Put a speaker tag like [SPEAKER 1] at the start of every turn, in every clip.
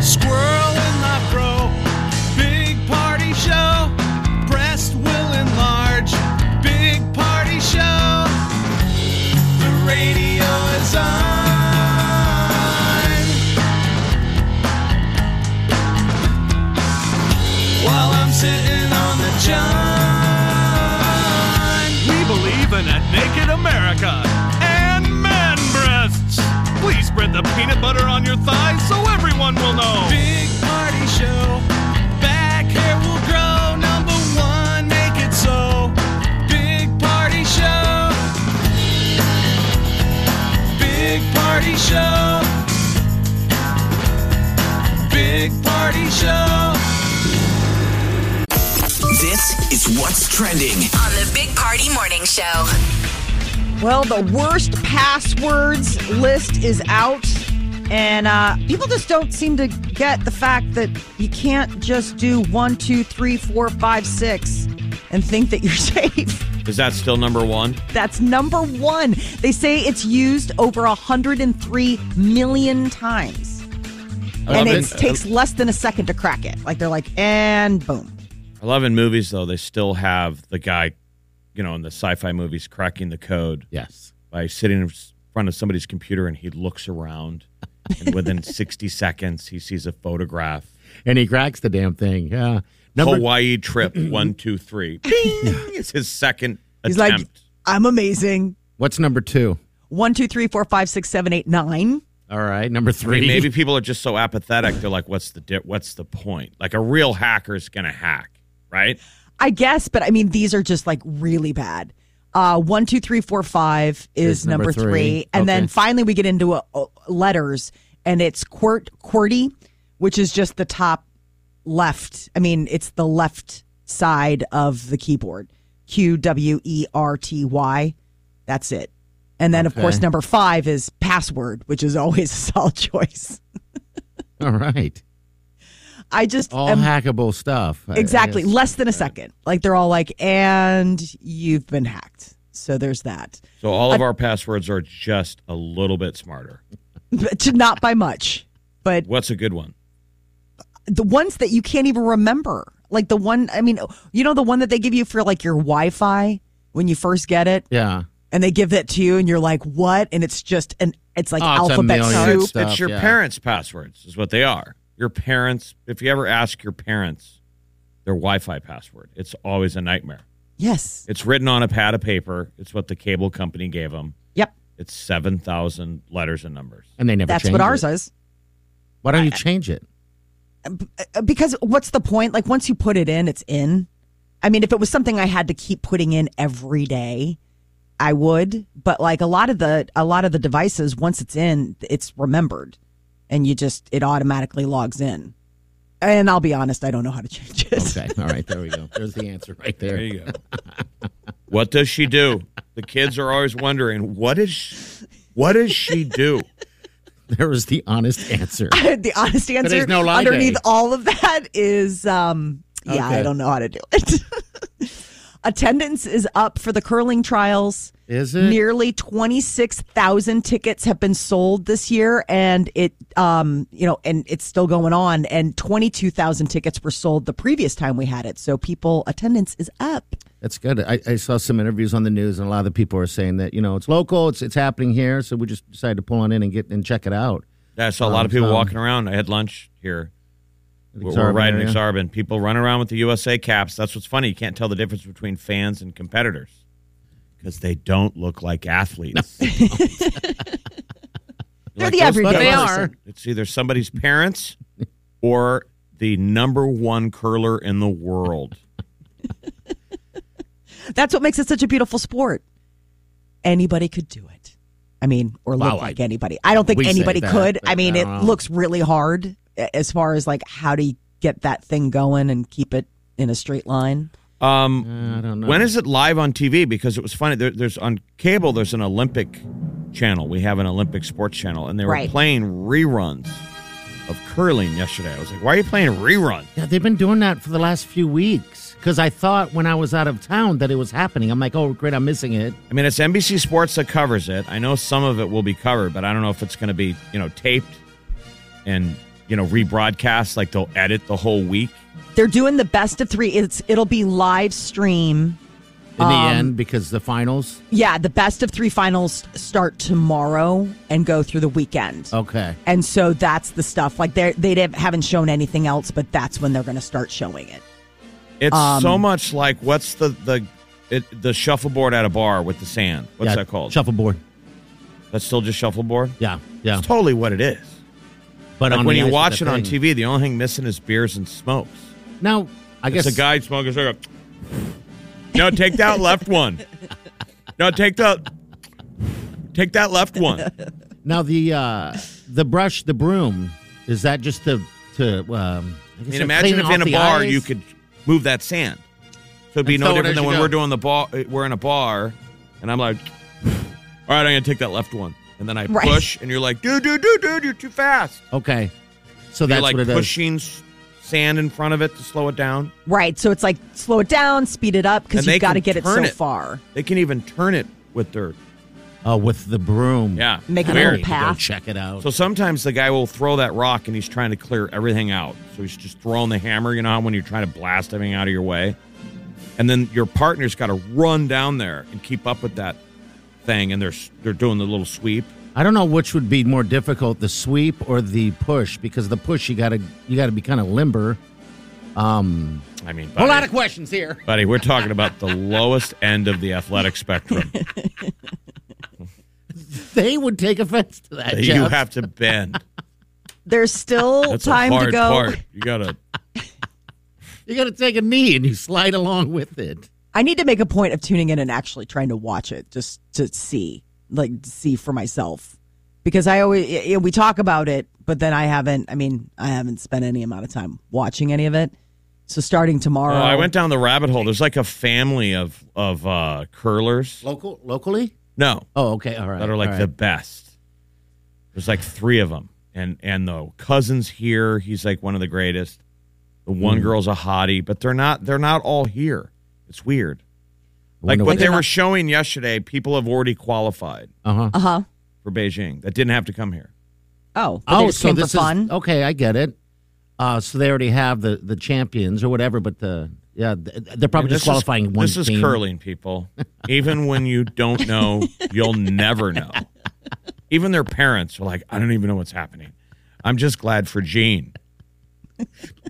[SPEAKER 1] Squirrel in my bro, big party show. Breast will enlarge, big party show. The radio is on. While I'm sitting on the john. We believe in a naked America and man breasts. Please spread the peanut butter on your thighs so everyone will know. Big party show. Back hair will grow. Number one, make it so. Big party show. Big party show. Big party show.
[SPEAKER 2] This is what's trending.
[SPEAKER 3] on the Big Party Morning Show.
[SPEAKER 4] Well, the worst passwords list is out, and uh, people just don't seem to get the fact that you can't just do one, two, three, four, five, six, and think that you're safe.
[SPEAKER 5] Is that still number one?
[SPEAKER 4] That's number one. They say it's used over 103 million times, and it takes less than a second to crack it. Like they're like, and boom.
[SPEAKER 5] I love in movies though they still have the guy, you know, in the sci-fi movies cracking the code
[SPEAKER 6] Yes.
[SPEAKER 5] by sitting in front of somebody's computer and he looks around, and within 60 seconds he sees a photograph.
[SPEAKER 6] And he cracks the damn thing. Yeah.
[SPEAKER 5] Hawaii trip one two three. Bing! It's his second
[SPEAKER 4] He's like,
[SPEAKER 5] attempt.
[SPEAKER 4] I'm amazing.
[SPEAKER 6] What's number two?
[SPEAKER 4] One, two, three, four, five, six, seven, eight, nine.
[SPEAKER 6] All right. Number
[SPEAKER 5] I
[SPEAKER 6] three.
[SPEAKER 5] mean, maybe people are just so apathetic. They're like, "What's the di- What's the point?" Like a real hacker's gonna hack, right?
[SPEAKER 4] I guess, but I mean, these are just like really bad. Uh, one, two, three, four, five is,
[SPEAKER 6] Is
[SPEAKER 4] number,
[SPEAKER 6] number
[SPEAKER 4] three.
[SPEAKER 6] three.
[SPEAKER 4] And then
[SPEAKER 6] Okay.
[SPEAKER 4] finally we get into uh uh, letters and it's quirt, QWERTY, which is just the top left. I mean, it's the left side of the keyboard. Q W E R T Y. That's it. And then, of course,
[SPEAKER 6] Okay.
[SPEAKER 4] number five is password, which is always a solid choice.
[SPEAKER 6] All right.
[SPEAKER 4] I just
[SPEAKER 6] All
[SPEAKER 4] am
[SPEAKER 6] hackable stuff. I- I
[SPEAKER 4] Um, Exactly.
[SPEAKER 6] guess.
[SPEAKER 4] Less than a second. Like they're all like, and you've been hacked. So there's that.
[SPEAKER 5] So all of our passwords are just a little bit smarter.
[SPEAKER 4] But to- not by much, but
[SPEAKER 5] What's a good one?
[SPEAKER 4] the ones that you can't even remember. Like the one, I mean, you know, the one that they give you for like your Wi Fi when you first get it
[SPEAKER 6] Yeah.
[SPEAKER 4] and they give that to you and you're like, what? And it's just an, it's like
[SPEAKER 6] Oh, it's a
[SPEAKER 4] alphabet
[SPEAKER 6] million.
[SPEAKER 4] soup.
[SPEAKER 5] it's,
[SPEAKER 6] Stuff,
[SPEAKER 5] it's your
[SPEAKER 6] yeah.
[SPEAKER 5] parents' passwords, is what they are. Your parents, if you ever ask your parents their Wi Fi password, it's always a nightmare.
[SPEAKER 4] Yes.
[SPEAKER 5] It's written on a pad of paper, it's what the cable company gave them.
[SPEAKER 4] Yep.
[SPEAKER 5] It's 7,000 letters and numbers.
[SPEAKER 6] And they never
[SPEAKER 4] That's
[SPEAKER 6] change
[SPEAKER 4] what
[SPEAKER 6] it.
[SPEAKER 4] ours is.
[SPEAKER 6] Why don't you change it?
[SPEAKER 4] Uh, Because what's the point? Like once you put it in, it's in. I mean, if it was something I had to keep putting in every day, I would, but like a lot of the a lot of the devices once it's in, it's remembered and you just it automatically logs in. And I'll be honest, I don't know how to change it.
[SPEAKER 6] Okay. All right. There we go. There's the answer right there.
[SPEAKER 5] you go. what does she do? The kids are always wondering, what is she, what does she do?
[SPEAKER 6] There was the honest answer.
[SPEAKER 4] the honest answer
[SPEAKER 6] there's no lie
[SPEAKER 4] underneath
[SPEAKER 6] day.
[SPEAKER 4] all of that is um yeah, I
[SPEAKER 6] Okay.
[SPEAKER 4] don't know how to do it. Attendance is up for the curling trials.
[SPEAKER 6] Is it?
[SPEAKER 4] Nearly 26,000 tickets have been sold this year and it um you know and it's still going on and 22,000 tickets were sold the previous time we had it. So people attendance is up.
[SPEAKER 6] That's good. I, I saw some interviews on the news, and a lot of the people are saying that you know it's local, it's it's happening here, so we just decided to pull on in and get and check it out.
[SPEAKER 5] I saw a lot of people
[SPEAKER 6] Um,
[SPEAKER 5] walking around. I had lunch here. We're, we're
[SPEAKER 6] Exarban
[SPEAKER 5] riding
[SPEAKER 6] area.
[SPEAKER 5] Exarban. People run around with the USA caps. That's what's funny. You can't tell the difference between fans and competitors because they don't look like athletes. You're
[SPEAKER 4] They're
[SPEAKER 5] like,
[SPEAKER 4] the
[SPEAKER 5] "Those
[SPEAKER 4] everyday
[SPEAKER 5] people-
[SPEAKER 6] They
[SPEAKER 4] person.
[SPEAKER 6] are.
[SPEAKER 5] It's either somebody's parents or the number one curler in the world.
[SPEAKER 4] That's what makes it such a beautiful sport. Anybody could do it. I mean, or look
[SPEAKER 6] Wow, I-
[SPEAKER 4] like anybody. I don't think
[SPEAKER 6] we say
[SPEAKER 4] anybody
[SPEAKER 6] that,
[SPEAKER 4] could.
[SPEAKER 6] but
[SPEAKER 4] I mean,
[SPEAKER 6] I
[SPEAKER 4] it
[SPEAKER 6] don't know.
[SPEAKER 4] looks really hard a- as far as like how do you get that thing going and keep it in a straight line.
[SPEAKER 5] Um,
[SPEAKER 6] I don't know.
[SPEAKER 5] when is it live on TV? Because it was funny. There, there's on cable. There's an Olympic channel. We have an Olympic sports channel, and they were
[SPEAKER 4] Right.
[SPEAKER 5] playing reruns of curling yesterday. I was like, why are you playing reruns?
[SPEAKER 6] Yeah, they've been doing that for the last few weeks because I thought when I was out of town that it was happening. I'm like, oh, great, I'm missing it.
[SPEAKER 5] I mean, it's NBC Sports that covers it. I know some of it will be covered, but I don't know if it's going to be, you know, taped and, you know, rebroadcast. Like they'll edit the whole week.
[SPEAKER 4] They're doing the best of three. It's it'll be live stream.
[SPEAKER 6] In the
[SPEAKER 5] Um,
[SPEAKER 6] end, because the finals.
[SPEAKER 4] Yeah, the best of three finals start tomorrow and go through the weekend.
[SPEAKER 5] Oh.
[SPEAKER 6] Okay.
[SPEAKER 4] And so that's the stuff. Like they they haven't shown anything else, but that's when they're going to start showing it.
[SPEAKER 5] It's so much like what's the the it, the shuffleboard at a bar with the sand. What's
[SPEAKER 6] Yeah,
[SPEAKER 5] that called?
[SPEAKER 6] Shuffleboard.
[SPEAKER 5] That's still just shuffleboard.
[SPEAKER 6] Yeah, yeah.
[SPEAKER 5] It's totally what it is.
[SPEAKER 6] But
[SPEAKER 5] Like
[SPEAKER 6] on
[SPEAKER 5] when
[SPEAKER 6] the
[SPEAKER 5] you
[SPEAKER 6] ice with
[SPEAKER 5] watch
[SPEAKER 6] the
[SPEAKER 5] it on
[SPEAKER 6] thing.
[SPEAKER 5] TV, the only thing missing is beers and smokes.
[SPEAKER 6] Now, I
[SPEAKER 5] It's
[SPEAKER 6] guess
[SPEAKER 5] a guy smoking a cigarette. No, take that left one. No, take the take that left one.
[SPEAKER 6] Now the uh, the brush, the broom, is that just to to? Um, I guess
[SPEAKER 5] I mean,
[SPEAKER 6] like
[SPEAKER 5] imagine
[SPEAKER 6] cleaning
[SPEAKER 5] if
[SPEAKER 6] off
[SPEAKER 5] in a
[SPEAKER 6] the
[SPEAKER 5] bar
[SPEAKER 6] ice?
[SPEAKER 5] you could move that sand. So it'd be
[SPEAKER 6] And
[SPEAKER 5] no
[SPEAKER 6] throw it
[SPEAKER 5] different
[SPEAKER 6] as
[SPEAKER 5] than
[SPEAKER 6] you
[SPEAKER 5] when
[SPEAKER 6] go.
[SPEAKER 5] we're doing the bar. eh, We're in a bar, and I'm like, "All right, I'm gonna take that left one," and then I
[SPEAKER 4] Right.
[SPEAKER 5] push, and you're like, "Dude, dude, dude, dude, you're too fast."
[SPEAKER 6] Okay, so
[SPEAKER 5] You're
[SPEAKER 6] that's
[SPEAKER 5] like
[SPEAKER 6] what it is.
[SPEAKER 5] pushing s- sand in front of it to slow it down.
[SPEAKER 4] Right. So it's like slow it down, speed it up
[SPEAKER 5] And
[SPEAKER 4] because
[SPEAKER 5] they
[SPEAKER 4] you've got to
[SPEAKER 5] can
[SPEAKER 4] get it so
[SPEAKER 5] turn it.
[SPEAKER 4] far.
[SPEAKER 5] They can even turn it with their
[SPEAKER 6] Oh, with the broom.
[SPEAKER 5] yeah.
[SPEAKER 4] Make a
[SPEAKER 6] I
[SPEAKER 4] little
[SPEAKER 6] need to go
[SPEAKER 4] path.
[SPEAKER 6] Check it out.
[SPEAKER 5] So sometimes the guy will throw that rock, and he's trying to clear everything out. So he's just throwing the hammer. You know how when you're trying to blast everything out of your way, and then your partner's got to run down there and keep up with that thing, and they're s- they're doing the little sweep.
[SPEAKER 6] I don't know which would be more difficult, the sweep or the push, because the push you gotta you gotta be kind of limber.
[SPEAKER 5] I mean,
[SPEAKER 6] A
[SPEAKER 5] buddy,
[SPEAKER 6] lot of questions here.
[SPEAKER 5] buddy, we're talking about the lowest end of the athletic spectrum.
[SPEAKER 6] They would take offense to that.
[SPEAKER 5] you
[SPEAKER 6] Jeff.
[SPEAKER 5] have to bend.
[SPEAKER 4] There's still
[SPEAKER 5] That's
[SPEAKER 4] time
[SPEAKER 5] a hard
[SPEAKER 4] to go.
[SPEAKER 5] part. You gotta.
[SPEAKER 6] you gotta take a knee and you slide along with it.
[SPEAKER 4] I need to make a point of tuning in and actually trying to watch it just to see, like, to see for myself. Because I always, y- y- we talk about it, but then I haven't, I mean, I haven't spent any amount of time watching any of it. So starting tomorrow,
[SPEAKER 5] Oh, I went down the rabbit hole. There's like a family of of uh, curlers.
[SPEAKER 6] Local locally?
[SPEAKER 5] No,
[SPEAKER 6] Oh, okay, all right.
[SPEAKER 5] that are like
[SPEAKER 6] all
[SPEAKER 5] the
[SPEAKER 6] right.
[SPEAKER 5] best. There's like three of them, and and the cousins here. He's like one of the greatest. The one
[SPEAKER 6] Hmm.
[SPEAKER 5] girl's a hottie, but they're not. They're not all here. It's weird. Like
[SPEAKER 6] Wonder
[SPEAKER 5] what
[SPEAKER 6] what-
[SPEAKER 5] they were showing yesterday, people have already qualified
[SPEAKER 6] uh-huh.
[SPEAKER 4] uh huh.
[SPEAKER 5] for Beijing that didn't have to come here.
[SPEAKER 4] Oh, but they
[SPEAKER 6] Oh,
[SPEAKER 4] just
[SPEAKER 6] so
[SPEAKER 4] came for
[SPEAKER 6] this is
[SPEAKER 4] fun.
[SPEAKER 6] okay. I get it. Uh, so they already have the the champions or whatever, but the yeah, th- they're probably
[SPEAKER 5] This
[SPEAKER 6] just qualifying
[SPEAKER 5] Is,
[SPEAKER 6] one.
[SPEAKER 5] this
[SPEAKER 6] team.
[SPEAKER 5] is curling, people. Even when you don't know, you'll never know. Even their parents are like, I don't even know what's happening. I'm just glad for Gene.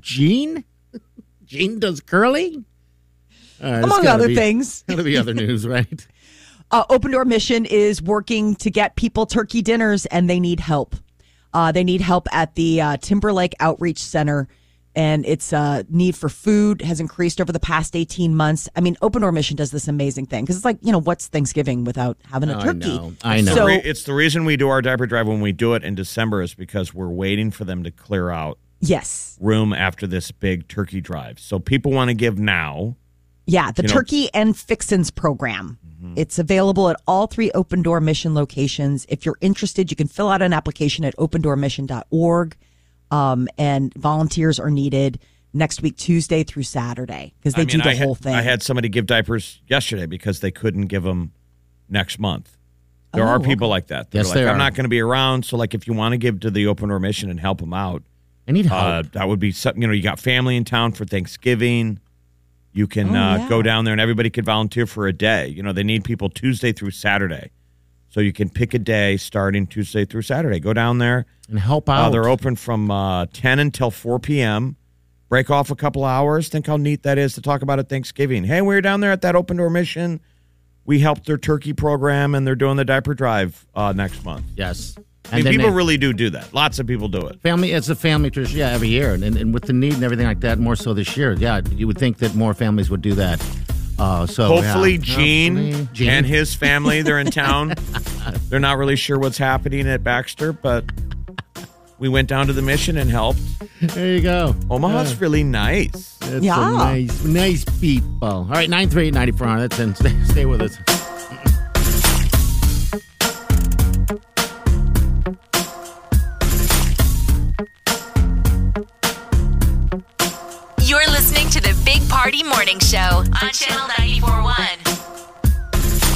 [SPEAKER 6] Gene. Gene does curling. All right, it's
[SPEAKER 4] Among
[SPEAKER 6] gotta
[SPEAKER 4] other
[SPEAKER 6] be-
[SPEAKER 4] things,
[SPEAKER 6] Gotta be other news, right?
[SPEAKER 4] uh, Open Door Mission is working to get people turkey dinners, and they need help. Uh, they need help at the uh, Timberlake Outreach Center, and its uh, need for food has increased over the past 18 months. I mean, Open Door Mission does this amazing thing because it's like, you know, what's Thanksgiving without having a
[SPEAKER 6] I
[SPEAKER 4] turkey?
[SPEAKER 6] know. I know.
[SPEAKER 4] So,
[SPEAKER 5] Re- It's the reason we do our diaper drive when we do it in December is because we're waiting for them to clear out
[SPEAKER 4] yes.
[SPEAKER 5] room after this big turkey drive. So people want to give now.
[SPEAKER 4] Yeah, the
[SPEAKER 5] You know- Mm-hmm.
[SPEAKER 4] Turkey and Fixins program. It's available at all three Open Door Mission locations. If you're interested, you can fill out an application at opendoormission.org. Um, and volunteers are needed next week, Tuesday through Saturday, because they
[SPEAKER 5] I mean,
[SPEAKER 4] do the
[SPEAKER 5] I had-
[SPEAKER 4] whole thing.
[SPEAKER 5] I had somebody give diapers yesterday because they couldn't give them next month. There
[SPEAKER 4] Oh,
[SPEAKER 5] are people like that. They're
[SPEAKER 6] Yes,
[SPEAKER 5] like,
[SPEAKER 6] there
[SPEAKER 5] I'm
[SPEAKER 6] are.
[SPEAKER 5] not going to be around. So, like, if you want to give to the open door mission and help them out,
[SPEAKER 6] I need help.
[SPEAKER 5] uh, that would be something. You know, you got family in town for Thanksgiving. You can
[SPEAKER 4] Oh,
[SPEAKER 5] uh,
[SPEAKER 4] yeah.
[SPEAKER 5] go down there and everybody could volunteer for a day. You know, they need people Tuesday through Saturday. So you can pick a day starting Tuesday through Saturday. Go down there.
[SPEAKER 6] and help
[SPEAKER 5] Uh,
[SPEAKER 6] out.
[SPEAKER 5] they're open from uh, 10 until 4 p.m. Break off a couple hours. Think how neat that is to talk about at Thanksgiving. Hey, we were down there at that open door mission. We helped their turkey program, and they're doing the diaper drive uh, next month.
[SPEAKER 6] Yes.
[SPEAKER 5] I mean,
[SPEAKER 6] then
[SPEAKER 5] people
[SPEAKER 6] they-
[SPEAKER 5] really do do that. Lots of people do it.
[SPEAKER 6] Family, it's a family tradition, yeah, every year. And, and, and with the need and everything like that, more so this year, yeah, you would think that more families would do that. Uh, so yeah.
[SPEAKER 5] Hopefully, Gene,
[SPEAKER 6] Hopefully, Gene.
[SPEAKER 5] and his family, they're in town. they're not really sure what's happening at Baxter, but we went down to the mission and helped.
[SPEAKER 6] There you go.
[SPEAKER 5] Omaha's really nice.
[SPEAKER 6] Yeah, it's
[SPEAKER 4] Yeah.
[SPEAKER 6] a nice, nice people. All right, nine three eight ninety four hundred. That's in. Stay, stay with us.
[SPEAKER 3] You're listening to the Big Party Morning Show on Channel 941.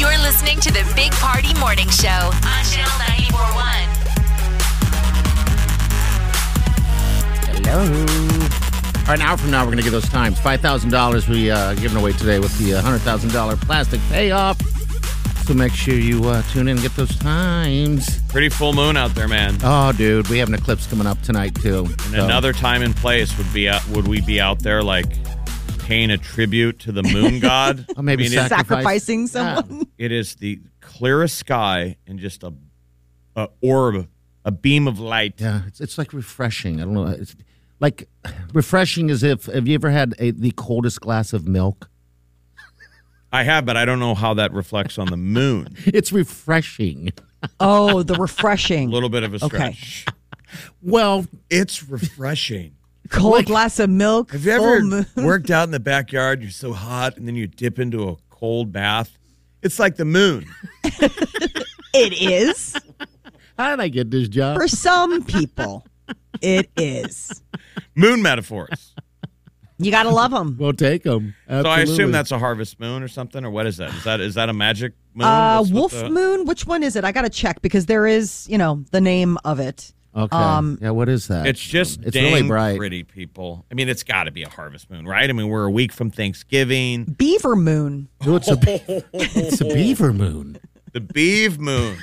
[SPEAKER 3] You're listening to the Big Party Morning Show on Channel 941.
[SPEAKER 6] Hello. All right, an hour from now, we're going to give those times. $5,000 we uh, giving away today with the uh, $100,000 plastic payoff. So make sure you uh, tune in and get those times.
[SPEAKER 5] Pretty full moon out there, man.
[SPEAKER 6] Oh, dude, we have an eclipse coming up tonight, too.
[SPEAKER 5] And
[SPEAKER 6] So-
[SPEAKER 5] another time and place would be out, would we be out there like paying a tribute to the moon god?
[SPEAKER 6] Oh, maybe
[SPEAKER 5] I mean, it-
[SPEAKER 6] sacrifice-
[SPEAKER 4] Sacrificing someone.
[SPEAKER 6] Yeah.
[SPEAKER 5] it is the clearest sky and just a, a orb, a beam of light.
[SPEAKER 6] Yeah, it's, it's like refreshing. I don't know. It's like refreshing as if have you ever had a, the coldest glass of milk?
[SPEAKER 5] I have, but I don't know how that reflects on the moon.
[SPEAKER 6] It's refreshing.
[SPEAKER 4] Oh, the
[SPEAKER 5] A
[SPEAKER 4] refreshing
[SPEAKER 5] little bit of a
[SPEAKER 4] Okay.
[SPEAKER 5] stretch.
[SPEAKER 6] Well,
[SPEAKER 5] It's refreshing.
[SPEAKER 4] cold glass of milk.
[SPEAKER 5] Have you
[SPEAKER 4] full
[SPEAKER 5] ever
[SPEAKER 4] moon.
[SPEAKER 5] worked out in the backyard? You're so hot, and then you dip into a cold bath. It's like the moon.
[SPEAKER 4] It is
[SPEAKER 6] how did I get this job?
[SPEAKER 4] for some people. It is.
[SPEAKER 5] Moon metaphors.
[SPEAKER 4] You gotta love them.
[SPEAKER 6] We'll take them.
[SPEAKER 5] So I assume that's a harvest moon or something, or what is that? Is that is that a magic moon?
[SPEAKER 4] Uh,
[SPEAKER 5] That's what
[SPEAKER 4] Wolf
[SPEAKER 5] the-
[SPEAKER 4] Moon. Which one is it? I gotta check because there is, you know, the name of it.
[SPEAKER 6] Okay.
[SPEAKER 4] Um,
[SPEAKER 6] yeah, what is that?
[SPEAKER 5] It's just
[SPEAKER 6] it's
[SPEAKER 5] dang
[SPEAKER 6] really bright.
[SPEAKER 5] pretty people. I mean, it's got to be a harvest moon, right? I mean, we're a week from Thanksgiving.
[SPEAKER 4] Beaver Moon.
[SPEAKER 6] No, it's a it's a beaver moon.
[SPEAKER 5] The beeve moon.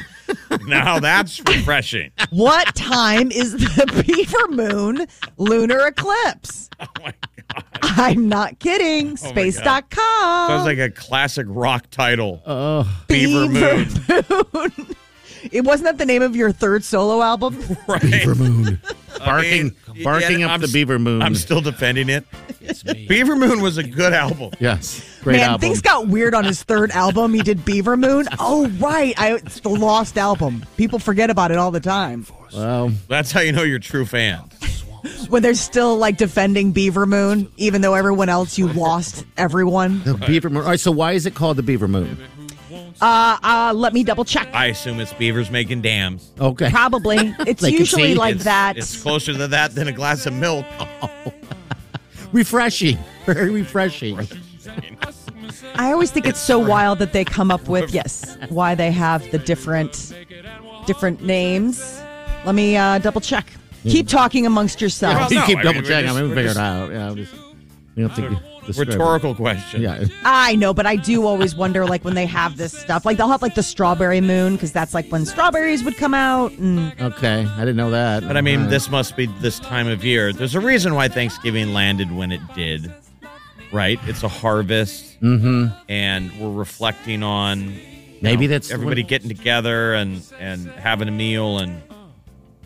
[SPEAKER 5] now that's refreshing. Oh
[SPEAKER 4] What time is the Beaver Moon lunar eclipse?
[SPEAKER 5] Oh my god,
[SPEAKER 4] I'm not kidding.
[SPEAKER 5] God.
[SPEAKER 4] Space.com.
[SPEAKER 5] Oh sounds like a classic rock title.
[SPEAKER 6] Oh,
[SPEAKER 5] Beaver Moon.
[SPEAKER 4] Moon. it wasn't that the name of your third solo album?
[SPEAKER 5] Right.
[SPEAKER 6] beaver moon. barking,
[SPEAKER 5] I mean,
[SPEAKER 6] barking
[SPEAKER 5] yeah,
[SPEAKER 6] up
[SPEAKER 5] I'm
[SPEAKER 6] the
[SPEAKER 5] s-
[SPEAKER 6] beaver moon.
[SPEAKER 5] I'm still defending it. Beaver Moon was a good album.
[SPEAKER 6] yes, great
[SPEAKER 4] Man,
[SPEAKER 6] album.
[SPEAKER 4] things got weird on his third album. He did Beaver Moon. Oh, right. I, it's the lost album. People forget about it all the time.
[SPEAKER 6] well,
[SPEAKER 5] That's how you know you're a true fan.
[SPEAKER 4] When they're still like defending Beaver Moon, even though everyone else, you lost everyone.
[SPEAKER 6] the beaver moon. All right, so why is it called the beaver moon?
[SPEAKER 4] Uh, uh, let me double check.
[SPEAKER 5] I assume it's beavers making dams.
[SPEAKER 6] Okay.
[SPEAKER 4] Probably. It's
[SPEAKER 6] They could
[SPEAKER 4] usually
[SPEAKER 6] see.
[SPEAKER 4] like
[SPEAKER 5] it's,
[SPEAKER 4] that.
[SPEAKER 5] It's closer to that than a glass of milk.
[SPEAKER 6] Oh, refreshing. Very refreshing.
[SPEAKER 4] I always think it's, so wild that they come up with yes why they have the different different names. Let me uh, double check.
[SPEAKER 5] Hmm.
[SPEAKER 4] Keep talking amongst yourselves.
[SPEAKER 5] Well, no,
[SPEAKER 6] you keep
[SPEAKER 5] I mean,
[SPEAKER 6] double
[SPEAKER 5] we're
[SPEAKER 6] checking.
[SPEAKER 5] just-
[SPEAKER 6] I'm gonna
[SPEAKER 5] we're
[SPEAKER 6] figure
[SPEAKER 5] just-
[SPEAKER 6] it out. Yeah, I'm just. We don't think
[SPEAKER 5] Rhetorical question.
[SPEAKER 6] Yeah.
[SPEAKER 4] I know, but I do always wonder like when they have this stuff. Like they'll have like the strawberry moon because that's like when strawberries would come out. And
[SPEAKER 6] Okay. I didn't know that.
[SPEAKER 5] But I mean,
[SPEAKER 6] Alright.
[SPEAKER 5] this must be this time of year. There's a reason why Thanksgiving landed when it did, right? It's a harvest,
[SPEAKER 6] Mm-hmm.
[SPEAKER 5] and we're reflecting on you
[SPEAKER 6] Maybe
[SPEAKER 5] know,
[SPEAKER 6] that's
[SPEAKER 5] everybody
[SPEAKER 6] what-
[SPEAKER 5] getting together and and having a meal and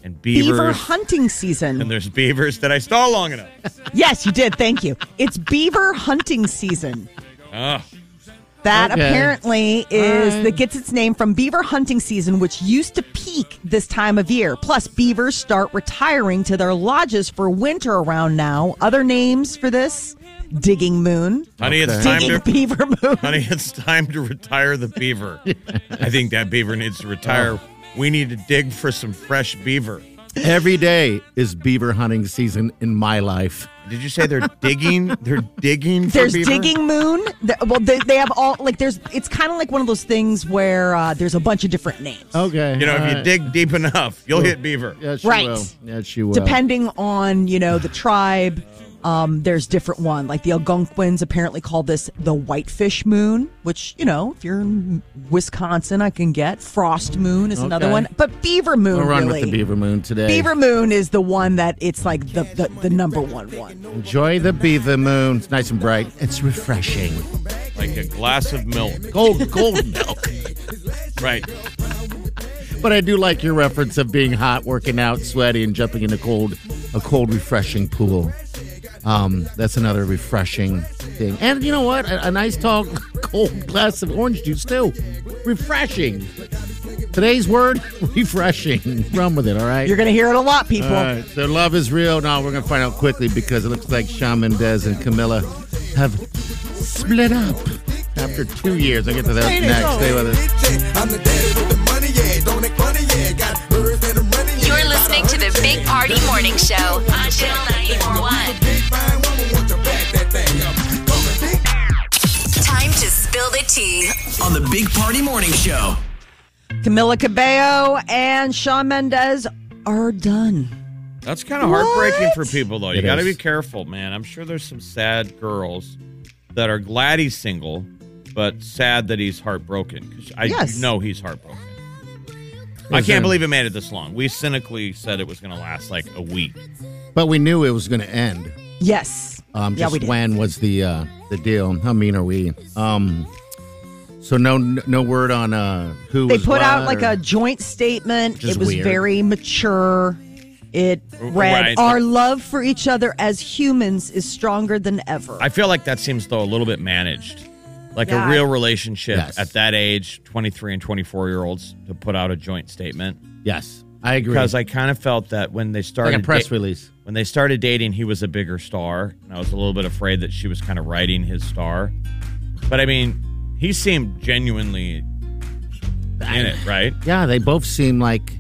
[SPEAKER 5] and beavers.
[SPEAKER 4] beaver hunting
[SPEAKER 5] and
[SPEAKER 4] season.
[SPEAKER 5] there's beavers that I stall long enough.
[SPEAKER 4] Yes, you did. Thank you. It's beaver hunting season.
[SPEAKER 5] Ugh.
[SPEAKER 4] That
[SPEAKER 6] Okay.
[SPEAKER 4] apparently is
[SPEAKER 6] Alright.
[SPEAKER 4] that gets its name from beaver hunting season, which used to peak this time of year. Plus, beavers start retiring to their lodges for winter around now. Other names for this: digging moon,
[SPEAKER 5] honey, it's
[SPEAKER 6] Okay.
[SPEAKER 5] time
[SPEAKER 4] digging
[SPEAKER 5] to
[SPEAKER 4] beaver moon.
[SPEAKER 5] Honey, it's time to retire the beaver. I think that beaver needs to
[SPEAKER 4] Oh.
[SPEAKER 5] retire. We need to dig for some fresh beaver.
[SPEAKER 6] every day is beaver hunting season in my life.
[SPEAKER 5] Did you say they're digging? They're digging for
[SPEAKER 4] There's
[SPEAKER 5] beaver?
[SPEAKER 4] digging moon. The- Well, they, they have all like there's. It's kind of like one of those things where uh, there's a bunch of different names.
[SPEAKER 6] Okay.
[SPEAKER 5] You know, if you
[SPEAKER 4] Uh,
[SPEAKER 6] alright.
[SPEAKER 5] dig deep enough, you'll hit beaver.
[SPEAKER 6] Yeah, she
[SPEAKER 4] Right.
[SPEAKER 6] will. Yeah, she will.
[SPEAKER 4] depending on you know the tribe um, there's different one like the algonquins apparently call this the whitefish moon which you know if you're in wisconsin i can get frost moon is another
[SPEAKER 6] Okay.
[SPEAKER 4] one but beaver moon
[SPEAKER 6] We'll run
[SPEAKER 4] really.
[SPEAKER 6] with the beaver moon today.
[SPEAKER 4] Beaver moon is the one that it's like the, the, the number one one
[SPEAKER 6] Enjoy the beaver moon. It's nice and bright. It's refreshing.
[SPEAKER 5] Like like a glass of milk.
[SPEAKER 6] Gold, gold milk.
[SPEAKER 5] Right.
[SPEAKER 6] But I do like your reference of being hot, working out, sweaty, and jumping in a cold, a cold, refreshing pool. Um, that's another refreshing thing. And you know what? A, a nice tall, cold glass of orange juice too. Refreshing. Today's word: refreshing. Run with it, all right?
[SPEAKER 4] You're going to hear it a lot, people.
[SPEAKER 6] All right, so love is real. Now we're gonna find out quickly because it looks like Shawn Mendes and Camilla have split up after two years. I'll get to that next. Stay with us.
[SPEAKER 3] You're listening to the Big Party Morning Show on Channel 941. Time to spill the tea.
[SPEAKER 2] on the Big Party Morning Show.
[SPEAKER 4] Camila Cabello and Shawn Mendes are done.
[SPEAKER 5] That's kind of heartbreaking
[SPEAKER 4] What?
[SPEAKER 5] for people, though. You
[SPEAKER 6] It
[SPEAKER 5] got to
[SPEAKER 6] is.
[SPEAKER 5] be careful, man. I'm sure there's some sad girls that are glad he's single, but sad that he's heartbroken. 'Cause I
[SPEAKER 4] Yes.
[SPEAKER 5] know he's heartbroken. I
[SPEAKER 6] Listen.
[SPEAKER 5] can't believe it made it this long. We cynically said it was going to last like a week.
[SPEAKER 6] But we knew it was gonna end.
[SPEAKER 4] Yes.
[SPEAKER 6] Um,
[SPEAKER 4] yeah,
[SPEAKER 6] just
[SPEAKER 4] we did.
[SPEAKER 6] when was the uh, the deal? How mean are we? Um, so no no word on uh, who
[SPEAKER 4] They
[SPEAKER 6] was
[SPEAKER 4] put out
[SPEAKER 6] what
[SPEAKER 4] like
[SPEAKER 6] or-
[SPEAKER 4] a joint statement.
[SPEAKER 6] Just
[SPEAKER 4] It was
[SPEAKER 6] weird.
[SPEAKER 4] very mature. It read,
[SPEAKER 5] right.
[SPEAKER 4] "Our love for each other as humans is stronger than ever."
[SPEAKER 5] I feel like that seems though a little bit managed. Like
[SPEAKER 4] Yeah.
[SPEAKER 5] a real relationship
[SPEAKER 6] Yes.
[SPEAKER 5] at that age, 23 and 24 year olds to put out a joint statement
[SPEAKER 6] yes. I agree.
[SPEAKER 5] because I kind of felt that when they started
[SPEAKER 6] like a press
[SPEAKER 5] da-
[SPEAKER 6] release.
[SPEAKER 5] when they started dating, he was a bigger star, and I was a little bit afraid that she was kind of riding his star. But I mean, he seemed genuinely in it, right?
[SPEAKER 6] Yeah, they both seem like.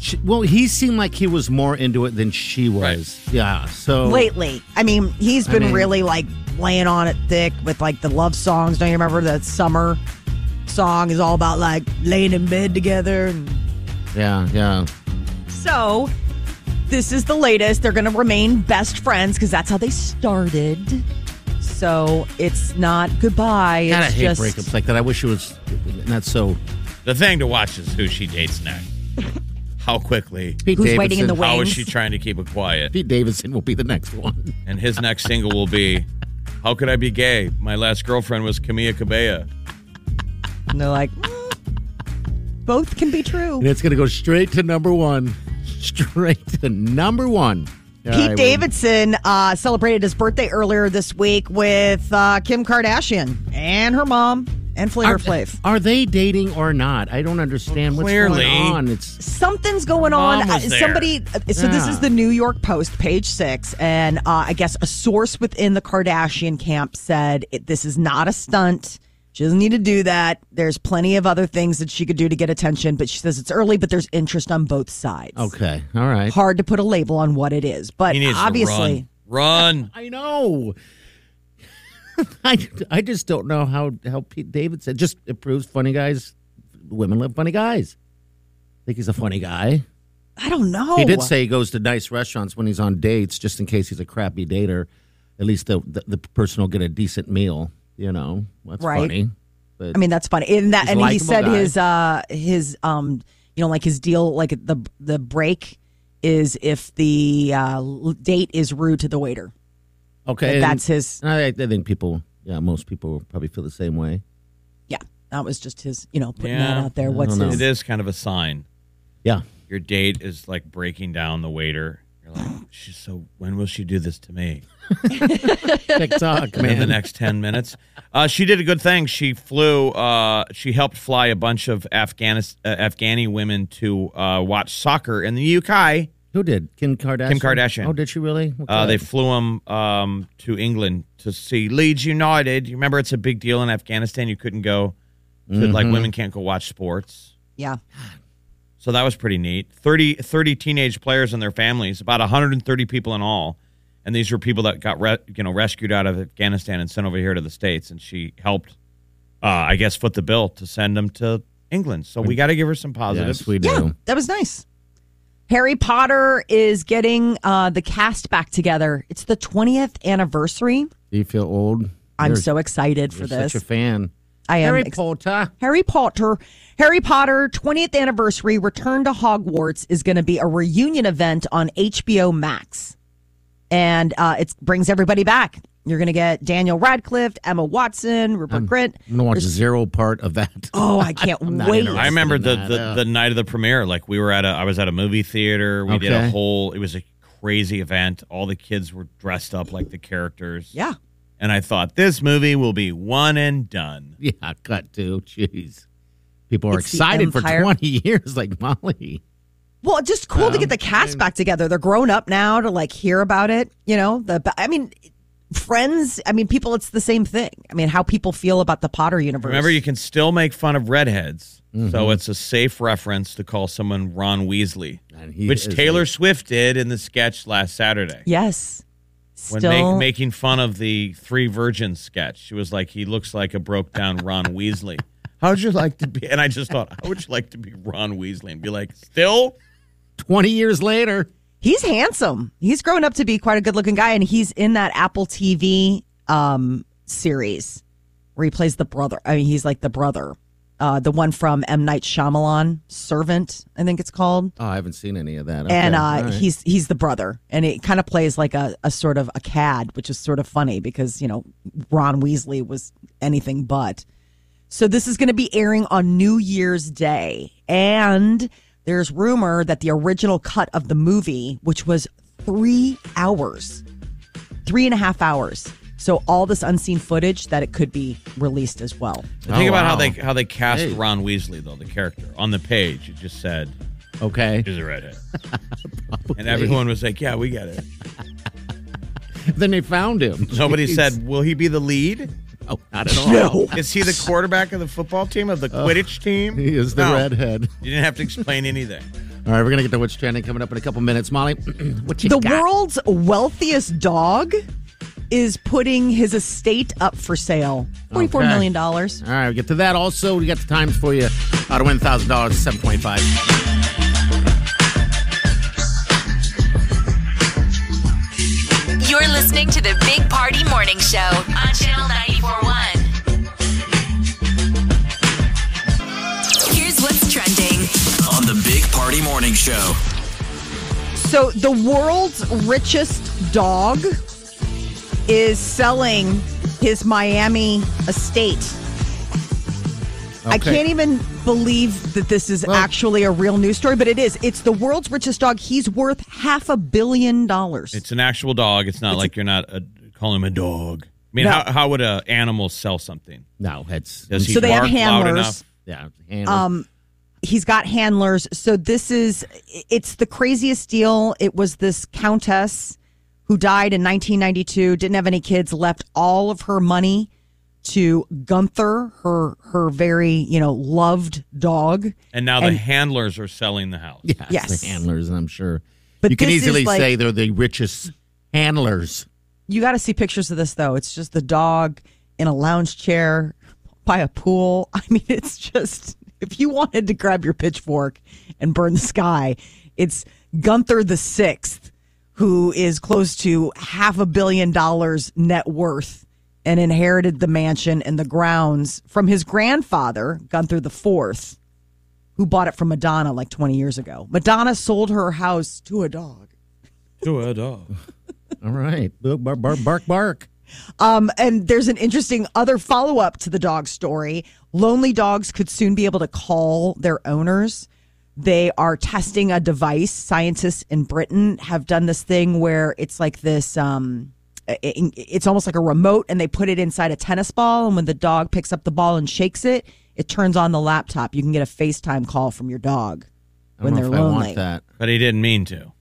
[SPEAKER 6] She, well, he seemed like he was more into it than she was.
[SPEAKER 5] Right.
[SPEAKER 6] Yeah. So
[SPEAKER 4] Lately, I mean, he's
[SPEAKER 6] I
[SPEAKER 4] been
[SPEAKER 6] mean-
[SPEAKER 4] really like laying on it thick with like the love songs. Don't you remember that summer song is all about like laying in bed together? And
[SPEAKER 6] Yeah, yeah.
[SPEAKER 4] so, this is the latest. They're going to remain best friends because that's how they started. So it's not goodbye.
[SPEAKER 6] God, I
[SPEAKER 4] it's
[SPEAKER 6] hate
[SPEAKER 4] just
[SPEAKER 6] breakups like that. I wish it was not so.
[SPEAKER 5] The thing to watch is who she dates next. How quickly?
[SPEAKER 6] Pete
[SPEAKER 4] Who's
[SPEAKER 6] Davidson.
[SPEAKER 4] waiting in the wings?
[SPEAKER 5] How is she trying to keep it quiet?
[SPEAKER 6] Pete Davidson will be the next one.
[SPEAKER 5] And his next single will be How Could I Be Gay? My last girlfriend was Camilla Cabello.
[SPEAKER 4] And they're like, "Mm, both can be true.
[SPEAKER 6] And it's going to go straight to number one. Straight to number one. All right,
[SPEAKER 4] Pete
[SPEAKER 6] well,
[SPEAKER 4] Davidson uh, celebrated his birthday earlier this week with uh, Kim Kardashian and her mom and Flavor
[SPEAKER 6] Are,
[SPEAKER 4] Flav.
[SPEAKER 6] are they dating or not? I don't understand what's
[SPEAKER 5] clearly.
[SPEAKER 6] going on. It's
[SPEAKER 4] Something's going
[SPEAKER 5] Mom
[SPEAKER 4] on.
[SPEAKER 5] was
[SPEAKER 4] Uh,
[SPEAKER 5] there.
[SPEAKER 4] Somebody. uh, So this
[SPEAKER 6] Yeah.
[SPEAKER 4] is the New York Post, page six, and uh, I guess a source within the Kardashian camp said it, this is not a stunt. She doesn't need to do that. There's plenty of other things that she could do to get attention, but she says it's early, but there's interest on both sides.
[SPEAKER 6] okay. All right.
[SPEAKER 4] Hard to put a label on what it is, but
[SPEAKER 5] He needs
[SPEAKER 4] obviously.
[SPEAKER 5] to run. Run.
[SPEAKER 6] I know. I, I just don't know how, how Pete Davidson just it proves funny guys, women love funny guys. I think he's a funny guy.
[SPEAKER 4] I don't know.
[SPEAKER 6] He did say he goes to nice restaurants when he's on dates, just in case he's a crappy dater. At least the the, the person will get a decent meal. You know, that's
[SPEAKER 4] Right.
[SPEAKER 6] funny.
[SPEAKER 4] I mean, that's funny. And
[SPEAKER 6] He's
[SPEAKER 4] that,
[SPEAKER 6] a
[SPEAKER 4] and he
[SPEAKER 6] likable
[SPEAKER 4] said
[SPEAKER 6] guy.
[SPEAKER 4] his, uh, his, um, you know, like his deal, like the the break is if the uh, l- date is rude to the waiter.
[SPEAKER 6] Okay, and
[SPEAKER 4] that's his.
[SPEAKER 6] I, I think people, yeah, most people probably feel the same way.
[SPEAKER 4] Yeah, that was just his. You know, putting
[SPEAKER 5] Yeah.
[SPEAKER 4] that out there.
[SPEAKER 6] I
[SPEAKER 4] What's
[SPEAKER 6] don't know.
[SPEAKER 4] his?
[SPEAKER 5] It is kind of a sign.
[SPEAKER 6] Yeah,
[SPEAKER 5] your date is like breaking down the waiter. You're like, she's so. When will she do this to me?
[SPEAKER 6] TikTok
[SPEAKER 5] In the
[SPEAKER 6] man.
[SPEAKER 5] next ten minutes. Uh, she did a good thing. She flew. Uh, she helped fly a bunch of Afghanis, uh, Afghani women to uh, watch soccer in the UK.
[SPEAKER 6] Who did Kim Kardashian?
[SPEAKER 5] Kim Kardashian.
[SPEAKER 6] Oh, did she really?
[SPEAKER 5] Uh, they
[SPEAKER 6] Okay.
[SPEAKER 5] flew them um, to England to see Leeds United. You remember, it's a big deal in Afghanistan. You couldn't go. To, Like women can't go watch sports.
[SPEAKER 4] Yeah,
[SPEAKER 5] So that was pretty neat. 30, 30 teenage players and their families, about 130 people in all. And these were people that got re- you know rescued out of Afghanistan and sent over here to the states. And she helped, uh, I guess, foot the bill to send them to England. So we got to give her some positives.
[SPEAKER 6] Yes, we do.
[SPEAKER 4] yeah, that was nice. Harry Potter is getting uh, the cast back together. It's the twentieth anniversary.
[SPEAKER 6] Do you feel old?
[SPEAKER 4] I'm
[SPEAKER 6] You're-
[SPEAKER 4] so excited for
[SPEAKER 6] you're
[SPEAKER 4] this.
[SPEAKER 6] Such a fan.
[SPEAKER 4] I am
[SPEAKER 6] Harry
[SPEAKER 4] ex-
[SPEAKER 6] Potter.
[SPEAKER 4] Harry Potter, Harry Potter 20th anniversary return to Hogwarts is going to be a reunion event on HBO Max. And uh, it brings everybody back. You're going to get Daniel Radcliffe, Emma Watson, Rupert
[SPEAKER 5] Mm.
[SPEAKER 4] Grint.
[SPEAKER 6] I'm gonna watch zero part of that.
[SPEAKER 4] Oh, I can't
[SPEAKER 6] not
[SPEAKER 4] wait.
[SPEAKER 6] interested.
[SPEAKER 5] I remember the,
[SPEAKER 6] Interested in
[SPEAKER 5] the,
[SPEAKER 6] that,
[SPEAKER 5] the
[SPEAKER 6] yeah.
[SPEAKER 5] night of the premiere. Like we were at a, I was at a movie theater. We did a
[SPEAKER 6] Okay.
[SPEAKER 5] whole. It was a crazy event. All the kids were dressed up like the characters.
[SPEAKER 4] Yeah.
[SPEAKER 5] And I thought this movie will be one and done.
[SPEAKER 6] Yeah, cut to. Jeez. People are
[SPEAKER 4] It's the
[SPEAKER 6] excited for
[SPEAKER 4] Empire.
[SPEAKER 6] 20 years, like Molly.
[SPEAKER 4] Well, just cool to
[SPEAKER 5] Um,
[SPEAKER 4] get the cast back together. They're grown up now to like hear about it. You know, the I mean, friends. I mean, people. It's the same thing. I mean, how people feel about the Potter universe.
[SPEAKER 5] Remember, you can still make fun of redheads.
[SPEAKER 6] Mm-hmm.
[SPEAKER 5] So it's a safe reference to call someone Ron Weasley,
[SPEAKER 6] And he
[SPEAKER 5] which
[SPEAKER 6] is
[SPEAKER 5] Taylor
[SPEAKER 6] a-
[SPEAKER 5] Swift did in the sketch last Saturday.
[SPEAKER 4] yes.
[SPEAKER 5] When
[SPEAKER 4] Still,
[SPEAKER 5] make, making fun of the Three Virgins sketch, she was like, he looks like a broke down Ron Weasley. How would you like to be? And I just thought, how would you like to be Ron Weasley? And be like, still?
[SPEAKER 6] 20 years later.
[SPEAKER 4] he's handsome. He's grown up to be quite a good-looking guy, and he's in that Apple TV um, series where he plays the brother. I mean, he's like the brother, uh, the one from M Night Shyamalan, Servant, I think it's called.
[SPEAKER 6] Oh, I haven't seen any of that. Okay,
[SPEAKER 4] and uh,
[SPEAKER 6] all right.
[SPEAKER 4] he's he's the brother, and it kind of plays like a, a sort of a cad, which is sort of funny because you know Ron Weasley was anything but. So this is going to be airing on New Year's Day, and there's rumor that the original cut of the movie, which was three hours, three and a half hours, so all this unseen footage that it could be released as well.
[SPEAKER 5] But think
[SPEAKER 6] Oh,
[SPEAKER 5] about how
[SPEAKER 6] wow.
[SPEAKER 5] they how they cast
[SPEAKER 6] Hey.
[SPEAKER 5] Ron Weasley though, the character on the page. It just said
[SPEAKER 6] Okay.
[SPEAKER 5] he's a redhead, and everyone was like, "Yeah, we get it."
[SPEAKER 6] Then they found him.
[SPEAKER 5] Nobody
[SPEAKER 6] Jeez.
[SPEAKER 5] said, "Will he be the lead?
[SPEAKER 6] Oh, not at all. No.
[SPEAKER 5] Is he the quarterback of the football team of the Quidditch team?"
[SPEAKER 6] He is the
[SPEAKER 5] No.
[SPEAKER 6] redhead.
[SPEAKER 5] You didn't have to explain anything.
[SPEAKER 6] All right, we're going to get to what's trending coming up in a couple minutes. Molly, what you
[SPEAKER 4] The
[SPEAKER 6] got?
[SPEAKER 4] world's wealthiest dog is putting his estate up for sale. Forty-four
[SPEAKER 6] Okay.
[SPEAKER 4] million dollars.
[SPEAKER 6] All right, we get to that. Also, we got the times for you. How to win thousand dollars, seven point five.
[SPEAKER 3] You're listening to the Big Party Morning Show on Channel 941. Here's what's trending.
[SPEAKER 2] on the Big Party Morning Show.
[SPEAKER 4] So the world's richest dog is selling his Miami estate. I
[SPEAKER 6] Okay.
[SPEAKER 4] can't even believe that this is actually a real news story, but it is. It's the world's richest dog. He's worth half a billion dollars.
[SPEAKER 5] It's an actual dog. It's not like you're not uh calling him a dog. I mean,
[SPEAKER 4] No.
[SPEAKER 5] how, how would a animal sell something?
[SPEAKER 6] No, it's
[SPEAKER 5] Does he
[SPEAKER 4] So they have
[SPEAKER 5] bark loud
[SPEAKER 4] handlers.
[SPEAKER 5] enough?
[SPEAKER 6] yeah. handle.
[SPEAKER 4] Um, he's got handlers. So this is it's the craziest deal. It was this countess who died in 1992, didn't have any kids, left all of her money to Gunther, her her very you know loved dog.
[SPEAKER 5] And now the handlers are selling the house.
[SPEAKER 6] yeah, it's
[SPEAKER 4] yes.
[SPEAKER 6] the handlers. I'm sure.
[SPEAKER 4] But
[SPEAKER 6] you can
[SPEAKER 4] this is
[SPEAKER 6] easily
[SPEAKER 4] like-
[SPEAKER 6] say they're the richest handlers.
[SPEAKER 4] You got to see pictures of this though. It's just the dog in a lounge chair by a pool. I mean, it's just if you wanted to grab your pitchfork and burn the sky, it's Gunther the Sixth, who is close to half a billion dollars net worth and inherited the mansion and the grounds from his grandfather, Gunther the Fourth, who bought it from Madonna like 20 years ago. Madonna sold her house to a dog.
[SPEAKER 5] To a dog.
[SPEAKER 6] All right, bark, bark, bark, bark.
[SPEAKER 4] Um, and there's an interesting other follow up to the dog story. Lonely dogs could soon be able to call their owners. They are testing a device. Scientists in Britain have done this thing where it's like this. Um, i- i- it's almost like a remote, and they put it inside a tennis ball. And when the dog picks up the ball and shakes it, it turns on the laptop. You can get a FaceTime call from your dog
[SPEAKER 6] I don't
[SPEAKER 4] when
[SPEAKER 6] know
[SPEAKER 4] they're
[SPEAKER 6] if I
[SPEAKER 4] lonely
[SPEAKER 6] want that.
[SPEAKER 5] But he didn't mean to.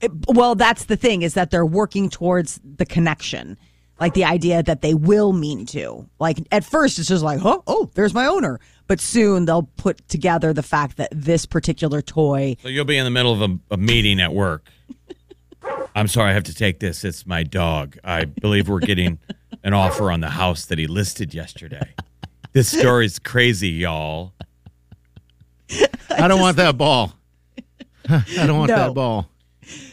[SPEAKER 4] it- well that's the thing is that they're working towards the connection like the idea that they will mean to like at first it's just like oh oh there's my owner but soon they'll put together the fact that this particular toy
[SPEAKER 5] So you'll be in the middle of a, a meeting at work. I'm sorry, I have to take this. It's my dog. I believe we're getting an offer on the house that he listed yesterday. This story's crazy, y'all.
[SPEAKER 6] I don't want that ball. I don't want
[SPEAKER 4] No.
[SPEAKER 6] that ball.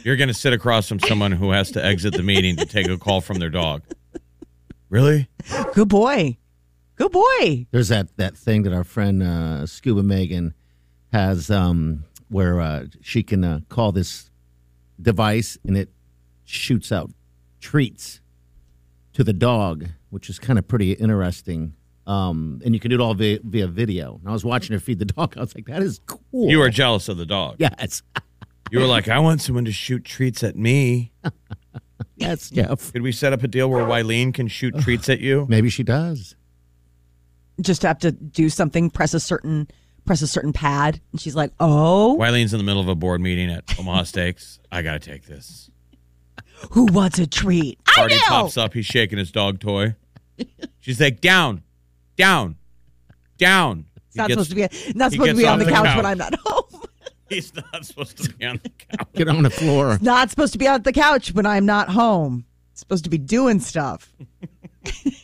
[SPEAKER 5] You're going to sit across from someone who has to exit the meeting to take a call from their dog. Really?
[SPEAKER 4] good boy good boy
[SPEAKER 6] There's that that thing that our friend uh, Scuba Megan has, um, where uh, she can uh, call this device and it shoots out treats. to the dog, which is kind of pretty interesting. Um, and you can do it all via, via video. And I was watching her feed the dog. I was like, that is cool.
[SPEAKER 5] You were jealous of the dog.
[SPEAKER 6] yes,
[SPEAKER 5] You were like, I want someone to shoot treats at me.
[SPEAKER 6] yes, Jeff.
[SPEAKER 5] Could we set up a deal where Wileen can shoot treats at you?
[SPEAKER 6] Maybe she does.
[SPEAKER 4] Just have to do something, press a certain press a certain pad, and she's like, "Oh,
[SPEAKER 5] Wileen's in the middle of a board meeting at Omaha Steaks. I gotta take this.
[SPEAKER 4] who wants a treat?"
[SPEAKER 5] Party pops up. He's shaking his dog toy. She's like, down, down, down.
[SPEAKER 4] It's not
[SPEAKER 5] he
[SPEAKER 4] supposed to be not supposed to
[SPEAKER 5] he gets
[SPEAKER 4] be on
[SPEAKER 5] off
[SPEAKER 4] the
[SPEAKER 5] the
[SPEAKER 4] couch,
[SPEAKER 5] couch.
[SPEAKER 4] when I'm not home.
[SPEAKER 5] He's not supposed to be on the couch.
[SPEAKER 6] Get on the floor.
[SPEAKER 4] not supposed to be on the couch when I'm not home. Supposed to be doing stuff.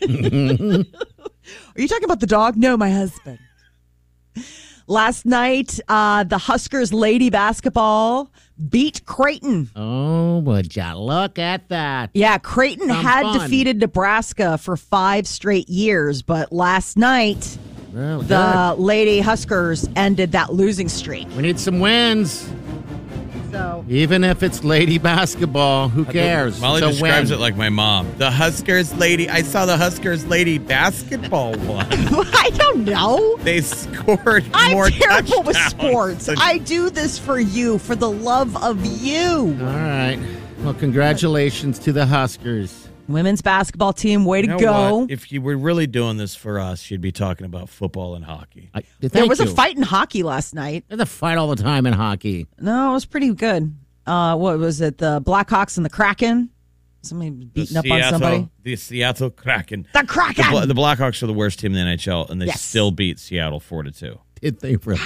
[SPEAKER 4] Are you talking about the dog? No, my husband. Last night, uh, the Huskers lady basketball beat Creighton.
[SPEAKER 6] Oh, would ya look at that?
[SPEAKER 4] Yeah, Creighton
[SPEAKER 6] Some
[SPEAKER 4] had
[SPEAKER 6] fun.
[SPEAKER 4] defeated Nebraska for five straight years, but last night,
[SPEAKER 6] Well,
[SPEAKER 4] the Lady Huskers ended that losing streak.
[SPEAKER 6] good. we need some wins,
[SPEAKER 4] So
[SPEAKER 6] even if it's lady basketball. Who cares?
[SPEAKER 5] Molly
[SPEAKER 6] It's a
[SPEAKER 5] describes
[SPEAKER 6] win.
[SPEAKER 5] it like my mom. The Huskers lady. I saw the Huskers lady basketball one.
[SPEAKER 4] I don't know.
[SPEAKER 5] They scored
[SPEAKER 4] I'm
[SPEAKER 5] more
[SPEAKER 4] terrible with
[SPEAKER 5] touchdowns
[SPEAKER 4] sports.
[SPEAKER 5] than-
[SPEAKER 4] I do this for you, for the love of you.
[SPEAKER 6] All right. Well, congratulations to the Huskers.
[SPEAKER 4] Women's basketball team, way to
[SPEAKER 5] You know
[SPEAKER 4] go.
[SPEAKER 5] what? If you were really doing this for us, you'd be talking about football and hockey.
[SPEAKER 6] I,
[SPEAKER 4] There
[SPEAKER 6] thank
[SPEAKER 4] was a
[SPEAKER 6] you.
[SPEAKER 4] fight in hockey last night.
[SPEAKER 6] There's a fight all the time in hockey.
[SPEAKER 4] No, it was pretty good. Uh, what was it? The Blackhawks and the Kraken? Somebody was beating up on somebody?
[SPEAKER 5] The Seattle Kraken.
[SPEAKER 4] The Kraken!
[SPEAKER 5] The, Bla- the Blackhawks are the worst team in the NHL, and they
[SPEAKER 4] Yes.
[SPEAKER 5] still beat Seattle four to two.
[SPEAKER 6] Did they really?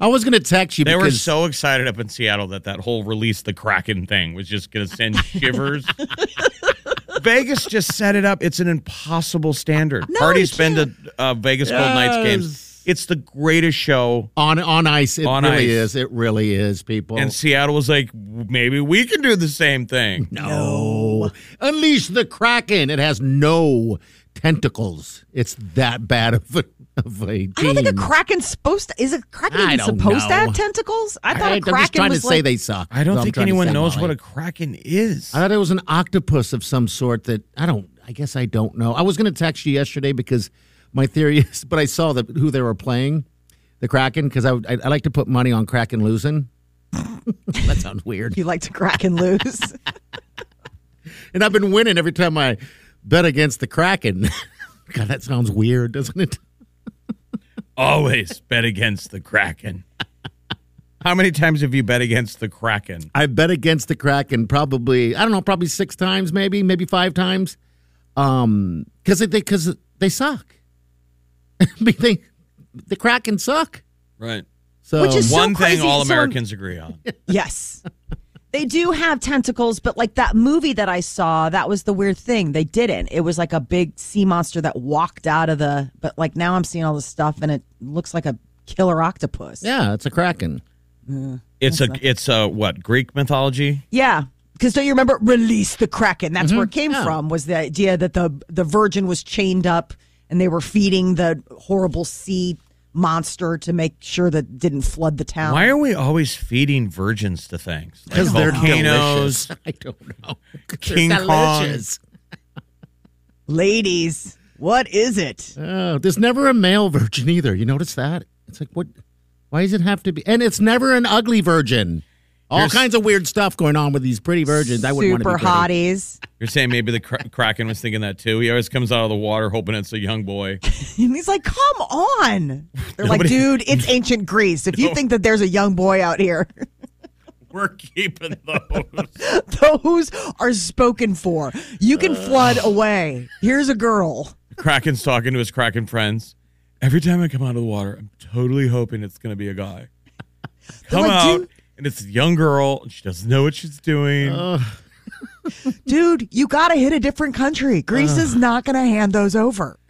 [SPEAKER 6] I was going to text you
[SPEAKER 5] They were
[SPEAKER 6] because
[SPEAKER 5] so excited up in Seattle that that whole release the Kraken thing was just going to send shivers. Vegas just set it up. It's an impossible standard. Party's been to uh, Vegas Gold Knights games.
[SPEAKER 6] Yes.
[SPEAKER 5] It's the greatest show.
[SPEAKER 6] on on ice it
[SPEAKER 5] On
[SPEAKER 6] really
[SPEAKER 5] ice.
[SPEAKER 6] is. It really is, people.
[SPEAKER 4] Oh.
[SPEAKER 5] And Seattle was like, maybe we can do the same thing.
[SPEAKER 6] no. Unleash the Kraken. It has no tentacles. It's that bad of a, of a team.
[SPEAKER 4] I don't think a Kraken's supposed to. Is a Kraken
[SPEAKER 6] I
[SPEAKER 4] even
[SPEAKER 6] don't
[SPEAKER 4] supposed to
[SPEAKER 6] know.
[SPEAKER 4] have tentacles? I thought a
[SPEAKER 6] am
[SPEAKER 4] Kraken
[SPEAKER 6] just trying
[SPEAKER 4] was
[SPEAKER 6] to
[SPEAKER 4] like,
[SPEAKER 6] say they suck.
[SPEAKER 5] I don't
[SPEAKER 6] So I'm
[SPEAKER 5] think
[SPEAKER 6] trying to
[SPEAKER 5] anyone
[SPEAKER 6] say,
[SPEAKER 5] knows
[SPEAKER 6] Molly.
[SPEAKER 5] what a Kraken is.
[SPEAKER 6] I thought it was an octopus of some sort that I don't. I guess I don't know. I was going to text you yesterday because my theory is, but I saw that who they were playing, the Kraken, because I, would- I I like to put money on Kraken losing. that sounds weird.
[SPEAKER 4] you like to Kraken lose.
[SPEAKER 6] And I've been winning every time I bet against the Kraken. God, that sounds weird, doesn't it?
[SPEAKER 5] Always bet against the Kraken. How many times have you bet against the Kraken?
[SPEAKER 6] I bet against the Kraken probably I don't know, probably six times, maybe maybe five times, um, because they because they suck. I mean, they the Kraken suck.
[SPEAKER 5] Right.
[SPEAKER 6] So
[SPEAKER 4] Which is- So
[SPEAKER 5] One
[SPEAKER 4] crazy.
[SPEAKER 5] thing all
[SPEAKER 4] So-
[SPEAKER 5] Americans agree on.
[SPEAKER 4] Yes. They do have tentacles, but like that movie that I saw, that was the weird thing. They didn't. It was like a big sea monster that walked out of the. But like now I'm seeing all this stuff and it looks like a killer octopus.
[SPEAKER 6] yeah, it's a Kraken.
[SPEAKER 5] It's a it's a what Greek mythology?
[SPEAKER 4] Yeah. Because don't you remember release the kraken? That's where it came from. Was the idea that the the virgin was chained up and they were feeding the horrible sea monster to make sure that it didn't flood the town.
[SPEAKER 5] Why are we always feeding virgins to things? Like
[SPEAKER 6] Because they're
[SPEAKER 5] volcanoes.
[SPEAKER 6] delicious. I don't know. They're
[SPEAKER 5] King Kong.
[SPEAKER 6] delicious.
[SPEAKER 4] Ladies, what is it?
[SPEAKER 6] Oh, there's never a male virgin either. You notice that? It's like what? Why does it have to be? And it's never an ugly virgin. All
[SPEAKER 5] Here's-
[SPEAKER 6] kinds of weird stuff going on with these pretty virgins. I wouldn't
[SPEAKER 4] Super
[SPEAKER 6] want to be pretty.
[SPEAKER 4] hotties.
[SPEAKER 5] You're saying maybe the kra- Kraken was thinking that too. He always comes out of the water hoping it's a young boy.
[SPEAKER 4] And he's like, come on. They're like,
[SPEAKER 5] Nobody-
[SPEAKER 4] dude, it's ancient Greece. If you think that there's a young boy out here,
[SPEAKER 5] We're keeping those.
[SPEAKER 4] those are spoken for. You can flood away. Here's a girl.
[SPEAKER 5] Kraken's talking to his Kraken friends. Every time I come out of the water, I'm totally hoping it's going to be a guy. Come
[SPEAKER 4] like,
[SPEAKER 5] out,
[SPEAKER 4] "Dude."
[SPEAKER 5] and it's a young girl, and she doesn't know what she's doing.
[SPEAKER 4] Dude, you got to hit a different country. Greece is not going to hand those over.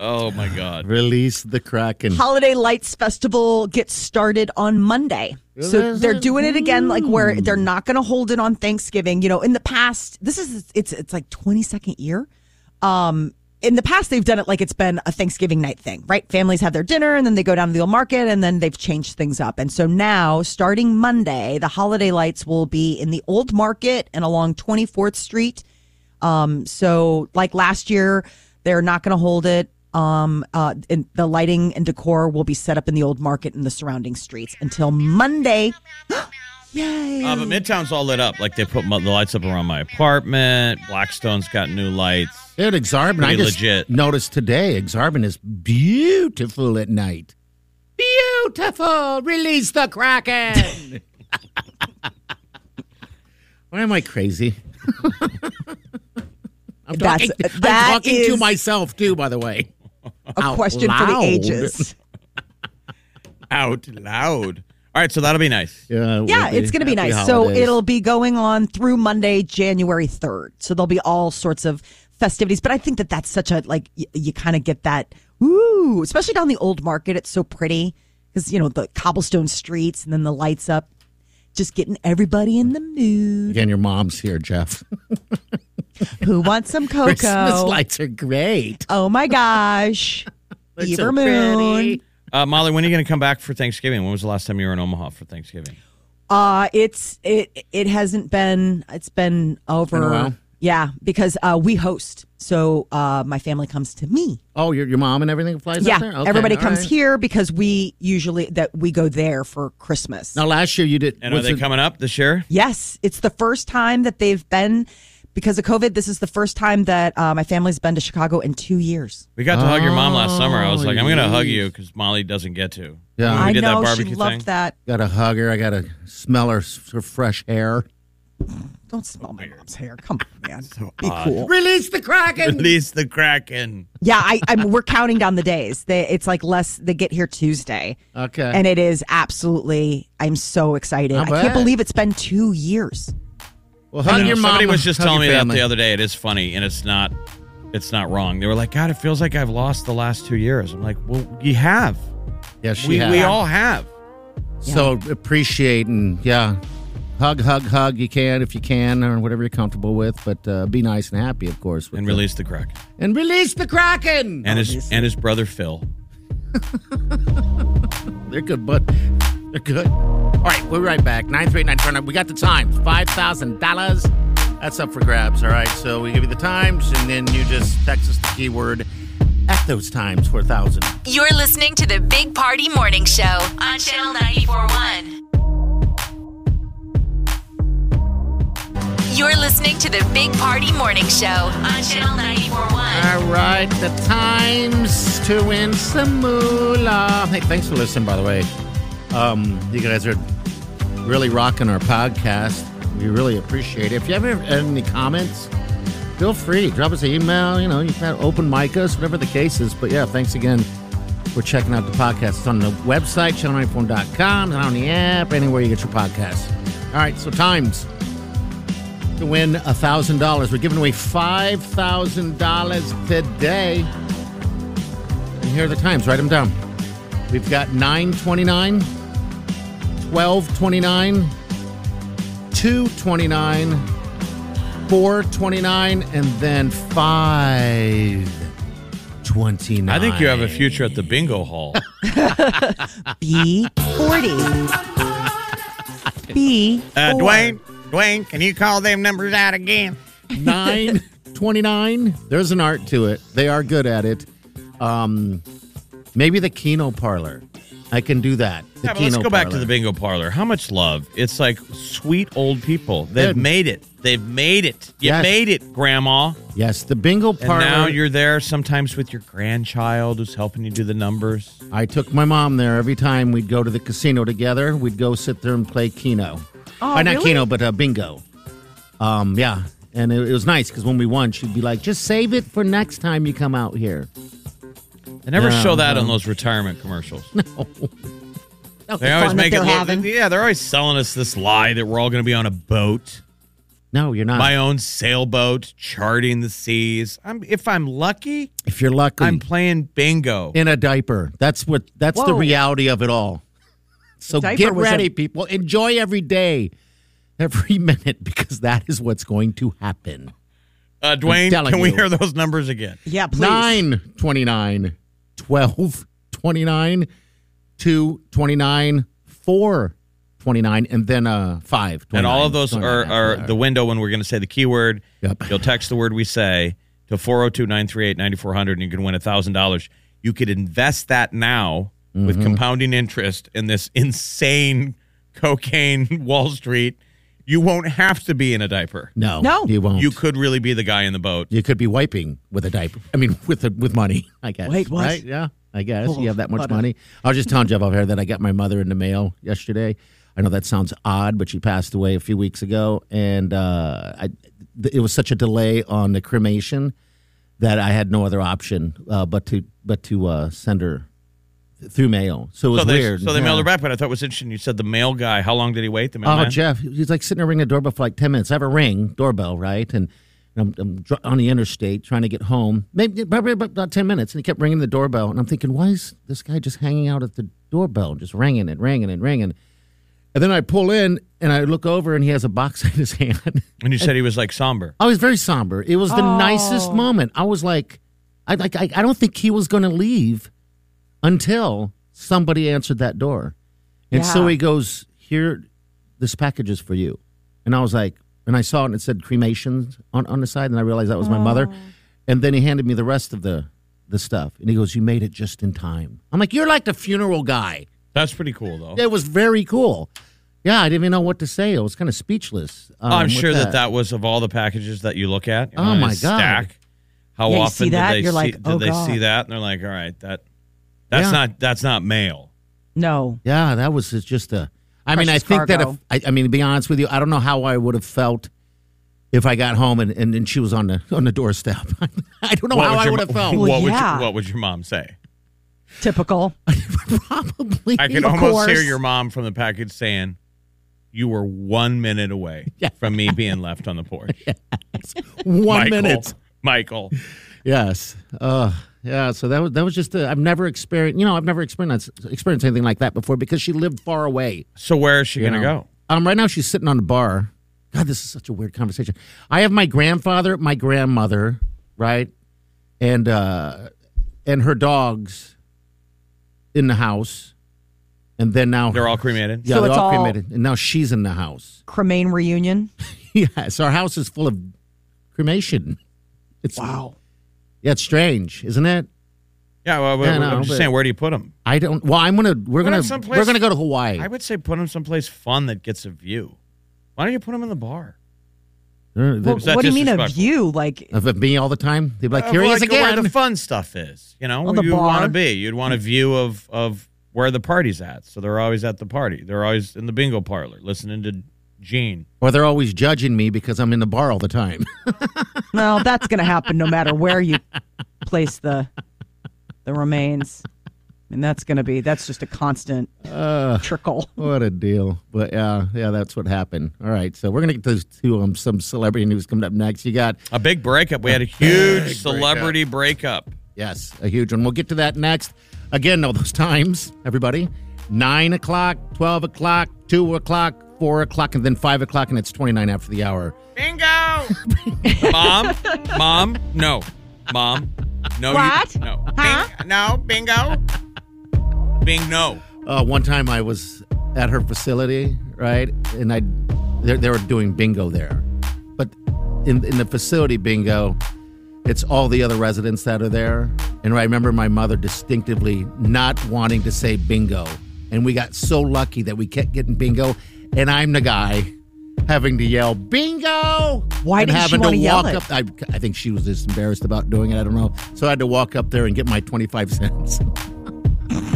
[SPEAKER 5] oh my god!
[SPEAKER 6] Release the Kraken.
[SPEAKER 4] Holiday Lights Festival gets started on Monday. So
[SPEAKER 6] Is
[SPEAKER 4] they're
[SPEAKER 6] it?
[SPEAKER 4] doing it again, like where they're not going to hold it on Thanksgiving. You know, in the past, this is it's it's like twenty second year. Um, in the past, they've done it like it's been a Thanksgiving night thing, right? Families have their dinner and then they go down to the old market and then they've changed things up. And so now, starting Monday, the holiday lights will be in the old market and along Twenty Fourth Street. Um, so like last year, they're not going to hold it. Um, uh, and the lighting and decor will be set up in the old market and the surrounding streets until Monday. Yay!
[SPEAKER 5] Uh, but Midtown's all lit up. Like they put mu- the lights up around my apartment. Blackstone's got new lights.
[SPEAKER 6] Dude, Exarban, I
[SPEAKER 5] Pretty
[SPEAKER 6] just
[SPEAKER 5] legit.
[SPEAKER 6] noticed today Exarban is beautiful at night. Beautiful. Release the Kraken. Why am I crazy? I'm
[SPEAKER 4] That's-
[SPEAKER 6] talking, I'm
[SPEAKER 4] that
[SPEAKER 6] talking to
[SPEAKER 4] is-
[SPEAKER 6] myself too, by the way.
[SPEAKER 4] a
[SPEAKER 6] Out
[SPEAKER 4] question for the
[SPEAKER 6] loud.
[SPEAKER 4] ages.
[SPEAKER 5] Out loud. All right, so that'll be nice.
[SPEAKER 6] Yeah, it
[SPEAKER 4] Yeah,
[SPEAKER 6] will
[SPEAKER 4] it's going to be
[SPEAKER 6] Happy
[SPEAKER 4] nice.
[SPEAKER 6] holidays.
[SPEAKER 4] So it'll be going on through Monday, January 3rd. So there'll be all sorts of festivities. But I think that that's such a, like, y- you kind of get that, ooh, especially down the old market. It's so pretty because, you know, the cobblestone streets and then the lights up, just getting everybody in the mood.
[SPEAKER 6] Again, your mom's here, Jeff.
[SPEAKER 4] Oh, Who wants some
[SPEAKER 6] Christmas
[SPEAKER 4] cocoa?
[SPEAKER 6] lights are great.
[SPEAKER 4] Oh my gosh.
[SPEAKER 6] They're
[SPEAKER 4] Eva
[SPEAKER 6] so
[SPEAKER 4] Moon.
[SPEAKER 6] pretty.
[SPEAKER 5] Uh, Molly, when are you going to come back for Thanksgiving? When was the last time you were in Omaha for Thanksgiving?
[SPEAKER 4] Uh it's it it hasn't been it's been over
[SPEAKER 6] Been a while.
[SPEAKER 4] yeah, because uh we host. So uh my family comes to me.
[SPEAKER 6] Oh, your, your mom and everything flies
[SPEAKER 4] yeah.
[SPEAKER 6] up there? Oh, Okay,
[SPEAKER 4] Everybody
[SPEAKER 6] all
[SPEAKER 4] comes
[SPEAKER 6] right.
[SPEAKER 4] here because we usually that we go there for Christmas.
[SPEAKER 6] Now, last year you did.
[SPEAKER 5] And are
[SPEAKER 6] was
[SPEAKER 5] they
[SPEAKER 6] it-
[SPEAKER 5] coming up this year?
[SPEAKER 4] Yes, it's the first time that they've been because of COVID, this is the first time that uh, my family's been to Chicago in 2 years.
[SPEAKER 5] We got to hug your mom last summer. I was
[SPEAKER 6] Oh,
[SPEAKER 5] like, I'm going to hug
[SPEAKER 6] yes.
[SPEAKER 5] you because Molly doesn't get to.
[SPEAKER 6] Yeah.
[SPEAKER 5] When we
[SPEAKER 4] I
[SPEAKER 5] did
[SPEAKER 4] know
[SPEAKER 5] that
[SPEAKER 4] she
[SPEAKER 5] barbecue
[SPEAKER 4] loved
[SPEAKER 5] thing.
[SPEAKER 4] that.
[SPEAKER 6] Gotta hug her. I gotta smell her, s- her fresh hair.
[SPEAKER 4] Don't smell my mom's hair. Come on, man. Be cool.
[SPEAKER 6] Release the Kraken.
[SPEAKER 5] Release the Kraken.
[SPEAKER 4] Yeah, I, I mean, we're counting down the days. They, it's like less. They get here Tuesday,
[SPEAKER 6] Okay.
[SPEAKER 4] and it is absolutely. I'm so excited.
[SPEAKER 6] I
[SPEAKER 4] I can't
[SPEAKER 6] bet.
[SPEAKER 4] believe it's been two years.
[SPEAKER 6] well, hug
[SPEAKER 5] You know,
[SPEAKER 6] your mom.
[SPEAKER 5] somebody was just
[SPEAKER 6] hug
[SPEAKER 5] telling me
[SPEAKER 6] your
[SPEAKER 5] that
[SPEAKER 6] family.
[SPEAKER 5] the other day. It is funny, and it's not, it's not wrong. They were like, God, it feels like I've lost the last two years. I'm like, well, you have.
[SPEAKER 6] Yeah, she
[SPEAKER 5] we,
[SPEAKER 6] had.
[SPEAKER 5] we all have.
[SPEAKER 6] So appreciate and yeah, hug, hug, hug. You can if you can or whatever you're comfortable with, but uh, be nice and happy, of course. with
[SPEAKER 5] And
[SPEAKER 6] the-
[SPEAKER 5] release the Kraken.
[SPEAKER 6] and release the Kraken.
[SPEAKER 5] And his and his brother Phil.
[SPEAKER 6] They're good, but they're good. All right, we're right back. 939 We got the times. $5,000. That's up for grabs. All right, so we give you the times, and then you just text us the keyword at those times for a 1000
[SPEAKER 3] You're listening to the Big Party Morning Show on Channel 941. You're listening to the Big Party Morning Show on Channel 941.
[SPEAKER 6] All right, the times to win some moolah. Hey, thanks for listening, by the way. Um, you guys are really rocking our podcast. We really appreciate it. If you ever have any comments, feel free. Drop us an email. You know, you can open mic us, whatever the case is. But yeah, thanks again for checking out the podcast. It's on the website, channel94.com, and on the app, anywhere you get your podcasts. All right, so times to win $1,000. We're giving away $5,000 today. And here are the times. Write them down. We've got 929, 1229, 229, 429, and then 529.
[SPEAKER 5] I think you have a future at the bingo hall.
[SPEAKER 4] B forty. B.
[SPEAKER 5] Uh,
[SPEAKER 4] four.
[SPEAKER 5] Dwayne, Dwayne, can you call them numbers out again?
[SPEAKER 6] 929. There's an art to it. They are good at it. Um, maybe the Kino parlor. I can do that. The
[SPEAKER 5] Yeah, but let's
[SPEAKER 6] Kino
[SPEAKER 5] go back to
[SPEAKER 6] parlor.
[SPEAKER 5] the bingo parlor. How much love? It's like sweet old people. They've
[SPEAKER 6] Good.
[SPEAKER 5] made it. They've made it. You
[SPEAKER 6] Yes.
[SPEAKER 5] made it, Grandma.
[SPEAKER 6] Yes, the bingo
[SPEAKER 5] And
[SPEAKER 6] parlor.
[SPEAKER 5] now you're there sometimes with your grandchild who's helping you do the numbers.
[SPEAKER 6] I took my mom there every time we'd go to the casino together. We'd go sit there and play Keno.
[SPEAKER 4] Oh,
[SPEAKER 6] Uh, not
[SPEAKER 4] really?
[SPEAKER 6] Keno, but uh, bingo. Um, yeah. And it, it was nice because when we won, she'd be like, just save it for next time you come out here.
[SPEAKER 5] They never
[SPEAKER 6] Yeah,
[SPEAKER 5] show that on
[SPEAKER 6] um,
[SPEAKER 5] those retirement commercials.
[SPEAKER 4] The
[SPEAKER 5] They always
[SPEAKER 4] Oh, fun that
[SPEAKER 5] make it
[SPEAKER 4] they're
[SPEAKER 5] look.
[SPEAKER 4] having.
[SPEAKER 5] Yeah, they're always selling us this lie that we're all going to be on a boat,
[SPEAKER 6] No, you're not.
[SPEAKER 5] my own sailboat, charting the seas. I'm, if I'm lucky,
[SPEAKER 6] if you're lucky.
[SPEAKER 5] I'm playing bingo.
[SPEAKER 6] in a diaper. That's what that's the
[SPEAKER 4] Whoa.
[SPEAKER 6] reality of it all. So
[SPEAKER 4] diaper
[SPEAKER 6] get
[SPEAKER 4] was a-
[SPEAKER 6] ready, people. Enjoy every day, every minute, because that is what's going to happen.
[SPEAKER 5] Uh, Dwayne,
[SPEAKER 6] telling
[SPEAKER 5] can we
[SPEAKER 6] you.
[SPEAKER 5] hear those numbers again?
[SPEAKER 4] Yeah, please.
[SPEAKER 6] Nine twenty nine, twelve twenty nine, two twenty nine, four twenty nine, 9, 29, 12, 29, 4, 29, and then uh, 5.
[SPEAKER 5] And all
[SPEAKER 6] 29,
[SPEAKER 5] of those are,
[SPEAKER 6] 29,
[SPEAKER 5] are
[SPEAKER 6] yeah.
[SPEAKER 5] the window when we're going to say the keyword.
[SPEAKER 6] Yep.
[SPEAKER 5] You'll text the word we say to 402 938 9400 and you can win $1,000. You could invest that now
[SPEAKER 6] Mm-hmm.
[SPEAKER 5] with compounding interest in this insane cocaine Wall Street. You won't have to be in a diaper.
[SPEAKER 6] No,
[SPEAKER 4] No.
[SPEAKER 6] you won't. You,
[SPEAKER 5] You could really be the guy in the boat.
[SPEAKER 6] could be wiping with a diaper. I mean, with a, with money. I guess.
[SPEAKER 4] Wait, what?
[SPEAKER 6] Right? Yeah, I guess
[SPEAKER 4] Oh,
[SPEAKER 6] you have that much
[SPEAKER 4] what a-
[SPEAKER 6] money. I was just telling Jeff off here that I got my mother in the mail yesterday. I know that sounds odd, but she passed away a few weeks ago, and uh, I, th- it was such a delay on the cremation that I had no other option uh, but to but to uh, send her th- through mail. So it was
[SPEAKER 5] So they,
[SPEAKER 6] weird.
[SPEAKER 5] so they
[SPEAKER 6] Yeah.
[SPEAKER 5] mailed her back, but I thought it was interesting. You said the mail guy. How long did he wait? The mail
[SPEAKER 6] Oh, Jeff, he's like sitting there ringing the doorbell for like 10 minutes. I have a ring, doorbell, right? And I'm, I'm dr- on the interstate trying to get home, maybe probably about about 10 minutes. And he kept ringing the doorbell. And I'm thinking, why is this guy just hanging out at the doorbell, just ringing and ringing and ringing? And then I pull in and I look over and he has a box in his hand.
[SPEAKER 5] and you said he was like somber.
[SPEAKER 6] I was very somber. It was the nicest moment. I was like, I like, I, I don't think he was going to leave until somebody answered that door, and so
[SPEAKER 4] Yeah.
[SPEAKER 6] he goes, "Here, this package is for you." And I was like, and I saw it and it said cremations on on the side, and I realized that was my mother. And then he handed me the rest of the the stuff, and he goes, "You made it just in time." I'm like, "You're like the funeral guy."
[SPEAKER 5] That's pretty cool, though.
[SPEAKER 6] It was very cool. Yeah, I didn't even know what to say. I was kind of speechless. um,
[SPEAKER 5] Oh, I'm
[SPEAKER 6] with
[SPEAKER 5] sure that. that was of all the packages that you look at. you
[SPEAKER 6] Oh,
[SPEAKER 5] in
[SPEAKER 6] my
[SPEAKER 5] a
[SPEAKER 6] God.
[SPEAKER 5] Stack, how
[SPEAKER 4] Yeah, you
[SPEAKER 5] often
[SPEAKER 4] see that,
[SPEAKER 5] do they
[SPEAKER 4] you're
[SPEAKER 5] see,
[SPEAKER 4] like,
[SPEAKER 5] do
[SPEAKER 4] oh,
[SPEAKER 5] they see
[SPEAKER 4] God.
[SPEAKER 5] that? And they're like, all right, that that's
[SPEAKER 6] Yeah.
[SPEAKER 5] not that's not mail.
[SPEAKER 4] No.
[SPEAKER 6] Yeah, that was just- just a. I mean, I
[SPEAKER 4] Precious
[SPEAKER 6] think
[SPEAKER 4] cargo.
[SPEAKER 6] that if I, I mean, to be honest with you, I don't know how I would have felt if I got home and, and, and she was on the on the doorstep. I don't know Oh, how I
[SPEAKER 5] your
[SPEAKER 6] would
[SPEAKER 5] mo-
[SPEAKER 6] have felt.
[SPEAKER 5] What
[SPEAKER 4] Well,
[SPEAKER 5] would
[SPEAKER 4] yeah.
[SPEAKER 5] your, what would your mom say?
[SPEAKER 4] Typical.
[SPEAKER 6] Probably.
[SPEAKER 5] I could
[SPEAKER 4] Of
[SPEAKER 5] almost hear
[SPEAKER 4] course.
[SPEAKER 5] your mom from the package saying, "You were one minute away
[SPEAKER 6] Yeah.
[SPEAKER 5] from me being left on the porch."
[SPEAKER 6] one
[SPEAKER 5] Michael,
[SPEAKER 6] minute.
[SPEAKER 5] Michael.
[SPEAKER 6] Yes. Uh, yeah. So that was that was just. i I've never experienced. You know, I've never experienced experienced anything like that before because she lived far away.
[SPEAKER 5] So where is she
[SPEAKER 6] you
[SPEAKER 5] going to
[SPEAKER 6] know.
[SPEAKER 5] go?
[SPEAKER 6] Um, right now she's sitting on a bar. God, this is such a weird conversation. I have my grandfather, my grandmother, right, and uh, and her dogs in the house, and then now
[SPEAKER 5] They're all cremated.
[SPEAKER 6] yeah,
[SPEAKER 4] So
[SPEAKER 6] they're
[SPEAKER 4] it's
[SPEAKER 6] all
[SPEAKER 4] all-
[SPEAKER 6] cremated, and now she's in the house.
[SPEAKER 4] Cremain reunion.
[SPEAKER 6] yes, our house is full of cremation. It's wow. Yeah, it's strange, isn't it?
[SPEAKER 5] Yeah, well,
[SPEAKER 6] Yeah,
[SPEAKER 5] I'm
[SPEAKER 6] no,
[SPEAKER 5] just
[SPEAKER 6] but-
[SPEAKER 5] saying, where do you put them?
[SPEAKER 6] I don't. Well, I'm gonna. We're
[SPEAKER 5] What
[SPEAKER 6] gonna.
[SPEAKER 5] if someplace-
[SPEAKER 6] We're gonna go to Hawaii.
[SPEAKER 5] I would say put them someplace fun that gets a view. Why don't you put them in the bar?
[SPEAKER 6] They're- they're-
[SPEAKER 4] Well,
[SPEAKER 5] that
[SPEAKER 4] what do you mean a
[SPEAKER 5] disrespectful?
[SPEAKER 4] view? Like,
[SPEAKER 6] Uh, of me all the time. They'd be like,
[SPEAKER 5] Uh,
[SPEAKER 6] "Here
[SPEAKER 5] well,
[SPEAKER 6] he is
[SPEAKER 5] like
[SPEAKER 6] again." Mm.
[SPEAKER 5] Where the fun stuff is, you
[SPEAKER 4] Oh,
[SPEAKER 5] know, where
[SPEAKER 4] the
[SPEAKER 5] you
[SPEAKER 4] bar.
[SPEAKER 5] want to be. You'd want a view of of where the party's at. So they're always at the party. They're always in the bingo parlor listening to Gene.
[SPEAKER 6] Or they're always judging me because I'm in the bar all the time.
[SPEAKER 4] well, that's going to happen no matter where you place the the remains. And that's going to be that's just a constant
[SPEAKER 6] Uh.
[SPEAKER 4] trickle.
[SPEAKER 6] what a deal. But yeah, yeah, that's what happened. All right. So we're going to get those two um some celebrity news coming up next. You got
[SPEAKER 5] A big breakup. We had a huge celebrity breakup.
[SPEAKER 6] yes, a huge one. We'll get to that next. Again, all those times, everybody. Nine o'clock, twelve o'clock, two o'clock, four o'clock, and then five o'clock, and it's twenty nine after the hour.
[SPEAKER 5] Bingo. mom, mom, no, mom, no. you-
[SPEAKER 4] What?
[SPEAKER 5] no.
[SPEAKER 4] Huh?
[SPEAKER 5] Bing- no. Bingo. Bing. No.
[SPEAKER 6] Uh, one time I was at her facility, right, and I they, they were doing bingo there, but in in the facility bingo, it's all the other residents that are there, and I remember my mother distinctively not wanting to say bingo, and we got so lucky that we kept getting bingo, and I'm the guy having to yell bingo.
[SPEAKER 4] Why
[SPEAKER 6] and
[SPEAKER 4] didn't she
[SPEAKER 6] having
[SPEAKER 4] wanna yell
[SPEAKER 6] walk
[SPEAKER 4] it?
[SPEAKER 6] up? I, I think she was just embarrassed about doing it. I don't know, so I had to walk up there and get my twenty five cents.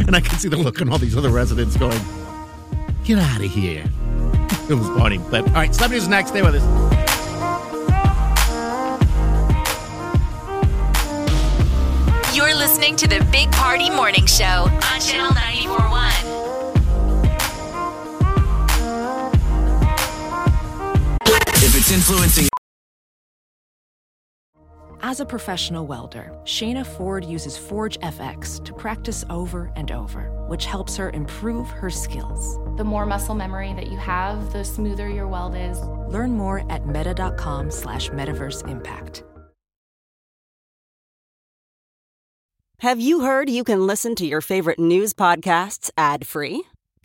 [SPEAKER 6] And I could see the look on all these other residents going, get out of here. It was funny. But all right, celebrities next. Stay with us.
[SPEAKER 3] You're listening to the Big Party Morning Show on Channel 941.
[SPEAKER 2] If it's influencing
[SPEAKER 7] As a professional welder, Shayna Ford uses Forge FX to practice over and over, which helps her improve her skills.
[SPEAKER 8] The more muscle memory that you have, the smoother your weld is.
[SPEAKER 7] Learn more at meta.com slash metaverse impact.
[SPEAKER 9] Have you heard you can listen to your favorite news podcasts ad free?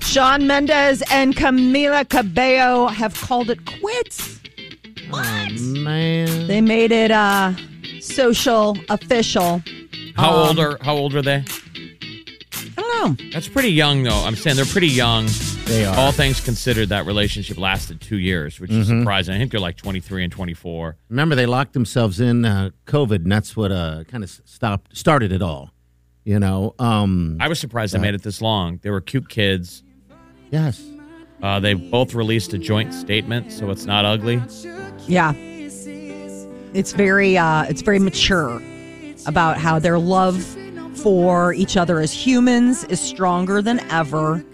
[SPEAKER 4] Sean Mendez and Camila Cabello have called it quits.
[SPEAKER 6] Oh, man.
[SPEAKER 4] They made it uh social official.
[SPEAKER 5] How
[SPEAKER 6] Um,
[SPEAKER 5] old are How old are they?
[SPEAKER 4] I don't know.
[SPEAKER 5] That's pretty young, though. I'm saying they're pretty young.
[SPEAKER 6] They are.
[SPEAKER 5] All things considered, that relationship lasted two years, which
[SPEAKER 6] Mm-hmm.
[SPEAKER 5] is surprising. I think they're like 23 and 24.
[SPEAKER 6] Remember, they locked themselves in uh, COVID, and that's what uh, kind of stopped, started it all. You know, um,
[SPEAKER 5] I was surprised they made it this long. They were cute kids.
[SPEAKER 6] yes,
[SPEAKER 5] Uh, they both released a joint statement, so it's not ugly.
[SPEAKER 4] Yeah. It's very uh it's very mature about how their love for each other as humans is stronger than ever.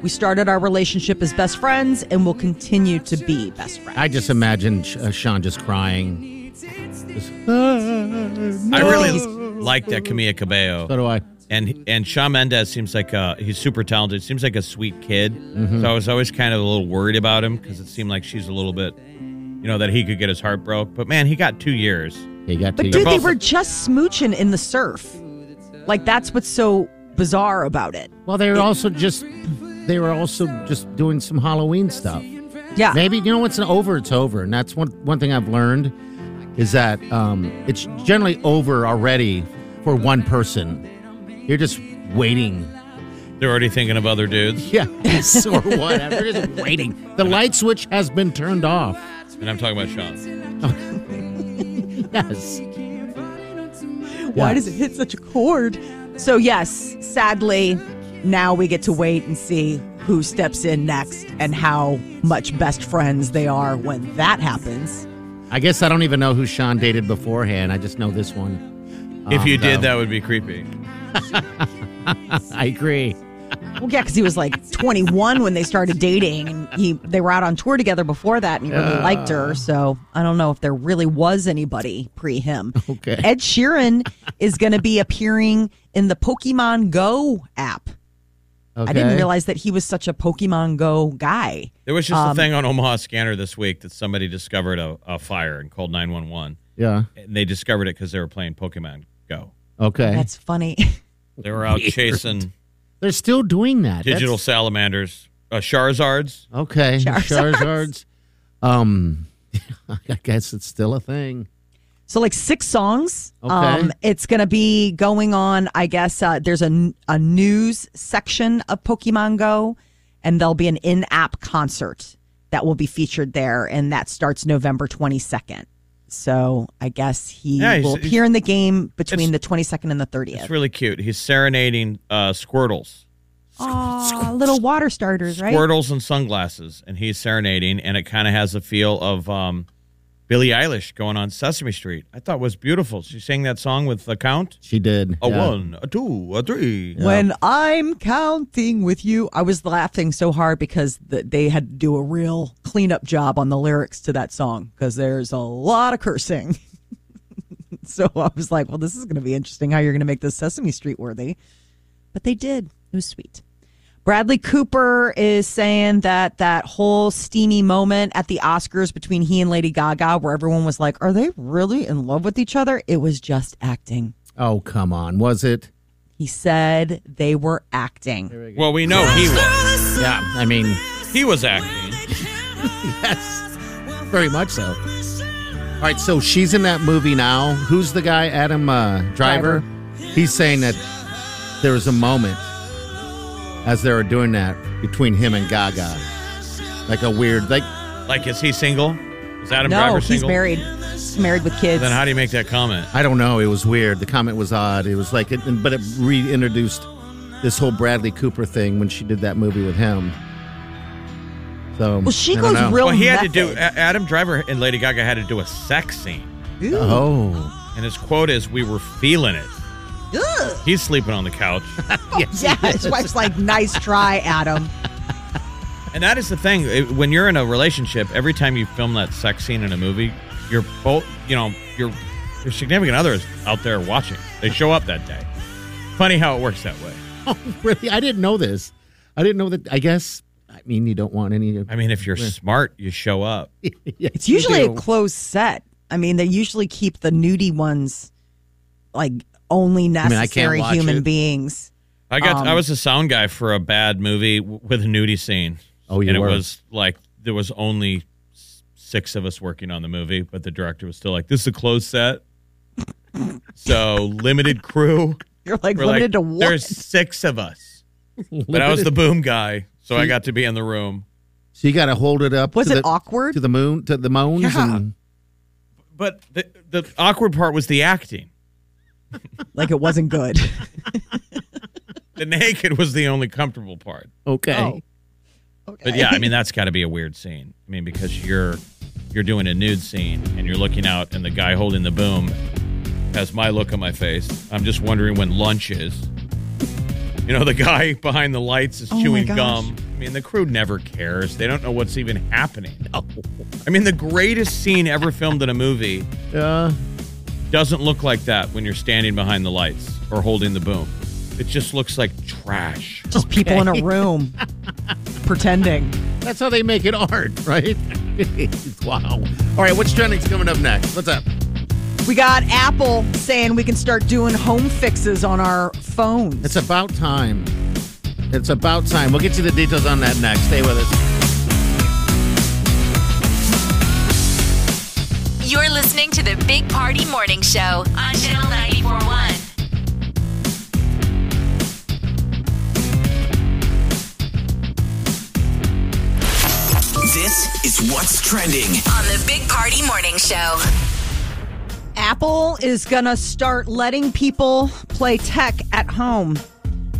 [SPEAKER 4] We started our relationship as best friends and will continue to be best friends.
[SPEAKER 6] I just imagine Sh- uh, Sean just crying. Just, "Ah,
[SPEAKER 5] I really like that Camilla Cabello.
[SPEAKER 6] so do I.
[SPEAKER 5] and and Shawn Mendes seems like a, he's super talented. Seems like a sweet kid.
[SPEAKER 6] Mm-hmm.
[SPEAKER 5] So I was always kind of a little worried about him because it seemed like she's a little bit, you know, that he could get his heart broke. But man, he got two years.
[SPEAKER 6] You got
[SPEAKER 4] But
[SPEAKER 6] to-
[SPEAKER 4] dude, they
[SPEAKER 5] both-
[SPEAKER 4] were just smooching in the surf. Like that's what's so bizarre about it.
[SPEAKER 6] Well, they were also just they were also just doing some Halloween stuff.
[SPEAKER 4] Yeah.
[SPEAKER 6] Maybe you know what's an over, it's over, and that's one one thing I've learned is that um, it's generally over already for one person. You're just waiting.
[SPEAKER 5] They're already thinking of other dudes,
[SPEAKER 6] Yeah, or whatever. You're just waiting. The light switch has been turned off.
[SPEAKER 5] and I'm talking about Sean.
[SPEAKER 6] Yes.
[SPEAKER 4] Why does it hit such a chord? So yes, sadly, now we get to wait and see who steps in next and how much best friends they are when that happens.
[SPEAKER 6] I guess I don't even know who Sean dated beforehand. I just know this one.
[SPEAKER 5] If you did,
[SPEAKER 6] Um, no.
[SPEAKER 5] that would be creepy.
[SPEAKER 6] I agree.
[SPEAKER 4] Well, yeah, because he was like 21 when they started dating, and he they were out on tour together before that, and he really liked her. So I don't know if there really was anybody pre him.
[SPEAKER 6] Okay.
[SPEAKER 4] Ed Sheeran is going to be appearing in the Pokemon Go app.
[SPEAKER 6] Okay.
[SPEAKER 4] I didn't realize that he was such a Pokemon Go guy.
[SPEAKER 5] There was just a thing on Omaha Scanner this week that somebody discovered a, a fire and called 911,
[SPEAKER 6] Yeah.
[SPEAKER 5] and they discovered it because they were playing Pokemon Go.
[SPEAKER 6] Okay.
[SPEAKER 4] That's funny.
[SPEAKER 5] They were out chasing
[SPEAKER 6] They're still doing that. That's-
[SPEAKER 5] digital salamanders, uh, Charizards.
[SPEAKER 6] Okay,
[SPEAKER 4] Charizards.
[SPEAKER 6] Charizards. Um, I guess it's still a thing.
[SPEAKER 4] So like six songs.
[SPEAKER 6] Okay.
[SPEAKER 4] Um, it's going to be going on. I guess uh, there's a, n- a news section of Pokemon Go, and there'll be an in-app concert that will be featured there, and that starts November 22nd. So I guess he
[SPEAKER 5] Yeah, he's-
[SPEAKER 4] will appear in the game between the
[SPEAKER 5] it's-
[SPEAKER 4] 22nd and the 30th.
[SPEAKER 5] It's really cute. He's serenading uh, Squirtles.
[SPEAKER 4] Aw, little water starters, right?
[SPEAKER 5] Squirtles and sunglasses, and he's serenading, and it kind of has the feel of um, Billie Eilish going on Sesame Street. I thought was beautiful. She sang that song with the count:
[SPEAKER 6] She did.
[SPEAKER 5] a
[SPEAKER 6] yeah.
[SPEAKER 5] one, a two, a three.
[SPEAKER 4] When I'm counting with you, I was laughing so hard because th- they had to do a real cleanup job on the lyrics to that song because there's a lot of cursing. so I was like, well, this is going to be interesting how you're going to make this Sesame Street worthy. But they did. It was sweet. Bradley Cooper is saying that that whole steamy moment at the Oscars between he and Lady Gaga, where everyone was like, are they really in love with each other? It was just acting.
[SPEAKER 6] Oh come on, was it?
[SPEAKER 4] He said they were acting.
[SPEAKER 5] Well, we know he was.
[SPEAKER 6] Yeah, I mean,
[SPEAKER 5] He was acting.
[SPEAKER 6] yes, very much so. All right, so she's in that movie now. Who's the guy? Adam uh, Driver. He's saying that there was a moment as they were doing that between him and Gaga, like a weird, like
[SPEAKER 5] Like, is he single? Is Adam
[SPEAKER 4] no,
[SPEAKER 5] Driver
[SPEAKER 4] he's
[SPEAKER 5] single?
[SPEAKER 4] married. He's married with kids.
[SPEAKER 5] Then how do you make that comment?
[SPEAKER 6] I don't know. It was weird. The comment was odd. It was like, it, but it reintroduced this whole Bradley Cooper thing when she did that movie with him. So
[SPEAKER 4] well, she
[SPEAKER 6] I don't
[SPEAKER 4] goes
[SPEAKER 6] know.
[SPEAKER 4] real.
[SPEAKER 5] Well, he had to
[SPEAKER 4] method.
[SPEAKER 5] do. A- Adam Driver and Lady Gaga had to do a sex scene,
[SPEAKER 4] Ooh,
[SPEAKER 6] Oh,
[SPEAKER 5] and his quote is, "We were feeling it."
[SPEAKER 4] ugh.
[SPEAKER 5] He's sleeping on the couch.
[SPEAKER 4] yeah, his wife's like, "Nice try, Adam."
[SPEAKER 5] And that is the thing. it- When you're in a relationship, every time you film that sex scene in a movie, you're both, you know, your your significant other is out there watching. They show up that day. Funny how it works that way.
[SPEAKER 6] Oh, really? I didn't know this. I didn't know that. I guess. I mean, you don't want any.
[SPEAKER 5] I mean, if you're smart, you show up.
[SPEAKER 4] It's usually a
[SPEAKER 6] do.
[SPEAKER 4] closed set. I mean, they usually keep the nudie ones like only
[SPEAKER 6] I can't
[SPEAKER 4] necessary
[SPEAKER 6] watch
[SPEAKER 4] human
[SPEAKER 6] it.
[SPEAKER 4] beings.
[SPEAKER 5] I got.
[SPEAKER 4] Um,
[SPEAKER 5] I was a sound guy for a bad movie w- with a nudie scene.
[SPEAKER 6] Oh, you
[SPEAKER 5] and
[SPEAKER 6] were.
[SPEAKER 5] it was like there was only s- six of us working on the movie, but the director was still like, "This is a closed set, so limited crew."
[SPEAKER 4] You're like
[SPEAKER 5] We're
[SPEAKER 4] limited to
[SPEAKER 5] like,
[SPEAKER 4] one.
[SPEAKER 5] There's six of us, but I was the boom guy, so I got to be in the room.
[SPEAKER 6] So you got to hold it up.
[SPEAKER 4] Was
[SPEAKER 6] to
[SPEAKER 4] it
[SPEAKER 6] the,
[SPEAKER 4] awkward?
[SPEAKER 6] to the moon? To the moans?
[SPEAKER 4] Yeah.
[SPEAKER 6] And,
[SPEAKER 5] But the the awkward part was the acting.
[SPEAKER 4] like it wasn't good.
[SPEAKER 5] The naked was the only comfortable part.
[SPEAKER 6] okay.
[SPEAKER 4] Oh. Okay.
[SPEAKER 5] But yeah, I mean that's got to be a weird scene. I mean because you're you're doing a nude scene and you're looking out and the guy holding the boom has my look on my face. I'm just wondering when lunch is. You know, the guy behind the lights is
[SPEAKER 4] Oh my
[SPEAKER 5] chewing
[SPEAKER 4] gosh.
[SPEAKER 5] gum. I mean, the crew never cares. They don't know what's even happening. I mean, the greatest scene ever filmed in a movie
[SPEAKER 4] Oh.
[SPEAKER 6] Uh,
[SPEAKER 5] doesn't look like that when you're standing behind the lights or holding the boom. It just looks like trash.
[SPEAKER 4] just people in a room pretending.
[SPEAKER 6] that's how they make it art, right? wow. All right. What's trending's coming up next? What's up?
[SPEAKER 4] We got Apple saying we can start doing home fixes on our phones.
[SPEAKER 6] It's about time. It's about time. We'll get you the details on that next. Stay with us.
[SPEAKER 3] You're listening to the Big Party Morning Show on Channel 941.
[SPEAKER 2] This is what's trending.
[SPEAKER 3] On the Big Party Morning Show.
[SPEAKER 4] Apple is going to start letting people play tech at home.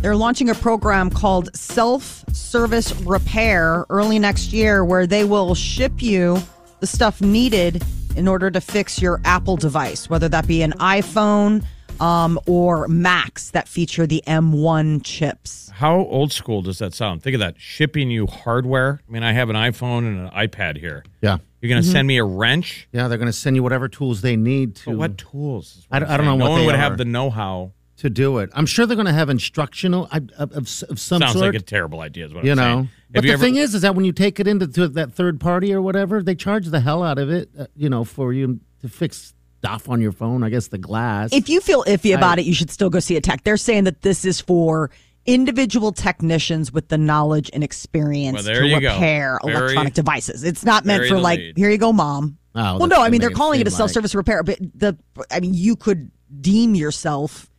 [SPEAKER 4] They're launching a program called Self Service Repair early next year, where they will ship you the stuff needed in order to fix your Apple device, whether that be an iPhone um, or Macs that feature the M1 chips.
[SPEAKER 5] How old school does that sound? Think of that shipping you hardware. I mean, I have an iPhone and an iPad here.
[SPEAKER 6] Yeah.
[SPEAKER 5] You're going to
[SPEAKER 6] Mm-hmm.
[SPEAKER 5] send me a wrench?
[SPEAKER 6] Yeah. They're going to send you whatever tools they need to
[SPEAKER 5] But what tools? is what
[SPEAKER 6] I don't-
[SPEAKER 5] I'm
[SPEAKER 6] I don't know
[SPEAKER 5] saying.
[SPEAKER 6] what
[SPEAKER 5] No one
[SPEAKER 6] they
[SPEAKER 5] would
[SPEAKER 6] are.
[SPEAKER 5] have the know how.
[SPEAKER 6] to do it. I'm sure they're going to have instructional of, of, of some
[SPEAKER 5] Sounds
[SPEAKER 6] sort.
[SPEAKER 5] like a terrible idea, is what
[SPEAKER 6] you
[SPEAKER 5] I'm
[SPEAKER 6] know.
[SPEAKER 5] saying.
[SPEAKER 6] But
[SPEAKER 5] Have
[SPEAKER 6] the
[SPEAKER 5] you ever-
[SPEAKER 6] thing is, is that when you take it into to that third party or whatever, they charge the hell out of it. Uh, you know, for you to fix stuff on your phone. I guess the glass.
[SPEAKER 4] If you feel iffy about it, you should still go see a tech. They're saying that this is for individual technicians with the knowledge and experience
[SPEAKER 5] Well,
[SPEAKER 4] to
[SPEAKER 5] there you go.
[SPEAKER 4] repair
[SPEAKER 5] Very-
[SPEAKER 4] electronic devices. It's not meant
[SPEAKER 5] bury
[SPEAKER 4] for
[SPEAKER 5] the
[SPEAKER 4] like,
[SPEAKER 5] lead.
[SPEAKER 4] here you go, mom.
[SPEAKER 6] Oh,
[SPEAKER 4] well,
[SPEAKER 6] that's
[SPEAKER 4] no, I
[SPEAKER 6] gonna
[SPEAKER 4] mean
[SPEAKER 6] make
[SPEAKER 4] they're
[SPEAKER 6] it
[SPEAKER 4] calling it a
[SPEAKER 6] seem like-
[SPEAKER 4] self-service repair, but the I mean you could deem yourself,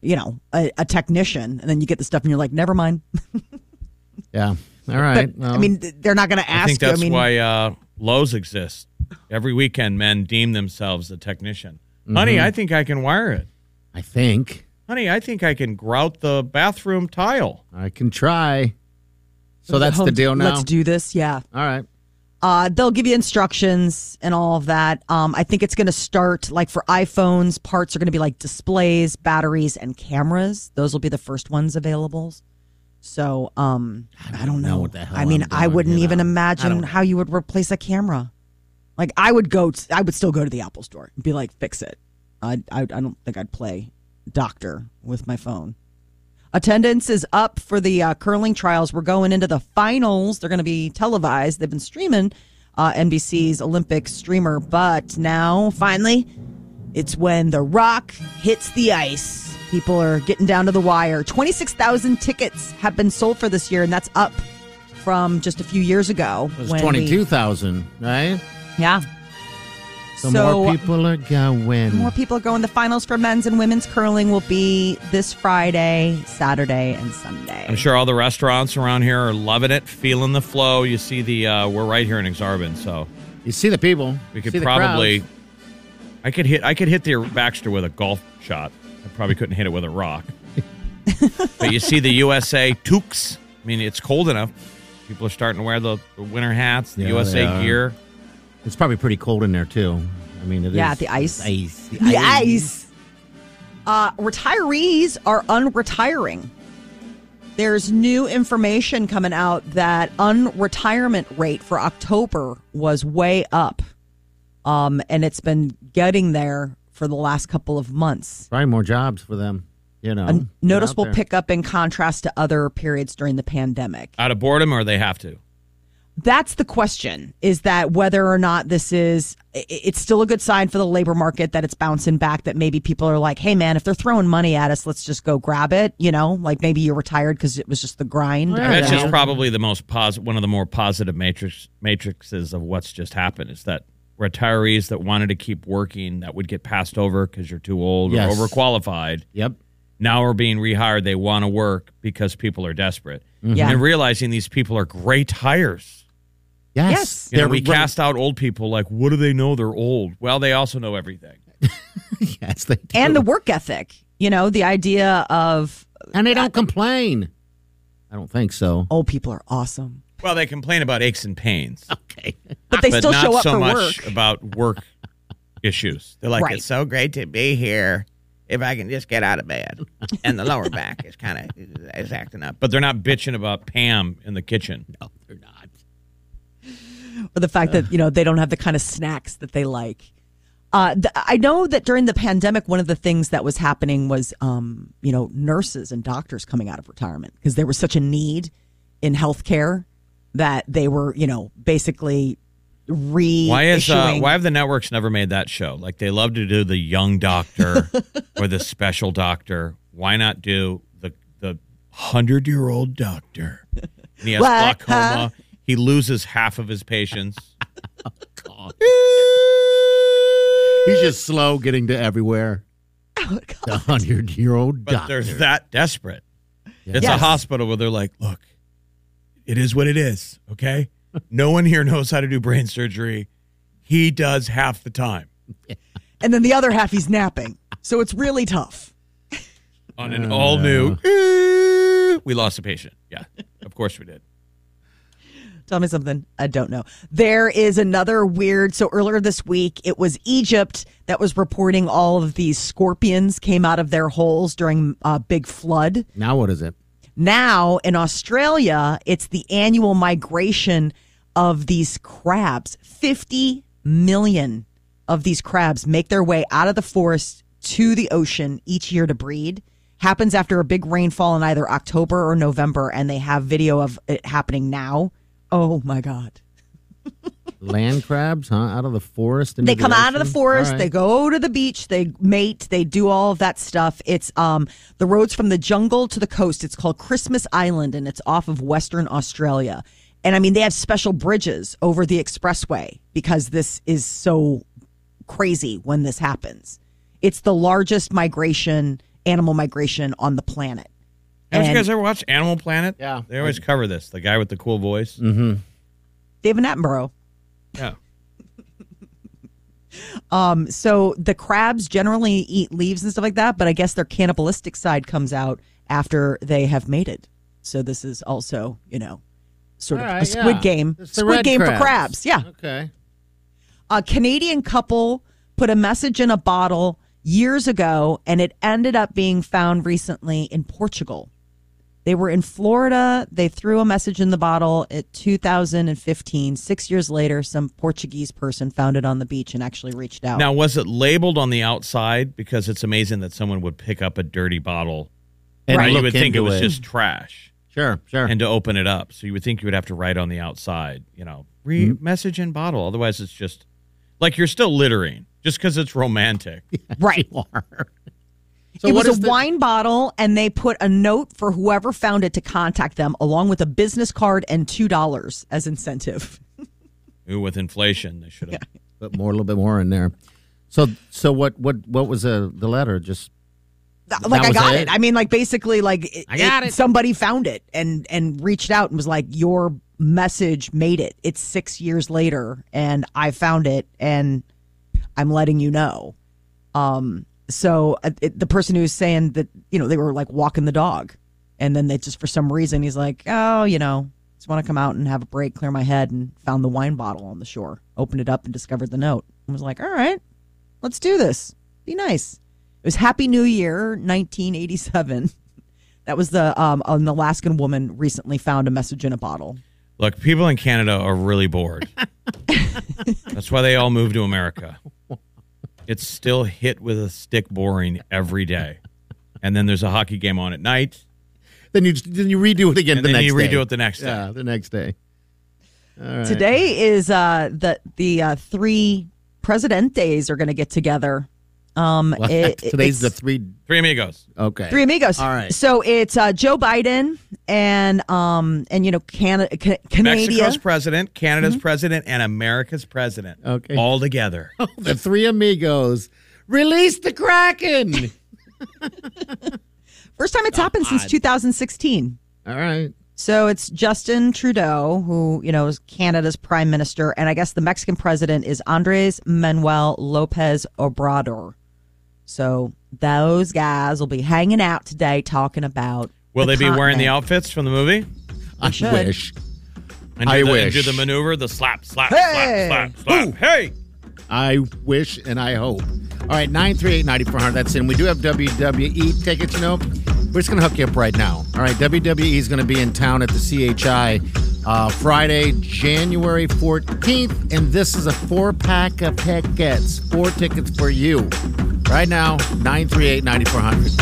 [SPEAKER 4] you know, a, a technician, and then you get the stuff, and you're like, never mind.
[SPEAKER 6] Yeah. All right.
[SPEAKER 4] But, I
[SPEAKER 6] well,
[SPEAKER 4] mean, th- they're not going to ask.
[SPEAKER 5] I think
[SPEAKER 4] you.
[SPEAKER 5] that's
[SPEAKER 4] I mean,
[SPEAKER 5] why uh, Lowe's exists. Every weekend, men deem themselves a technician. Honey,
[SPEAKER 6] Mm-hmm.
[SPEAKER 5] I think I can wire it.
[SPEAKER 6] I think
[SPEAKER 5] Honey, I think I can grout the bathroom tile.
[SPEAKER 6] I can try. So that's the
[SPEAKER 4] home-
[SPEAKER 6] deal now.
[SPEAKER 4] Let's do this. Yeah.
[SPEAKER 6] All right.
[SPEAKER 4] Uh, they'll give you instructions and all of that. Um, I think it's going to start like for iPhones, parts are going to be like displays, batteries, and cameras. Those will be the first ones available. So um, I don't know.
[SPEAKER 6] know what the hell
[SPEAKER 4] I mean,
[SPEAKER 6] I'm
[SPEAKER 4] I
[SPEAKER 6] doing,
[SPEAKER 4] wouldn't
[SPEAKER 6] you
[SPEAKER 4] even
[SPEAKER 6] know. I
[SPEAKER 4] imagine
[SPEAKER 6] don't-
[SPEAKER 4] how you would replace a camera. Like I would go, t- I would still go to the Apple store and be like, fix it. I, I, I don't think I'd play doctor with my phone. Attendance is up for the uh, curling trials. We're going into the finals. They're going to be televised. They've been streaming uh, NBC's Olympic streamer, but now finally, it's when The Rock hits the ice. People are getting down to the wire. 26,000 tickets have been sold for this year, and that's up from just a few years ago.
[SPEAKER 6] It was
[SPEAKER 4] when we-
[SPEAKER 6] twenty-two thousand, right?
[SPEAKER 4] yeah. uh,
[SPEAKER 6] So, more people are going.
[SPEAKER 4] More people are going. The finals for men's and women's curling will be this Friday, Saturday, and Sunday.
[SPEAKER 5] I'm sure all the restaurants around here are loving it, feeling the flow. You see the, uh, we're right here in Exarban, so
[SPEAKER 6] you see the people.
[SPEAKER 5] We
[SPEAKER 6] See
[SPEAKER 5] could
[SPEAKER 6] the crowds.
[SPEAKER 5] probably. I could hit. I could hit the Baxter with a golf shot. I probably couldn't hit it with a rock. but you see the USA toques. I mean, it's cold enough. People are starting to wear the, the winter hats, the
[SPEAKER 6] Yeah, they
[SPEAKER 5] USA
[SPEAKER 6] are.
[SPEAKER 5] gear.
[SPEAKER 6] It's probably pretty cold in there too. I mean, it is
[SPEAKER 4] Yeah, the ice.
[SPEAKER 6] ice, the,
[SPEAKER 4] the
[SPEAKER 6] ice.
[SPEAKER 4] ice. Uh, retirees are unretiring. There's new information coming out that unretirement rate for October was way up. Um, and it's been getting there for the last couple of months.
[SPEAKER 6] Probably more jobs for them. You know,
[SPEAKER 4] A noticeable
[SPEAKER 6] They're Oh, out there.
[SPEAKER 4] pickup in contrast to other periods during the pandemic.
[SPEAKER 5] Out of boredom, or they have to.
[SPEAKER 4] That's the question is that whether or not this is, i- it's still a good sign for the labor market that it's bouncing back, that maybe people are like, hey, man, if they're throwing money at us, let's just go grab it. You know, like maybe you're retired because it was just the grind.
[SPEAKER 6] Yeah.
[SPEAKER 5] That's just
[SPEAKER 6] Yeah.
[SPEAKER 5] probably the most positive, one of the more positive matrix matrices of what's just happened is that retirees that wanted to keep working that would get passed over because you're too old
[SPEAKER 6] Yes.
[SPEAKER 5] or overqualified
[SPEAKER 6] Yep.
[SPEAKER 5] now are being rehired. They want to work because people are desperate
[SPEAKER 4] Mm-hmm. Yeah.
[SPEAKER 5] and realizing these people are great hires.
[SPEAKER 6] Yes.
[SPEAKER 4] Yes.
[SPEAKER 5] You know,
[SPEAKER 6] They're
[SPEAKER 5] we
[SPEAKER 6] right-
[SPEAKER 5] cast out old people like, what do they know? They're old. Well, they also know everything.
[SPEAKER 6] Yes, they do.
[SPEAKER 4] and the work ethic. You know, the idea of
[SPEAKER 6] and they don't complain. I don't think so.
[SPEAKER 4] oh, people are awesome,
[SPEAKER 5] Well, they complain about aches and pains,
[SPEAKER 6] Okay.
[SPEAKER 4] but they
[SPEAKER 5] but
[SPEAKER 4] still
[SPEAKER 5] not
[SPEAKER 4] show up
[SPEAKER 5] so
[SPEAKER 4] for
[SPEAKER 5] much
[SPEAKER 4] work.
[SPEAKER 5] about work issues. They're like,
[SPEAKER 4] Right.
[SPEAKER 5] it's so great to be here if I can just get out of bed.
[SPEAKER 10] and the lower back is kind of is acting up.
[SPEAKER 5] But they're not bitching about Pam in the kitchen.
[SPEAKER 6] No, they're not.
[SPEAKER 4] or the fact that you know they don't have the kind of snacks that they like. Uh, th- I know that during the pandemic, one of the things that was happening was, um, you know, nurses and doctors coming out of retirement because there was such a need in healthcare that they were, you know, basically reissuing.
[SPEAKER 5] Why is uh, why have the networks never made that show? Like they love to do the young doctor or the special doctor. Why not do the the hundred year old doctor? And he has
[SPEAKER 4] What?
[SPEAKER 5] glaucoma. He loses half of his patients.
[SPEAKER 4] Oh,
[SPEAKER 6] He's just slow getting to everywhere. The hundred year old
[SPEAKER 5] But
[SPEAKER 6] doctor.
[SPEAKER 5] they're that desperate. It's a
[SPEAKER 4] Yes.
[SPEAKER 5] hospital where they're like, look, it is what it is. Okay, no one here knows how to do brain surgery. He does half the time
[SPEAKER 4] and then the other half he's napping, so it's really tough.
[SPEAKER 5] on an all new. We lost a patient. Yeah, of course we did.
[SPEAKER 4] Tell me something. I don't know. There is another weird. So earlier this week, it was Egypt that was reporting all of these scorpions came out of their holes during a big flood.
[SPEAKER 6] now what is it?
[SPEAKER 4] Now in Australia, it's the annual migration of these crabs. 50 million of these crabs make their way out of the forest to the ocean each year to breed. Happens after a big rainfall in either October or November, and they have video of it happening now. Oh my God.
[SPEAKER 6] Land crabs, huh? Out of the forest. into
[SPEAKER 4] they come out of the
[SPEAKER 6] ocean?
[SPEAKER 4] forest
[SPEAKER 6] All right.
[SPEAKER 4] they go to the beach they mate they do all of that stuff it's um the roads from the jungle to the coast it's called christmas island and it's off of western australia and i mean they have special bridges over the expressway because this is so crazy when this happens it's the largest migration animal migration on the planet
[SPEAKER 5] Have you
[SPEAKER 4] And-
[SPEAKER 5] guys ever watched Animal Planet?
[SPEAKER 6] Yeah.
[SPEAKER 5] They always cover this. The guy with the cool voice.
[SPEAKER 6] Mm-hmm.
[SPEAKER 4] david attenborough
[SPEAKER 5] Yeah.
[SPEAKER 4] Um, so the crabs generally eat leaves and stuff like that, but I guess their cannibalistic side comes out after they have mated. So this is also, you know, sort
[SPEAKER 6] All
[SPEAKER 4] of
[SPEAKER 6] right,
[SPEAKER 4] a squid
[SPEAKER 6] yeah.
[SPEAKER 4] game.
[SPEAKER 6] It's the
[SPEAKER 4] Squid
[SPEAKER 6] red
[SPEAKER 4] game for crabs. Yeah.
[SPEAKER 6] Okay.
[SPEAKER 4] A Canadian couple put a message in a bottle years ago and it ended up being found recently in Portugal. They were in Florida. They threw a message in the bottle at 2015. Six years later, some Portuguese person found it on the beach and actually reached out.
[SPEAKER 5] Now, was it labeled on the outside? Because it's amazing that someone would pick up a dirty bottle.
[SPEAKER 6] And
[SPEAKER 5] You
[SPEAKER 6] look
[SPEAKER 5] would think it
[SPEAKER 6] into
[SPEAKER 5] was just trash,
[SPEAKER 6] Sure, sure.
[SPEAKER 5] and to open it up, so you would think you would have to write on the outside, you know, re
[SPEAKER 6] Mm-hmm.
[SPEAKER 5] message in bottle. Otherwise, it's just like you're still littering just because it's romantic.
[SPEAKER 4] right.
[SPEAKER 6] You are. So
[SPEAKER 4] it
[SPEAKER 6] what
[SPEAKER 4] was a
[SPEAKER 6] is the-
[SPEAKER 4] wine bottle, and they put a note for whoever found it to contact them, along with a business card and two dollars as incentive.
[SPEAKER 5] Ooh, with inflation, they should have.
[SPEAKER 6] Put more, a little bit more in there. So, so what? What? What was uh, the letter? Just
[SPEAKER 4] like I
[SPEAKER 6] was
[SPEAKER 4] got
[SPEAKER 6] it?
[SPEAKER 4] it. I mean, like basically, like it,
[SPEAKER 6] I got it.
[SPEAKER 4] Somebody found it and and reached out and was like, "Your message made it. It's six years later, and I found it, and I'm letting you know." Um. So uh, it, the person who's saying that you know they were like walking the dog, and then they just for some reason he's like, "Oh, you know." Just want to come out and have a break, clear my head, and found the wine bottle on the shore. Opened it up and discovered the note. And was like, "All right, let's do this. Be nice. It was Happy New Year, 1987. That was the um, an Alaskan woman recently found a message in a bottle.
[SPEAKER 5] Look, people in Canada are really bored. That's why they all moved to America. It's still hit with a stick boring every day. And then there's a hockey game on at night.
[SPEAKER 6] Then you then you redo it again
[SPEAKER 5] And
[SPEAKER 6] the
[SPEAKER 5] then
[SPEAKER 6] next
[SPEAKER 5] you
[SPEAKER 6] day.
[SPEAKER 5] redo it the next day.
[SPEAKER 6] Yeah, the next day. All right.
[SPEAKER 4] Today is uh, the the uh, three presidentes are going to get together. Um,
[SPEAKER 6] What?
[SPEAKER 4] it- it-
[SPEAKER 6] Today's the
[SPEAKER 4] it's-
[SPEAKER 6] three.
[SPEAKER 5] Three amigos.
[SPEAKER 6] Okay.
[SPEAKER 4] Three amigos.
[SPEAKER 6] All right.
[SPEAKER 4] So it's uh, Joe Biden and um and you know Canada, Ca- Canada.
[SPEAKER 5] Mexico's president, Canada's president, and America's president.
[SPEAKER 6] Okay.
[SPEAKER 5] All together.
[SPEAKER 6] the three amigos release the kraken.
[SPEAKER 4] First time it's
[SPEAKER 6] Oh,
[SPEAKER 4] happened since 2016.
[SPEAKER 6] All right.
[SPEAKER 4] So it's Justin Trudeau, who, you know, is Canada's prime minister. And I guess the Mexican president is Andres Manuel Lopez Obrador. So those guys will be hanging out today talking about.
[SPEAKER 5] Will
[SPEAKER 4] the
[SPEAKER 5] they be wearing the
[SPEAKER 4] continent.
[SPEAKER 5] outfits from the movie?
[SPEAKER 6] I
[SPEAKER 4] should.
[SPEAKER 6] wish.
[SPEAKER 5] And do
[SPEAKER 6] I
[SPEAKER 5] the, and
[SPEAKER 6] wish.
[SPEAKER 5] do the maneuver, the slap, slap,
[SPEAKER 4] Hey!
[SPEAKER 5] slap, slap, slap. Hey!
[SPEAKER 6] I wish and I hope. All right, 938 9400. That's in. We do have WWE tickets, you know. We're just going to hook you up right now. All right, WWE is going to be in town at the CHI uh, Friday, January 14th. And this is a four pack of tickets, four tickets for you. Right now, 938 9400.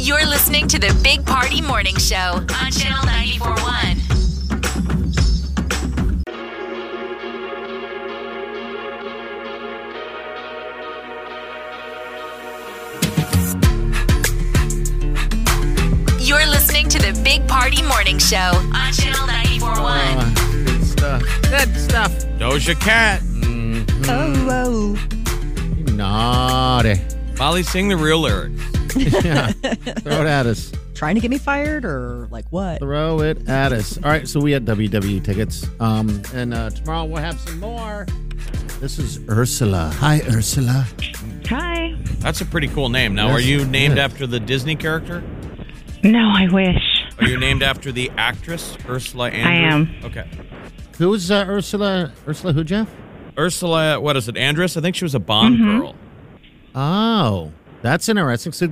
[SPEAKER 3] You're listening to the Big Party Morning Show on Channel 941. You're listening to the Big Party Morning Show on Channel 941.
[SPEAKER 6] Uh, good stuff. Good stuff.
[SPEAKER 5] Doja Cat.
[SPEAKER 4] Oh, oh.
[SPEAKER 6] You naughty.
[SPEAKER 5] Molly, sing the real lyrics.
[SPEAKER 6] Yeah. Throw it at us.
[SPEAKER 4] Trying to get me fired or like what?
[SPEAKER 6] Throw it at us. All right, so we had WWE tickets. Um, and uh, tomorrow we'll have some more. This is Ursula. Hi, Ursula.
[SPEAKER 11] Hi.
[SPEAKER 5] That's a pretty cool name. Now,
[SPEAKER 6] Yes,
[SPEAKER 5] are you named
[SPEAKER 6] yes.
[SPEAKER 5] after the Disney character?
[SPEAKER 11] No, I wish.
[SPEAKER 5] Are you named after the actress Ursula
[SPEAKER 11] I am.
[SPEAKER 5] Andress? Okay.
[SPEAKER 6] Who's uh, Ursula? Ursula who, Jeff?
[SPEAKER 5] Ursula, what is it? Andress? I think she was a Bond
[SPEAKER 11] Mm-hmm.
[SPEAKER 5] girl.
[SPEAKER 6] Oh, that's interesting. So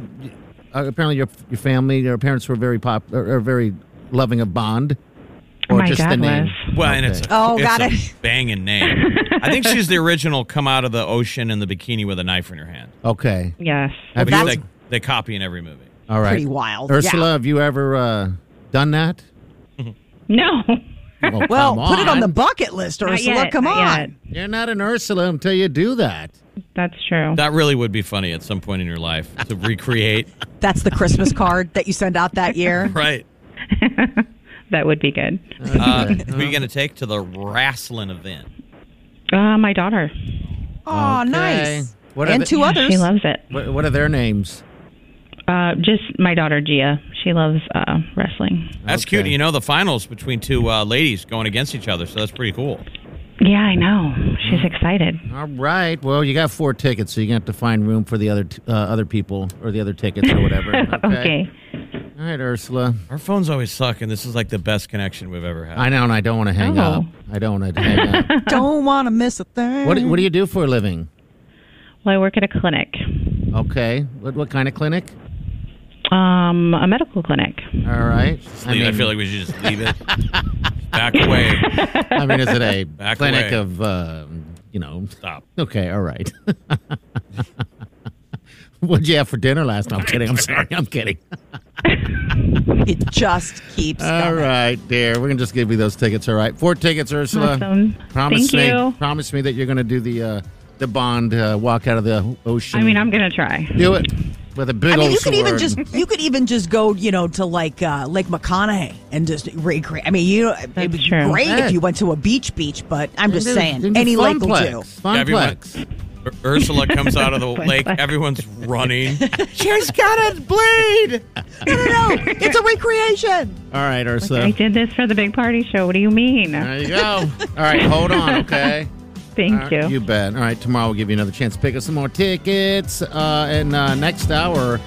[SPEAKER 6] uh, apparently your your family, your parents were very pop, or, or very loving of Bond,
[SPEAKER 11] My dad was.
[SPEAKER 5] Well, and
[SPEAKER 6] Okay.
[SPEAKER 5] it's a,
[SPEAKER 4] Oh,
[SPEAKER 5] it's
[SPEAKER 4] got
[SPEAKER 5] a
[SPEAKER 4] it.
[SPEAKER 5] banging name. I think she's the original come out of the ocean in the bikini with a knife in her hand.
[SPEAKER 6] okay.
[SPEAKER 11] Yes.
[SPEAKER 6] Have
[SPEAKER 5] Which
[SPEAKER 6] you,
[SPEAKER 5] they, they copy in every movie.
[SPEAKER 6] all right,
[SPEAKER 4] Pretty wild.
[SPEAKER 6] Ursula,
[SPEAKER 4] Yeah.
[SPEAKER 6] have you ever uh, done that?
[SPEAKER 11] No.
[SPEAKER 6] Oh,
[SPEAKER 4] Well,
[SPEAKER 6] come
[SPEAKER 4] put it on the bucket list,
[SPEAKER 11] Not
[SPEAKER 4] Ursula.
[SPEAKER 11] yet,
[SPEAKER 4] Come
[SPEAKER 11] not
[SPEAKER 4] on.
[SPEAKER 11] yet.
[SPEAKER 6] You're not an Ursula until you do that.
[SPEAKER 11] That's true.
[SPEAKER 5] That really would be funny at some point in your life to recreate.
[SPEAKER 4] That's the Christmas card that you send out that year.
[SPEAKER 5] right.
[SPEAKER 11] That would be good.
[SPEAKER 5] Uh, who are you going to take to the wrestling event?
[SPEAKER 11] Uh, my daughter.
[SPEAKER 4] Oh,
[SPEAKER 6] Okay.
[SPEAKER 4] nice.
[SPEAKER 6] What are
[SPEAKER 4] and
[SPEAKER 6] the-
[SPEAKER 4] two
[SPEAKER 6] Yeah,
[SPEAKER 4] others.
[SPEAKER 11] She loves it.
[SPEAKER 6] What, what are their names?
[SPEAKER 11] Uh, just my daughter Gia. She loves uh, wrestling.
[SPEAKER 5] That's
[SPEAKER 6] Okay.
[SPEAKER 5] cute. You know, the finals between two uh, ladies going against each other, so that's pretty cool.
[SPEAKER 11] Yeah, I know. She's excited.
[SPEAKER 6] All right. Well, you got four tickets, so you're gonna have to find room for the other t- uh, other people or the other tickets or whatever.
[SPEAKER 11] Okay.
[SPEAKER 6] All right, Ursula.
[SPEAKER 5] Our phones always suck, and this is like the best connection we've ever had.
[SPEAKER 6] I know, and I don't want to hang
[SPEAKER 11] Oh.
[SPEAKER 6] up. I don't want to hang up.
[SPEAKER 4] Don't want to miss a thing.
[SPEAKER 6] What do- What do you do for a living?
[SPEAKER 11] Well, I work at a clinic,
[SPEAKER 6] Okay. What What kind of clinic?
[SPEAKER 11] um, a medical clinic.
[SPEAKER 6] All right.
[SPEAKER 5] I, I feel like we should just leave it. Back away.
[SPEAKER 6] I mean, is it a
[SPEAKER 5] Back
[SPEAKER 6] clinic
[SPEAKER 5] away.
[SPEAKER 6] of um, you know?
[SPEAKER 5] Stop.
[SPEAKER 6] Okay. All right. What'd you have for dinner last night? I'm kidding. I'm sorry. I'm kidding.
[SPEAKER 4] It just keeps
[SPEAKER 6] All
[SPEAKER 4] coming.
[SPEAKER 6] right, dear. We're gonna just give you those tickets. All right, four tickets, Ursula.
[SPEAKER 11] Awesome.
[SPEAKER 6] Promise
[SPEAKER 11] Thank
[SPEAKER 6] me,
[SPEAKER 11] you.
[SPEAKER 6] promise me that you're gonna do the uh, the Bond uh, walk out of the ocean.
[SPEAKER 11] I mean, I'm gonna try.
[SPEAKER 6] do it with a big
[SPEAKER 4] I mean,
[SPEAKER 6] old
[SPEAKER 4] you could even
[SPEAKER 6] sword.
[SPEAKER 4] just you could even just go, you know, to like uh, Lake McConaughey and just recreate. I mean, you know, it'd be
[SPEAKER 11] That's true.
[SPEAKER 4] great
[SPEAKER 6] Yeah.
[SPEAKER 4] if you went to a beach beach, but I'm just
[SPEAKER 6] Then do-
[SPEAKER 4] saying,
[SPEAKER 6] then do
[SPEAKER 4] any lake will
[SPEAKER 6] Funplex.
[SPEAKER 4] do.
[SPEAKER 6] Funplex.
[SPEAKER 5] Ur- Ursula comes out of the lake. Everyone's running.
[SPEAKER 4] She's got a blade. no, no, no! It's a recreation.
[SPEAKER 6] All right, Ursula.
[SPEAKER 11] I did this for the big party show. What do you mean?
[SPEAKER 6] There you go. All right, hold on, okay.
[SPEAKER 11] Thank
[SPEAKER 6] All
[SPEAKER 11] you.
[SPEAKER 6] right, You bet. All right, tomorrow we'll give you another chance to pick up some more tickets. Uh, and uh, next hour,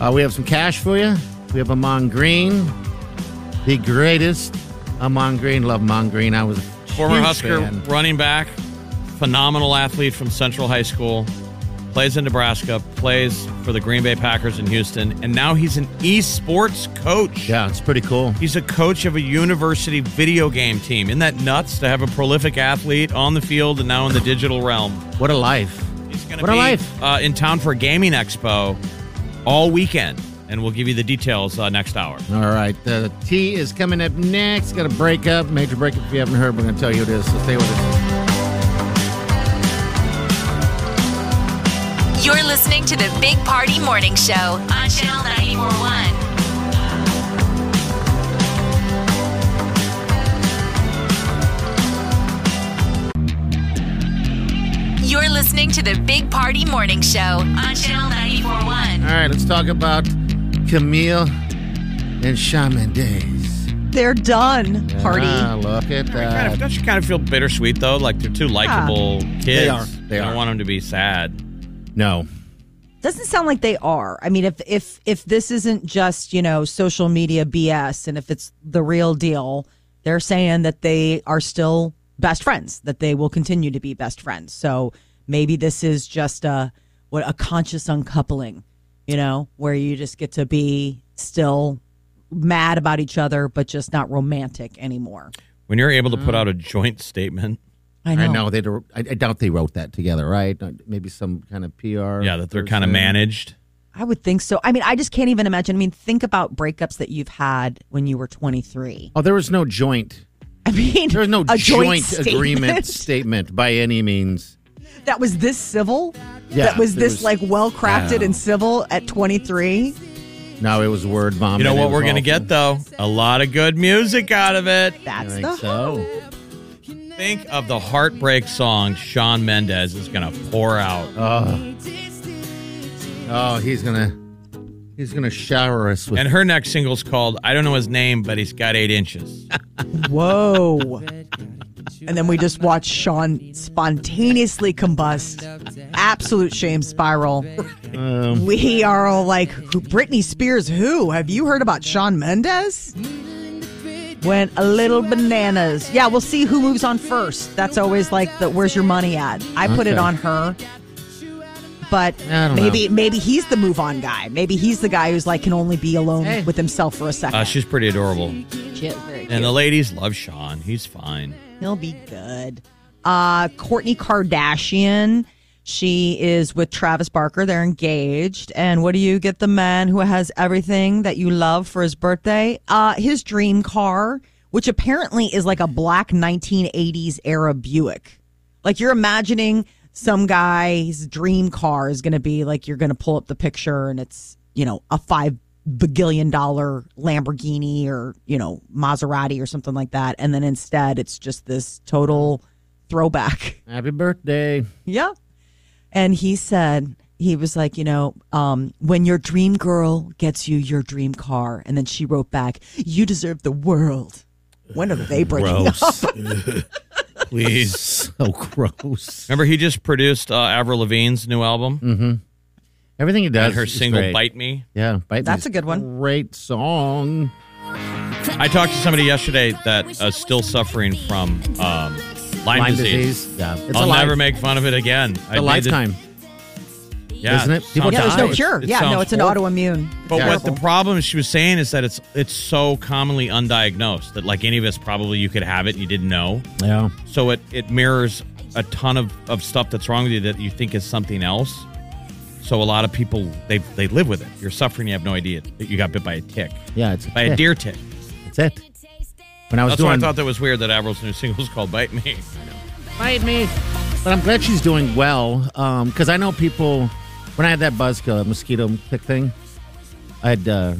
[SPEAKER 6] uh, we have some cash for you. We have Amon Green, the greatest Amon Green. Love Amon Green. I was a
[SPEAKER 5] Former
[SPEAKER 6] huge
[SPEAKER 5] Husker
[SPEAKER 6] fan.
[SPEAKER 5] running back, phenomenal athlete from Central High School. plays in Nebraska, plays for the Green Bay Packers in Houston, and now he's an esports coach.
[SPEAKER 6] Yeah, it's pretty cool.
[SPEAKER 5] He's a coach of a university video game team. Isn't that nuts to have a prolific athlete on the field and now in the digital realm?
[SPEAKER 6] What a life.
[SPEAKER 5] He's going to
[SPEAKER 6] What a
[SPEAKER 5] be
[SPEAKER 6] life.
[SPEAKER 5] Uh, in town for a gaming expo all weekend, and we'll give you the details uh, next hour.
[SPEAKER 6] All right, the tea is coming up next. Got a break up, major break up. If you haven't heard, we're going to tell you who it is. So stay with us.
[SPEAKER 3] You're listening to the Big Party Morning Show on Channel 941. You're listening to the Big Party Morning Show on Channel 941.
[SPEAKER 6] All right, let's talk about Camille and Shaman Days.
[SPEAKER 4] They're done. Party.
[SPEAKER 6] Ah, look at
[SPEAKER 5] Kind of-
[SPEAKER 6] that.
[SPEAKER 5] don't you kind of feel bittersweet though? Like they're two likable kids.
[SPEAKER 6] They are. They
[SPEAKER 5] you
[SPEAKER 6] are.
[SPEAKER 5] don't want them to be sad.
[SPEAKER 6] No.
[SPEAKER 4] Doesn't sound like they are. I mean, if if if this isn't just you know social media BS, and if it's the real deal, they're saying that they are still best friends, that they will continue to be best friends. So maybe this is just a what a conscious uncoupling, you know, where you just get to be still mad about each other, but just not romantic anymore.
[SPEAKER 5] When you're able to
[SPEAKER 6] Mm.
[SPEAKER 5] put out a joint statement,
[SPEAKER 4] I know.
[SPEAKER 6] I know. They. don't- I, I doubt they wrote that together, right? Maybe some kind of PR.
[SPEAKER 5] yeah, that they're kind of
[SPEAKER 6] person.
[SPEAKER 5] managed.
[SPEAKER 4] I would think so. I mean, I just can't even imagine. I mean, think about breakups that you've had when you were 23.
[SPEAKER 6] Oh, there was no joint.
[SPEAKER 4] I mean,
[SPEAKER 6] There was no
[SPEAKER 4] a
[SPEAKER 6] joint,
[SPEAKER 4] statement
[SPEAKER 6] agreement statement by any means.
[SPEAKER 4] that was this civil.
[SPEAKER 6] Yeah,
[SPEAKER 4] that was
[SPEAKER 6] there
[SPEAKER 4] this
[SPEAKER 6] was-
[SPEAKER 4] like well crafted
[SPEAKER 6] Yeah.
[SPEAKER 4] and civil at 23.
[SPEAKER 6] No, it was word vomit.
[SPEAKER 5] You know
[SPEAKER 6] It
[SPEAKER 5] what
[SPEAKER 6] was
[SPEAKER 5] we're gonna
[SPEAKER 6] awful.
[SPEAKER 5] get though? A lot of good music out of it.
[SPEAKER 6] I
[SPEAKER 4] That's the
[SPEAKER 6] think so.
[SPEAKER 5] Think of the heartbreak song Sean Mendez is gonna pour out.
[SPEAKER 6] Oh. oh, he's gonna he's gonna shower us with
[SPEAKER 5] And her next single's called I don't know his name, but he's got eight inches.
[SPEAKER 4] whoa. And then we just watched Sean spontaneously combust. Absolute shame spiral.
[SPEAKER 6] um,
[SPEAKER 4] We are all like, who- Britney Spears, who? Have you heard about Sean Mendez? Went a little bananas. Yeah, we'll see who moves on first. That's always like the where's your money at? I put it
[SPEAKER 6] Okay.
[SPEAKER 4] on her. But
[SPEAKER 6] I don't
[SPEAKER 4] maybe maybe he's the move on guy. Maybe he's the guy who's like can only be alone
[SPEAKER 6] Hey.
[SPEAKER 4] with himself for a second.
[SPEAKER 5] Uh, she's pretty adorable. And the ladies love Sean. He's fine.
[SPEAKER 4] He'll be good. Uh Courtney Kardashian. She is with Travis Barker. They're engaged. And what do you get the man who has everything that you love for his birthday? Uh his dream car, which apparently is like a black 1980s era Buick. Like you're imagining some guy's dream car is going to be like you're going to pull up the picture and it's, you know, a 5 billion dollar Lamborghini or, you know, Maserati or something like that and then instead it's just this total throwback.
[SPEAKER 6] happy birthday.
[SPEAKER 4] Yeah. And he said, he was like, you know, um, when your dream girl gets you your dream car. And then she wrote back, you deserve the world. When are they
[SPEAKER 5] Oh,
[SPEAKER 4] breaking up?
[SPEAKER 5] Please.
[SPEAKER 6] so gross.
[SPEAKER 5] Remember he just produced uh, Avril Lavigne's new album?
[SPEAKER 6] Everything he does.
[SPEAKER 5] And her
[SPEAKER 6] is
[SPEAKER 5] single
[SPEAKER 6] Mm-hmm. great.
[SPEAKER 5] Bite Me.
[SPEAKER 6] Yeah, bite. Me
[SPEAKER 4] That's
[SPEAKER 6] is
[SPEAKER 4] a good one.
[SPEAKER 6] Great song.
[SPEAKER 5] I talked to somebody yesterday that uh, is still suffering from um, Lyme,
[SPEAKER 6] Lyme
[SPEAKER 5] disease.
[SPEAKER 6] disease. Yeah, it's a
[SPEAKER 5] I'll
[SPEAKER 6] life-
[SPEAKER 5] never make fun of it again.
[SPEAKER 6] A
[SPEAKER 5] I made it-
[SPEAKER 6] lifetime.
[SPEAKER 5] yeah,
[SPEAKER 6] isn't it? People
[SPEAKER 5] sounds-
[SPEAKER 4] Yeah, there's no
[SPEAKER 6] It-
[SPEAKER 4] cure.
[SPEAKER 5] it
[SPEAKER 4] yeah, no,
[SPEAKER 5] sounds
[SPEAKER 4] it's an
[SPEAKER 5] horrible.
[SPEAKER 4] autoimmune.
[SPEAKER 5] But
[SPEAKER 6] Yeah.
[SPEAKER 5] what the
[SPEAKER 4] Terrible.
[SPEAKER 5] problem she was saying is that it's it's so commonly undiagnosed that like any of us probably you could have it and you didn't know.
[SPEAKER 6] Yeah.
[SPEAKER 5] So it it mirrors a ton of, of stuff that's wrong with you that you think is something else. So a lot of people they they live with it. You're suffering, you have no idea that you got bit by a tick,
[SPEAKER 6] Yeah, it's
[SPEAKER 5] by a
[SPEAKER 6] tick.
[SPEAKER 5] deer tick.
[SPEAKER 6] That's it. When I was
[SPEAKER 5] That's why I
[SPEAKER 6] doing
[SPEAKER 5] thought that was weird that Avril's new single's called "Bite Me."
[SPEAKER 6] bite me. But I'm glad she's doing well because I know people. When I had that buzz kill, that mosquito tick thing, I had uh,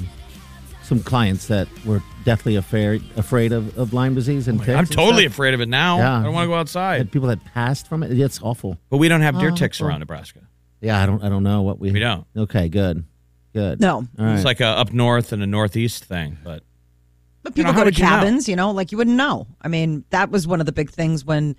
[SPEAKER 6] some clients that were deathly afraid afraid of, of Lyme disease and ticks.
[SPEAKER 5] Oh I'm
[SPEAKER 6] and
[SPEAKER 5] totally
[SPEAKER 6] stuff.
[SPEAKER 5] afraid of it now.
[SPEAKER 6] Yeah.
[SPEAKER 5] I don't want to go
[SPEAKER 6] I
[SPEAKER 5] outside.
[SPEAKER 6] had people that passed from it. Yeah, It's awful.
[SPEAKER 5] But we don't have deer
[SPEAKER 6] Oh,
[SPEAKER 5] ticks
[SPEAKER 6] cool.
[SPEAKER 5] around Nebraska.
[SPEAKER 6] Yeah, I don't. I don't know what we.
[SPEAKER 5] We don't.
[SPEAKER 6] Okay, good, good.
[SPEAKER 4] No.
[SPEAKER 6] All right.
[SPEAKER 5] It's like a up north and a northeast thing. But
[SPEAKER 4] But
[SPEAKER 5] You know,
[SPEAKER 4] people
[SPEAKER 5] how
[SPEAKER 4] go to
[SPEAKER 5] would you know?
[SPEAKER 4] cabins, you know? like you wouldn't know. I mean, that was one of the big things when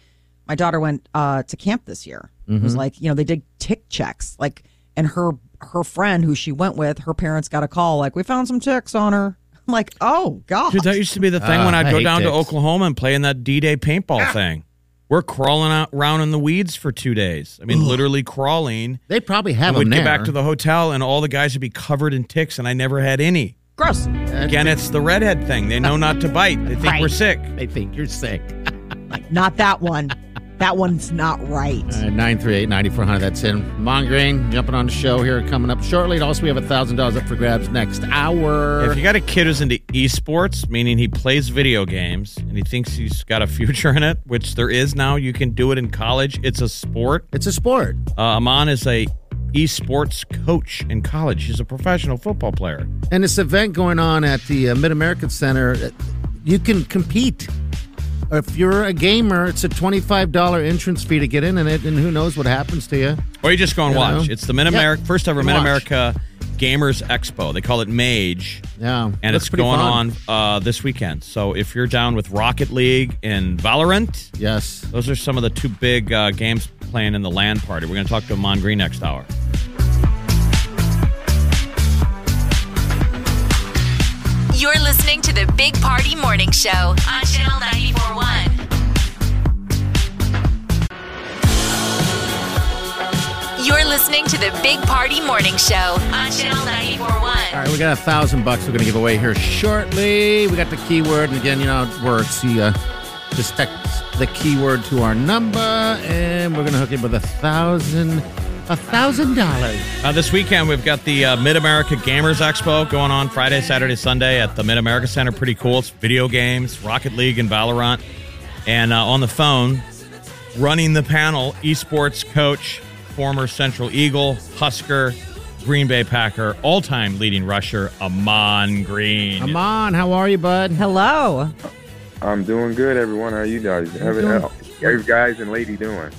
[SPEAKER 4] my daughter went uh, to camp this year. It
[SPEAKER 5] Mm-hmm.
[SPEAKER 4] was like, you know, they did tick checks, like, and her her friend who she went with, her parents got a call, like, we found some ticks on her. I'm like, oh god,
[SPEAKER 5] dude, that used to be the thing
[SPEAKER 6] Ah,
[SPEAKER 5] when I'd
[SPEAKER 6] I
[SPEAKER 5] go
[SPEAKER 6] hate
[SPEAKER 5] down to
[SPEAKER 6] ticks.
[SPEAKER 5] Oklahoma and play in that D-Day paintball thing. We're crawling out, around in the weeds for two days. I mean, literally crawling.
[SPEAKER 6] They probably have
[SPEAKER 5] I would
[SPEAKER 6] them
[SPEAKER 5] get back
[SPEAKER 6] there.
[SPEAKER 5] to the hotel, and all the guys would be covered in ticks, and I never had any.
[SPEAKER 4] Gross.
[SPEAKER 5] Again, it's the redhead thing. They know not to bite. They think
[SPEAKER 4] Right.
[SPEAKER 5] we're sick.
[SPEAKER 6] They think you're sick.
[SPEAKER 4] Not that one. that one's not right.
[SPEAKER 6] All right, 938 9400. That's in Mongrain jumping on the show here coming up shortly. And also, we have $1,000 up for grabs next hour.
[SPEAKER 5] If you got a kid who's into esports, meaning he plays video games and he thinks he's got a future in it, which there is now, you can do it in college. It's a sport.
[SPEAKER 6] It's a sport.
[SPEAKER 5] Uh, Amon is a esports coach in college. He's a professional football player.
[SPEAKER 6] and this event going on at the uh, Mid American Center, uh, you can compete. If you're a gamer, it's a $25 entrance fee to get in, and, it, and who knows what happens to you.
[SPEAKER 5] Or you just go and
[SPEAKER 6] You
[SPEAKER 5] watch.
[SPEAKER 6] know?
[SPEAKER 5] It's the Mid America
[SPEAKER 6] Yeah.
[SPEAKER 5] first ever
[SPEAKER 6] Watch.
[SPEAKER 5] Mid America Gamers Expo. They call it Mage.
[SPEAKER 6] Yeah.
[SPEAKER 5] And
[SPEAKER 6] Looks
[SPEAKER 5] it's
[SPEAKER 6] pretty
[SPEAKER 5] going
[SPEAKER 6] fun.
[SPEAKER 5] on uh, this weekend. So if you're down with Rocket League and Valorant,
[SPEAKER 6] yes,
[SPEAKER 5] those are some of the two big uh, games playing in the LAN party. We're going to talk to Amon Green next hour.
[SPEAKER 3] You're listening to the Big Party Morning Show on Channel 941. You're listening to the Big Party Morning Show on Channel 941.
[SPEAKER 6] All right, we got a thousand bucks we're going to give away here shortly. We got the keyword, and again, you know how it works. You uh, just text the keyword to our number, and we're going to hook you up with a thousand, a thousand dollars.
[SPEAKER 5] Uh, this weekend, we've got the uh, Mid America Gamers Expo going on Friday, Saturday, Sunday at the Mid America Center. Pretty cool. It's video games, Rocket League, and Valorant. And uh, on the phone, running the panel, esports coach, former Central Eagle, Husker, Green Bay Packer, all time leading rusher, Amon Green.
[SPEAKER 6] Come on, how are you, bud?
[SPEAKER 4] Hello.
[SPEAKER 12] I'm doing good, everyone. How are you guys? How
[SPEAKER 6] doing-
[SPEAKER 12] how- how you guys and lady doing?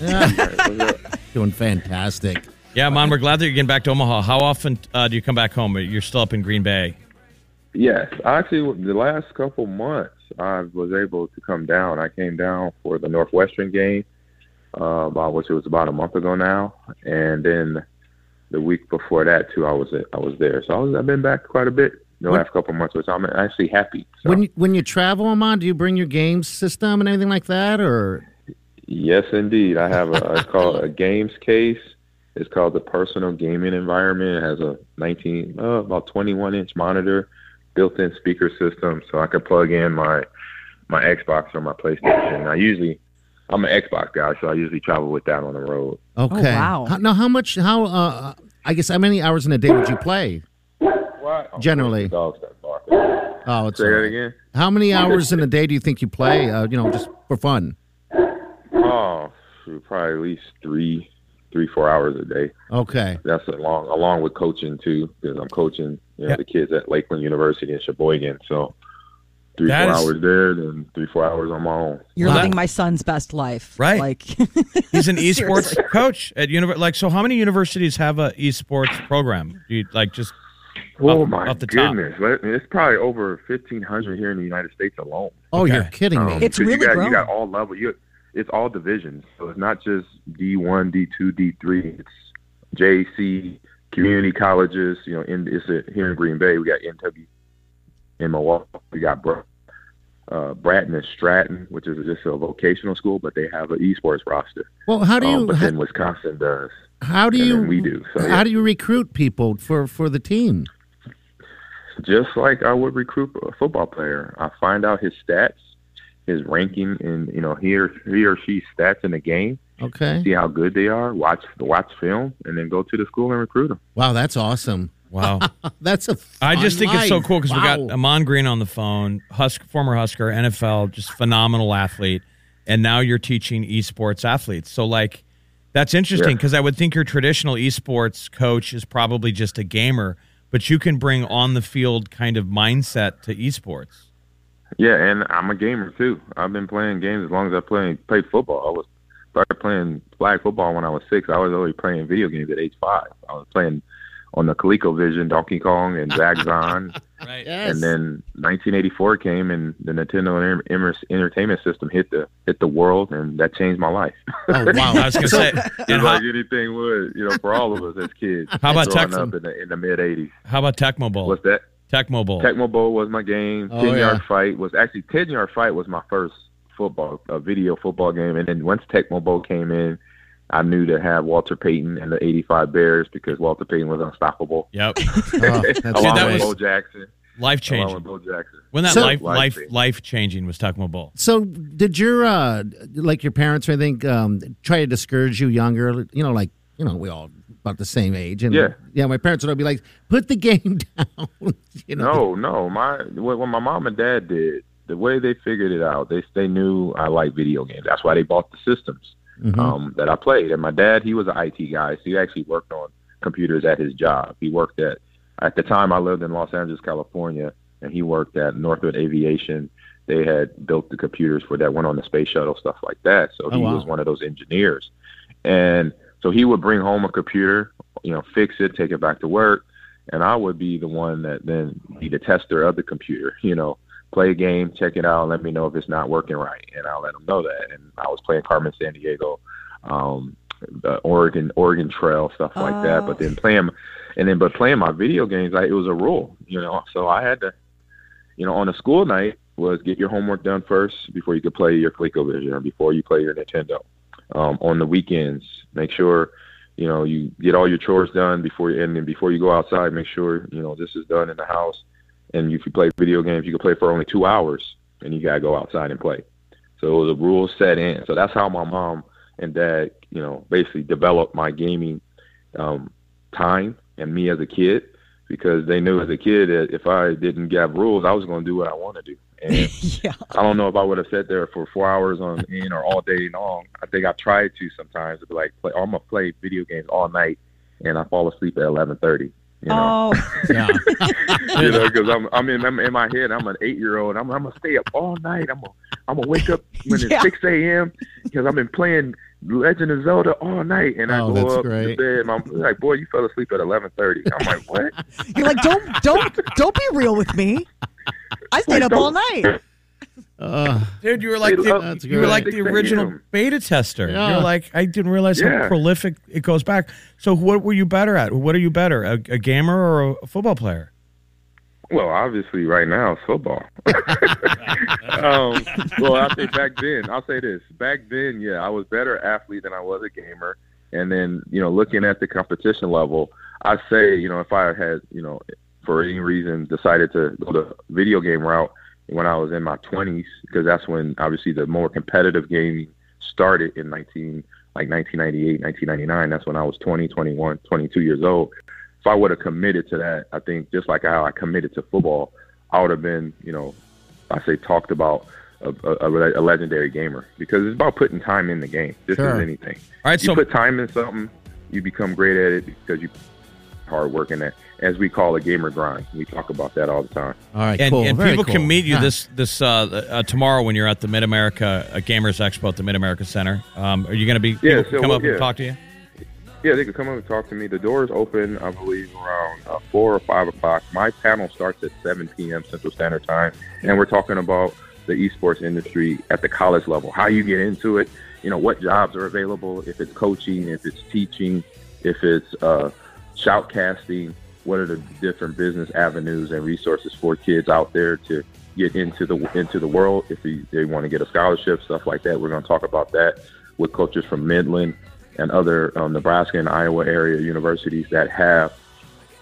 [SPEAKER 6] Doing fantastic.
[SPEAKER 5] Yeah, Amon, we're glad that you're getting back to Omaha. How often uh, do you come back home? You're still up in Green Bay.
[SPEAKER 12] yes, actually, the last couple months I was able to come down. I came down for the Northwestern game, uh, about which it was about a month ago now, and then the week before that too, I was I was there. So I was, I've been back quite a bit the
[SPEAKER 6] What-
[SPEAKER 12] last couple months, which I'm actually happy.
[SPEAKER 6] When you, when you travel, Amon, do you bring your game system and anything like that, or
[SPEAKER 12] Yes, indeed. I have a it's called a games case. It's called the personal gaming environment. It has a 19, uh, about 21 inch monitor, built-in speaker system, so I can plug in my my Xbox or my PlayStation. I usually I'm an Xbox guy, so I usually travel with that on the road.
[SPEAKER 6] okay? wow. How, now, how much? How? Uh, I guess how many hours in a day would you play? Generally.
[SPEAKER 12] Oh, Dogs that bark. Say
[SPEAKER 6] Oh, it's all
[SPEAKER 12] that
[SPEAKER 6] right.
[SPEAKER 12] again.
[SPEAKER 6] How many hours in a day do you think you play? Uh, you know, just for fun.
[SPEAKER 12] Oh, shoot, probably at least three, three, four hours a day.
[SPEAKER 6] Okay.
[SPEAKER 12] That's along along with coaching too, because I'm coaching you know,
[SPEAKER 5] Yeah.
[SPEAKER 12] the kids at Lakeland University in Sheboygan. So three
[SPEAKER 5] That
[SPEAKER 12] four
[SPEAKER 5] is-
[SPEAKER 12] hours there, then three four hours on my own.
[SPEAKER 4] You're
[SPEAKER 5] Well,
[SPEAKER 4] living
[SPEAKER 5] that-
[SPEAKER 4] my son's best life.
[SPEAKER 5] Right.
[SPEAKER 4] Like
[SPEAKER 5] He's an esports
[SPEAKER 4] Seriously.
[SPEAKER 5] coach at university. Like, so how many universities have a esports program? Do you like just
[SPEAKER 12] Oh
[SPEAKER 5] off,
[SPEAKER 12] my
[SPEAKER 5] off the top?
[SPEAKER 12] goodness, Let- it's probably over fifteen hundred here in the United States alone.
[SPEAKER 6] Oh, you're kidding me.
[SPEAKER 12] Um, 'cause you got, you got all level. You it's all divisions, so it's not just D one, D two, D three. It's JC community colleges. You know, in it's a, here in Green Bay, we got NW in Milwaukee. We got Br- uh, Bratton and Stratton, which is just a vocational school, but they have an esports roster.
[SPEAKER 6] Well, how do
[SPEAKER 12] Um,
[SPEAKER 6] you
[SPEAKER 12] but
[SPEAKER 6] how,
[SPEAKER 12] then Wisconsin does.
[SPEAKER 6] how do
[SPEAKER 12] and
[SPEAKER 6] you
[SPEAKER 12] then we do, so,
[SPEAKER 6] how
[SPEAKER 12] yeah.
[SPEAKER 6] do you recruit people for for the team?
[SPEAKER 12] just like I would recruit a football player. I find out his stats, his ranking, and you know he or he or she's stats in the game.
[SPEAKER 6] Okay.
[SPEAKER 12] See how good they are. Watch watch film, and then go to the school and recruit them.
[SPEAKER 6] Wow, that's awesome.
[SPEAKER 5] Wow.
[SPEAKER 6] That's a.
[SPEAKER 5] I just
[SPEAKER 6] fun
[SPEAKER 5] think it's so
[SPEAKER 6] life.
[SPEAKER 5] cool because we
[SPEAKER 6] Wow.
[SPEAKER 5] got Amon Green on the phone, Husk, former Husker, NFL, just phenomenal athlete, and now you're teaching esports athletes. So like, that's interesting
[SPEAKER 12] Yeah.
[SPEAKER 5] because I would think your traditional esports coach is probably just a gamer, but you can bring on the field kind of mindset to esports.
[SPEAKER 12] Yeah, and I'm a gamer too. I've been playing games as long as I play played football. I was started playing flag football when I was six. I was already playing video games at age five. I was playing on the ColecoVision, Donkey Kong, and Zagzon.
[SPEAKER 5] Right.
[SPEAKER 6] Yes.
[SPEAKER 12] And then 1984 came, and the Nintendo Enter- Emer- Entertainment System hit the hit the world, and that changed my life.
[SPEAKER 6] Oh, wow.
[SPEAKER 5] I was gonna say, and
[SPEAKER 12] Just
[SPEAKER 5] how,
[SPEAKER 12] like anything would, you know, for all of us as kids.
[SPEAKER 5] How about
[SPEAKER 12] growing
[SPEAKER 5] Texan?
[SPEAKER 12] up in the, in the mid 80s?
[SPEAKER 5] how about Tecmo Bowl?
[SPEAKER 12] What's that?
[SPEAKER 5] Tecmo Bowl.
[SPEAKER 12] Tecmo Bowl was my game.
[SPEAKER 6] Oh,
[SPEAKER 12] ten yard
[SPEAKER 6] yeah.
[SPEAKER 12] fight was actually ten yard fight was my first football, a video football game. And then once Tecmo Bowl came in, I knew to have Walter Payton and the '85 Bears because Walter Payton was unstoppable.
[SPEAKER 5] Yep,
[SPEAKER 6] Oh,
[SPEAKER 12] along
[SPEAKER 5] Dude, that
[SPEAKER 12] with
[SPEAKER 5] was
[SPEAKER 12] Bo Jackson.
[SPEAKER 5] Life
[SPEAKER 12] Along with
[SPEAKER 5] changing.
[SPEAKER 12] Bo Jackson.
[SPEAKER 5] When that
[SPEAKER 6] So-
[SPEAKER 5] life life
[SPEAKER 12] Life-changing.
[SPEAKER 5] life changing was Tecmo Bowl.
[SPEAKER 6] So, did your uh, like your parents or anything um, try to discourage you younger? You know, like you know, we all about the same age, and
[SPEAKER 12] Yeah.
[SPEAKER 6] yeah. My parents would be like, "Put the game down." you know,
[SPEAKER 12] No, no. My what, what my mom and dad did, the way they figured it out, they they knew I like video games. That's why they bought the systems
[SPEAKER 6] Mhm.
[SPEAKER 12] um, that I played. And my dad, he was an IT guy, so he actually worked on computers at his job. He worked at at the time I lived in Los Angeles, California, and he worked at Northwood Aviation. They had built the computers for that went on the space shuttle, stuff like that. So
[SPEAKER 6] Oh,
[SPEAKER 12] he
[SPEAKER 6] wow.
[SPEAKER 12] was one of those engineers, and so he would bring home a computer, you know, fix it, take it back to work, and I would be the one that then be the tester of the computer. You know, play a game, check it out, let me know if it's not working right, and I'll let them know that. And I was playing Carmen San Diego, um, the Oregon Oregon Trail stuff like that. But then playing, and then but playing my video games, like it was a rule, you know. So I had to, you know, on a school night was get your homework done first before you could play your ColecoVision or before you play your Nintendo. Um, on the weekends, make sure you know you get all your chores done before you and then before you go outside make sure you know this is done in the house and if you play video games you can play for only two hours and you gotta go outside and play so it was a rule set in so that's how my mom and dad you know basically developed my gaming um, time and me as a kid because they knew as a kid that if i didn't have rules i was going to do what i want to do and I don't know if I would have sat there for four hours on end or all day long. I think I tried to sometimes to be like, play, I'm gonna play video games all night, and I fall asleep at 11:30. You know,
[SPEAKER 4] Oh,
[SPEAKER 5] Oh.
[SPEAKER 12] you know, because I'm I'm in, I'm in my head. I'm an eight year old. I'm I'm gonna stay up all night. I'm gonna I'm gonna wake up when
[SPEAKER 1] Yeah.
[SPEAKER 12] it's 6 a.m. because I've been playing Legend of Zelda all night, and
[SPEAKER 6] Oh,
[SPEAKER 12] I
[SPEAKER 6] that's
[SPEAKER 12] go up
[SPEAKER 6] great.
[SPEAKER 12] to bed. My mom's like, boy, you fell asleep at 11:30. I'm like, what?
[SPEAKER 4] you're like don't don't don't be real with me. I stayed up all night.
[SPEAKER 6] Uh,
[SPEAKER 5] Dude, you were like
[SPEAKER 6] They love-
[SPEAKER 5] the, you were like
[SPEAKER 6] That's
[SPEAKER 5] the
[SPEAKER 6] great.
[SPEAKER 5] original beta tester.
[SPEAKER 6] Yeah.
[SPEAKER 5] You're like I didn't realize
[SPEAKER 6] Yeah.
[SPEAKER 5] how prolific it goes back. So what were you better at? What are you better, a, a gamer or a, football player?
[SPEAKER 12] Well, obviously, right now it's football. um, well, I say back then. I'll say this: back then, yeah, I was better athlete than I was a gamer. And then, you know, looking at the competition level, I say, you know, if I had, you know, for any reason decided to go the video game route when I was in my 20s, because that's when obviously the more competitive gaming started in 19 like 1998, 1999. That's when I was 20, 21, 22 years old. If I would have committed to that, I think just like how I committed to football, I would have been, you know, I say talked about a, a, a legendary gamer because it's about putting time in the game. This
[SPEAKER 5] Sure.
[SPEAKER 12] is anything.
[SPEAKER 5] All right,
[SPEAKER 12] you
[SPEAKER 5] so-
[SPEAKER 12] put time in something, you become great at it because you hard work in that. As we call a gamer grind, we talk about that all the time.
[SPEAKER 6] All right,
[SPEAKER 5] and
[SPEAKER 6] cool.
[SPEAKER 5] and
[SPEAKER 6] Very
[SPEAKER 5] people
[SPEAKER 6] cool.
[SPEAKER 5] can meet you
[SPEAKER 6] Huh.
[SPEAKER 5] this this uh, uh, tomorrow when you're at the Mid America uh, Gamers Expo at the Mid America Center. Um, are you going to be
[SPEAKER 12] Yeah,
[SPEAKER 5] people can
[SPEAKER 12] so
[SPEAKER 5] come
[SPEAKER 12] we'll-
[SPEAKER 5] up
[SPEAKER 12] yeah.
[SPEAKER 5] and talk to you?
[SPEAKER 12] Yeah, they could come up and talk to me. The doors open, I believe, around uh, four or five o'clock. My panel starts at seven p.m. Central Standard Time, and we're talking about the esports industry at the college level, how you get into it, you know, what jobs are available, if it's coaching, if it's teaching, if it's uh, shoutcasting, what are the different business avenues and resources for kids out there to get into the into the world if they, they want to get a scholarship, stuff like that. We're going to talk about that with coaches from Midland and other um, Nebraska and Iowa area universities that have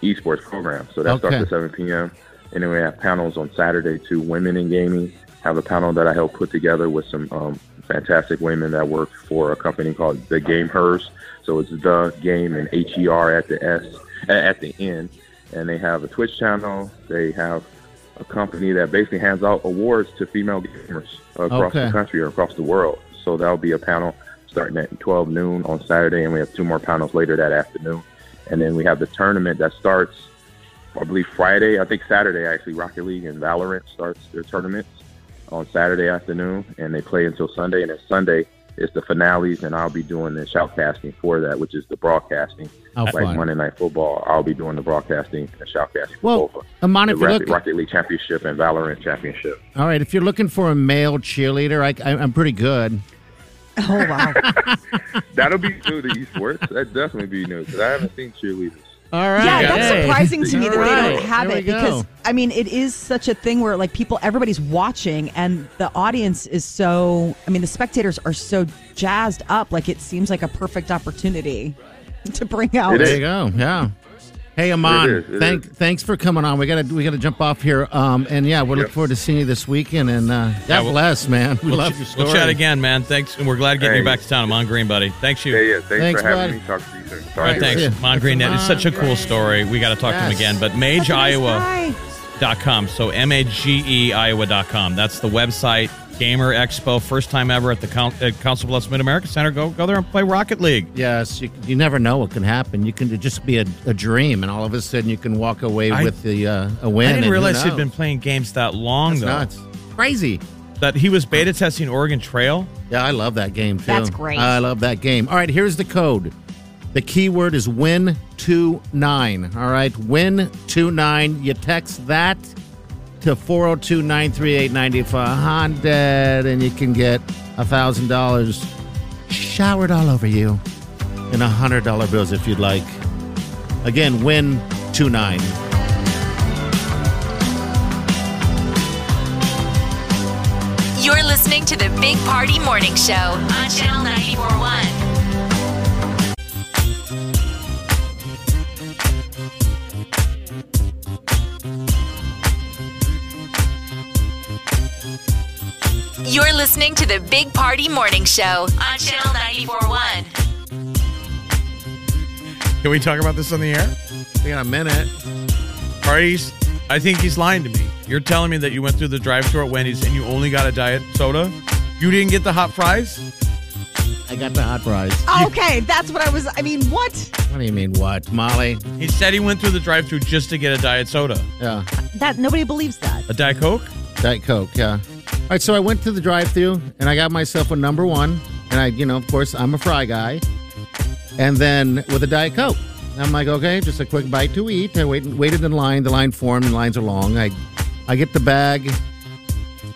[SPEAKER 12] esports programs. So that starts
[SPEAKER 6] Okay.
[SPEAKER 12] at 7 p.m. And then we have panels on Saturday too. Women in gaming have a panel that I helped put together with some um, fantastic women that work for a company called The Game Hers. So it's the game and H E R at the S a- at the end. And they have a Twitch channel. They have a company that basically hands out awards to female gamers across
[SPEAKER 6] Okay.
[SPEAKER 12] the country or across the world. So that'll be a panel starting at 12 noon on Saturday, and we have two more panels later that afternoon. And then we have the tournament that starts, I believe, Friday. I think Saturday, actually. Rocket League and Valorant starts their tournaments on Saturday afternoon, and they play until Sunday. And then Sunday is the finales, and I'll be doing the shoutcasting for that, which is the broadcasting.
[SPEAKER 6] How
[SPEAKER 12] like
[SPEAKER 6] fun.
[SPEAKER 12] Monday Night Football, I'll be doing the broadcasting and the shoutcasting.
[SPEAKER 6] Well,
[SPEAKER 12] for both.
[SPEAKER 6] Amon,
[SPEAKER 12] the
[SPEAKER 6] if you
[SPEAKER 12] Rocket,
[SPEAKER 6] look-
[SPEAKER 12] Rocket League Championship and Valorant Championship.
[SPEAKER 6] All right, if you're looking for a male cheerleader, I, I, I'm pretty good.
[SPEAKER 5] Oh,
[SPEAKER 12] That'll be new to esports. That'd definitely be new because I haven't seen cheerleaders.
[SPEAKER 6] All right.
[SPEAKER 4] Yeah, that's
[SPEAKER 6] Hey.
[SPEAKER 4] surprising to me that
[SPEAKER 6] All
[SPEAKER 4] they
[SPEAKER 6] right.
[SPEAKER 4] don't have
[SPEAKER 6] There
[SPEAKER 4] it
[SPEAKER 6] we go.
[SPEAKER 4] because I mean it is such a thing where like people everybody's watching and the audience is so I mean the spectators are so jazzed up like it seems like a perfect opportunity to bring out
[SPEAKER 6] there you go. Yeah. Hey Amon,
[SPEAKER 12] It is, it
[SPEAKER 6] thank thanks for coming on. We gotta we gotta jump off here. Um, and yeah, we look forward to seeing you this weekend. And uh, God
[SPEAKER 5] Yeah, we'll-
[SPEAKER 6] bless, man. We
[SPEAKER 5] we'll
[SPEAKER 6] love
[SPEAKER 5] ch-
[SPEAKER 6] your story.
[SPEAKER 5] We'll chat again, man. Thanks, and we're glad getting you
[SPEAKER 6] Hey.
[SPEAKER 5] back to town. I'm on Green, buddy. Thanks you. Yeah, yeah.
[SPEAKER 12] Thanks, for having me. Talk to you soon.
[SPEAKER 5] All right, thanks. Mon Green, that is such a cool story. We got to talk to him
[SPEAKER 12] Yes.
[SPEAKER 5] again. But mageiowa.com. So M A G E Iowa.com. That's the website. Gamer Expo, first time ever at the Coun- at Council Bluffs Mid America Center. Go go there and play Rocket League.
[SPEAKER 6] Yes, you, you never know what can happen. You can it just be a, a dream, and all of a sudden you can walk away
[SPEAKER 5] I-
[SPEAKER 6] with the uh, a win.
[SPEAKER 5] I didn't
[SPEAKER 6] and who
[SPEAKER 5] realize he'd
[SPEAKER 6] knows?
[SPEAKER 5] been playing games that long
[SPEAKER 6] That's
[SPEAKER 5] though.
[SPEAKER 6] nuts. Crazy.
[SPEAKER 5] That he was beta testing Oregon Trail.
[SPEAKER 6] Yeah, I love that game too.
[SPEAKER 5] That's great.
[SPEAKER 6] I love that game. All right, here's the code. The keyword is win two nine. All right, win two nine. You text that to 402-938-90 for Honda, and you can get a thousand dollars showered all over you in a hundred dollar bills if you'd like. Again, win two nine.
[SPEAKER 3] You're listening to the Big Party Morning Show on Channel 941. You're listening to the Big Party Morning Show on Channel 941.
[SPEAKER 5] Can we talk about this on the air?
[SPEAKER 6] We got a minute.
[SPEAKER 5] Parties. I think he's lying to me. You're telling me that you went through the drive-thru at Wendy's and you only got a diet soda. You didn't get the hot fries.
[SPEAKER 6] I got the hot fries.
[SPEAKER 4] Okay, that's what I was I mean what
[SPEAKER 6] What do you mean what, Molly?
[SPEAKER 5] He said he went through the drive-thru just to get a diet soda,
[SPEAKER 6] Yeah.
[SPEAKER 4] that nobody believes that.
[SPEAKER 5] a diet coke.
[SPEAKER 6] Diet Coke, yeah. All right, so I went to the drive-thru and I got myself a number one, and I, you know, of course, I'm a fry guy, and then with a Diet Coke. I'm like, okay, just a quick bite to eat. I wait, waited in line. The line formed, and lines are long. I, I get the bag,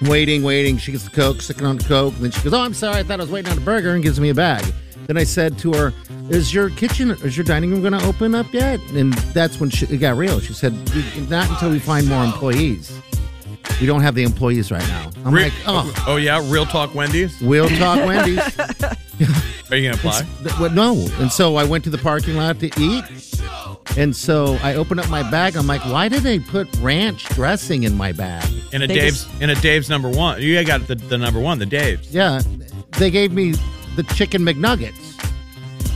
[SPEAKER 6] waiting, waiting. She gets the Coke, sticking on the Coke. And then she goes, oh, I'm sorry, I thought I was waiting on a burger, and gives me a bag. Then I said to her, "Is your kitchen, is your dining room going to open up yet?" And that's when she, it got real. She said, "Not until we find more employees." We don't have the employees right now. I'm
[SPEAKER 5] Re-
[SPEAKER 6] like, oh,
[SPEAKER 5] oh yeah, real talk Wendy's.
[SPEAKER 6] we'll talk Wendy's.
[SPEAKER 5] Are you gonna apply?
[SPEAKER 6] Th- well, no. And so I went to the parking lot to eat. And so I opened up my bag. I'm like, why did they put ranch dressing in my bag?
[SPEAKER 5] In a
[SPEAKER 6] They
[SPEAKER 5] Dave's, in a Dave's number one. You got the, the number one, the Dave's.
[SPEAKER 6] Yeah. They gave me the chicken McNuggets.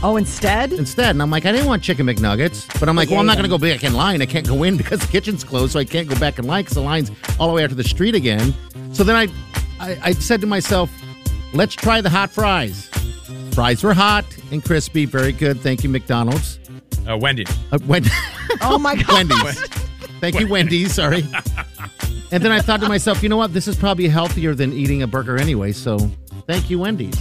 [SPEAKER 4] Oh, instead?
[SPEAKER 6] Instead. And I'm like, I didn't want chicken McNuggets. But I'm like, well, I'm not going to go back in line. I can't go in because the kitchen's closed. So I can't go back in line because the line's all the way out to the street again. So then I, I, I said to myself, let's try the hot fries. Fries were hot and crispy. Very good. Thank you, McDonald's.
[SPEAKER 5] Uh, Wendy's.
[SPEAKER 6] Uh, Wend-
[SPEAKER 4] Oh my god.
[SPEAKER 6] Wendy's. Thank you, Wendy's. Sorry. And then I thought to myself, you know what? This is probably healthier than eating a burger anyway. So thank you, Wendy's.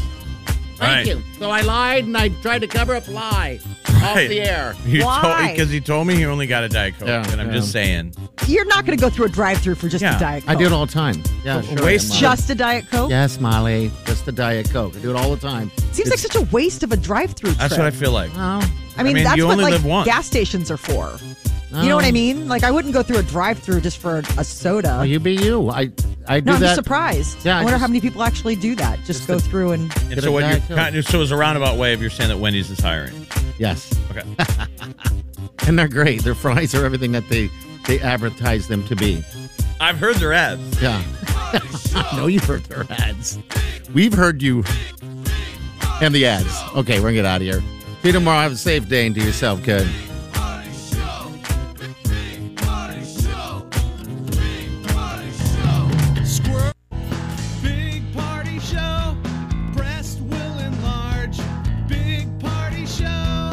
[SPEAKER 6] Thank you. So I lied and I tried to cover up lie off
[SPEAKER 5] Right.
[SPEAKER 6] the air.
[SPEAKER 5] You
[SPEAKER 4] Why?
[SPEAKER 5] Because he told me he only got a diet coke, and I'm just saying.
[SPEAKER 4] You're not going to go through a drive-through for just a diet coke.
[SPEAKER 6] I do it all the time. Yeah,
[SPEAKER 5] But
[SPEAKER 6] sure.
[SPEAKER 5] waste-
[SPEAKER 6] Molly.
[SPEAKER 4] Just a diet coke?
[SPEAKER 6] Yes, Molly. Just a diet coke. I do it all the time.
[SPEAKER 4] Seems like such a waste of a drive-through.
[SPEAKER 5] That's
[SPEAKER 4] trip.
[SPEAKER 5] what I feel like.
[SPEAKER 4] Well,
[SPEAKER 5] I
[SPEAKER 4] I mean,
[SPEAKER 5] mean,
[SPEAKER 4] that's
[SPEAKER 5] you
[SPEAKER 4] what
[SPEAKER 5] only
[SPEAKER 4] like
[SPEAKER 5] live once.
[SPEAKER 4] gas stations are for. You know what I
[SPEAKER 6] Oh.
[SPEAKER 4] mean? Like, I wouldn't go through a drive-through just for a soda.
[SPEAKER 6] Oh, you be you. I I do
[SPEAKER 4] no,
[SPEAKER 6] that.
[SPEAKER 4] I'm just surprised.
[SPEAKER 6] Yeah,
[SPEAKER 4] I
[SPEAKER 6] I
[SPEAKER 4] wonder
[SPEAKER 6] just-
[SPEAKER 4] how many people actually do that. Just, go through and.
[SPEAKER 5] And so, what you're, kind of, so it's a roundabout way of you're saying that Wendy's is hiring.
[SPEAKER 6] Yes.
[SPEAKER 5] Okay.
[SPEAKER 6] And they're great. Their fries are everything that they they advertise them to be.
[SPEAKER 5] I've heard their ads.
[SPEAKER 6] Yeah. I know you've heard their ads. We've heard you and the ads. Okay, we're going to get out of here. See you tomorrow. Have a safe day and do yourself good.
[SPEAKER 1] Squirrel. Big party show. Breast will enlarge. Big party show.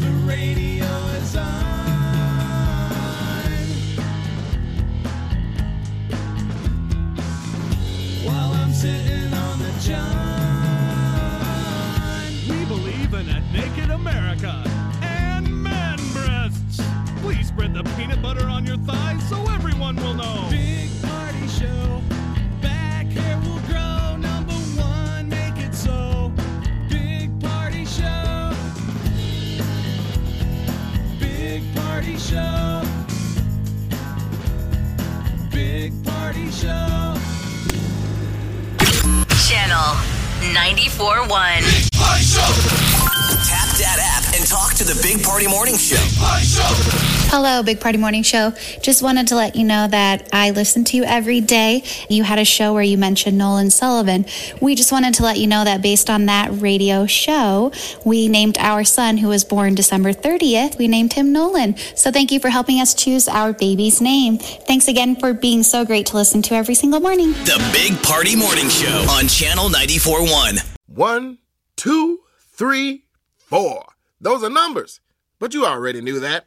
[SPEAKER 1] The radio is on. While I'm sitting on the john. We believe in a naked America and man breasts. Please spread the peanut butter on your thighs so everyone will know. Big party show. Back hair will grow. Number one, make it so. Big party show.
[SPEAKER 3] 94.1.
[SPEAKER 2] Tap that app and talk to the Big Party Morning Show.
[SPEAKER 13] Hello, Big Party Morning Show. Just wanted to let you know that I listen to you every day. You had a show where you mentioned Nolan Sullivan. We just wanted to let you know that based on that radio show, we named our son, who was born December 30th, we named him Nolan. So thank you for helping us choose our baby's name. Thanks again for being so great to listen to every single morning.
[SPEAKER 2] The Big Party Morning Show on Channel 94.1.
[SPEAKER 14] One, two, three, four. Those are numbers, but you already knew that.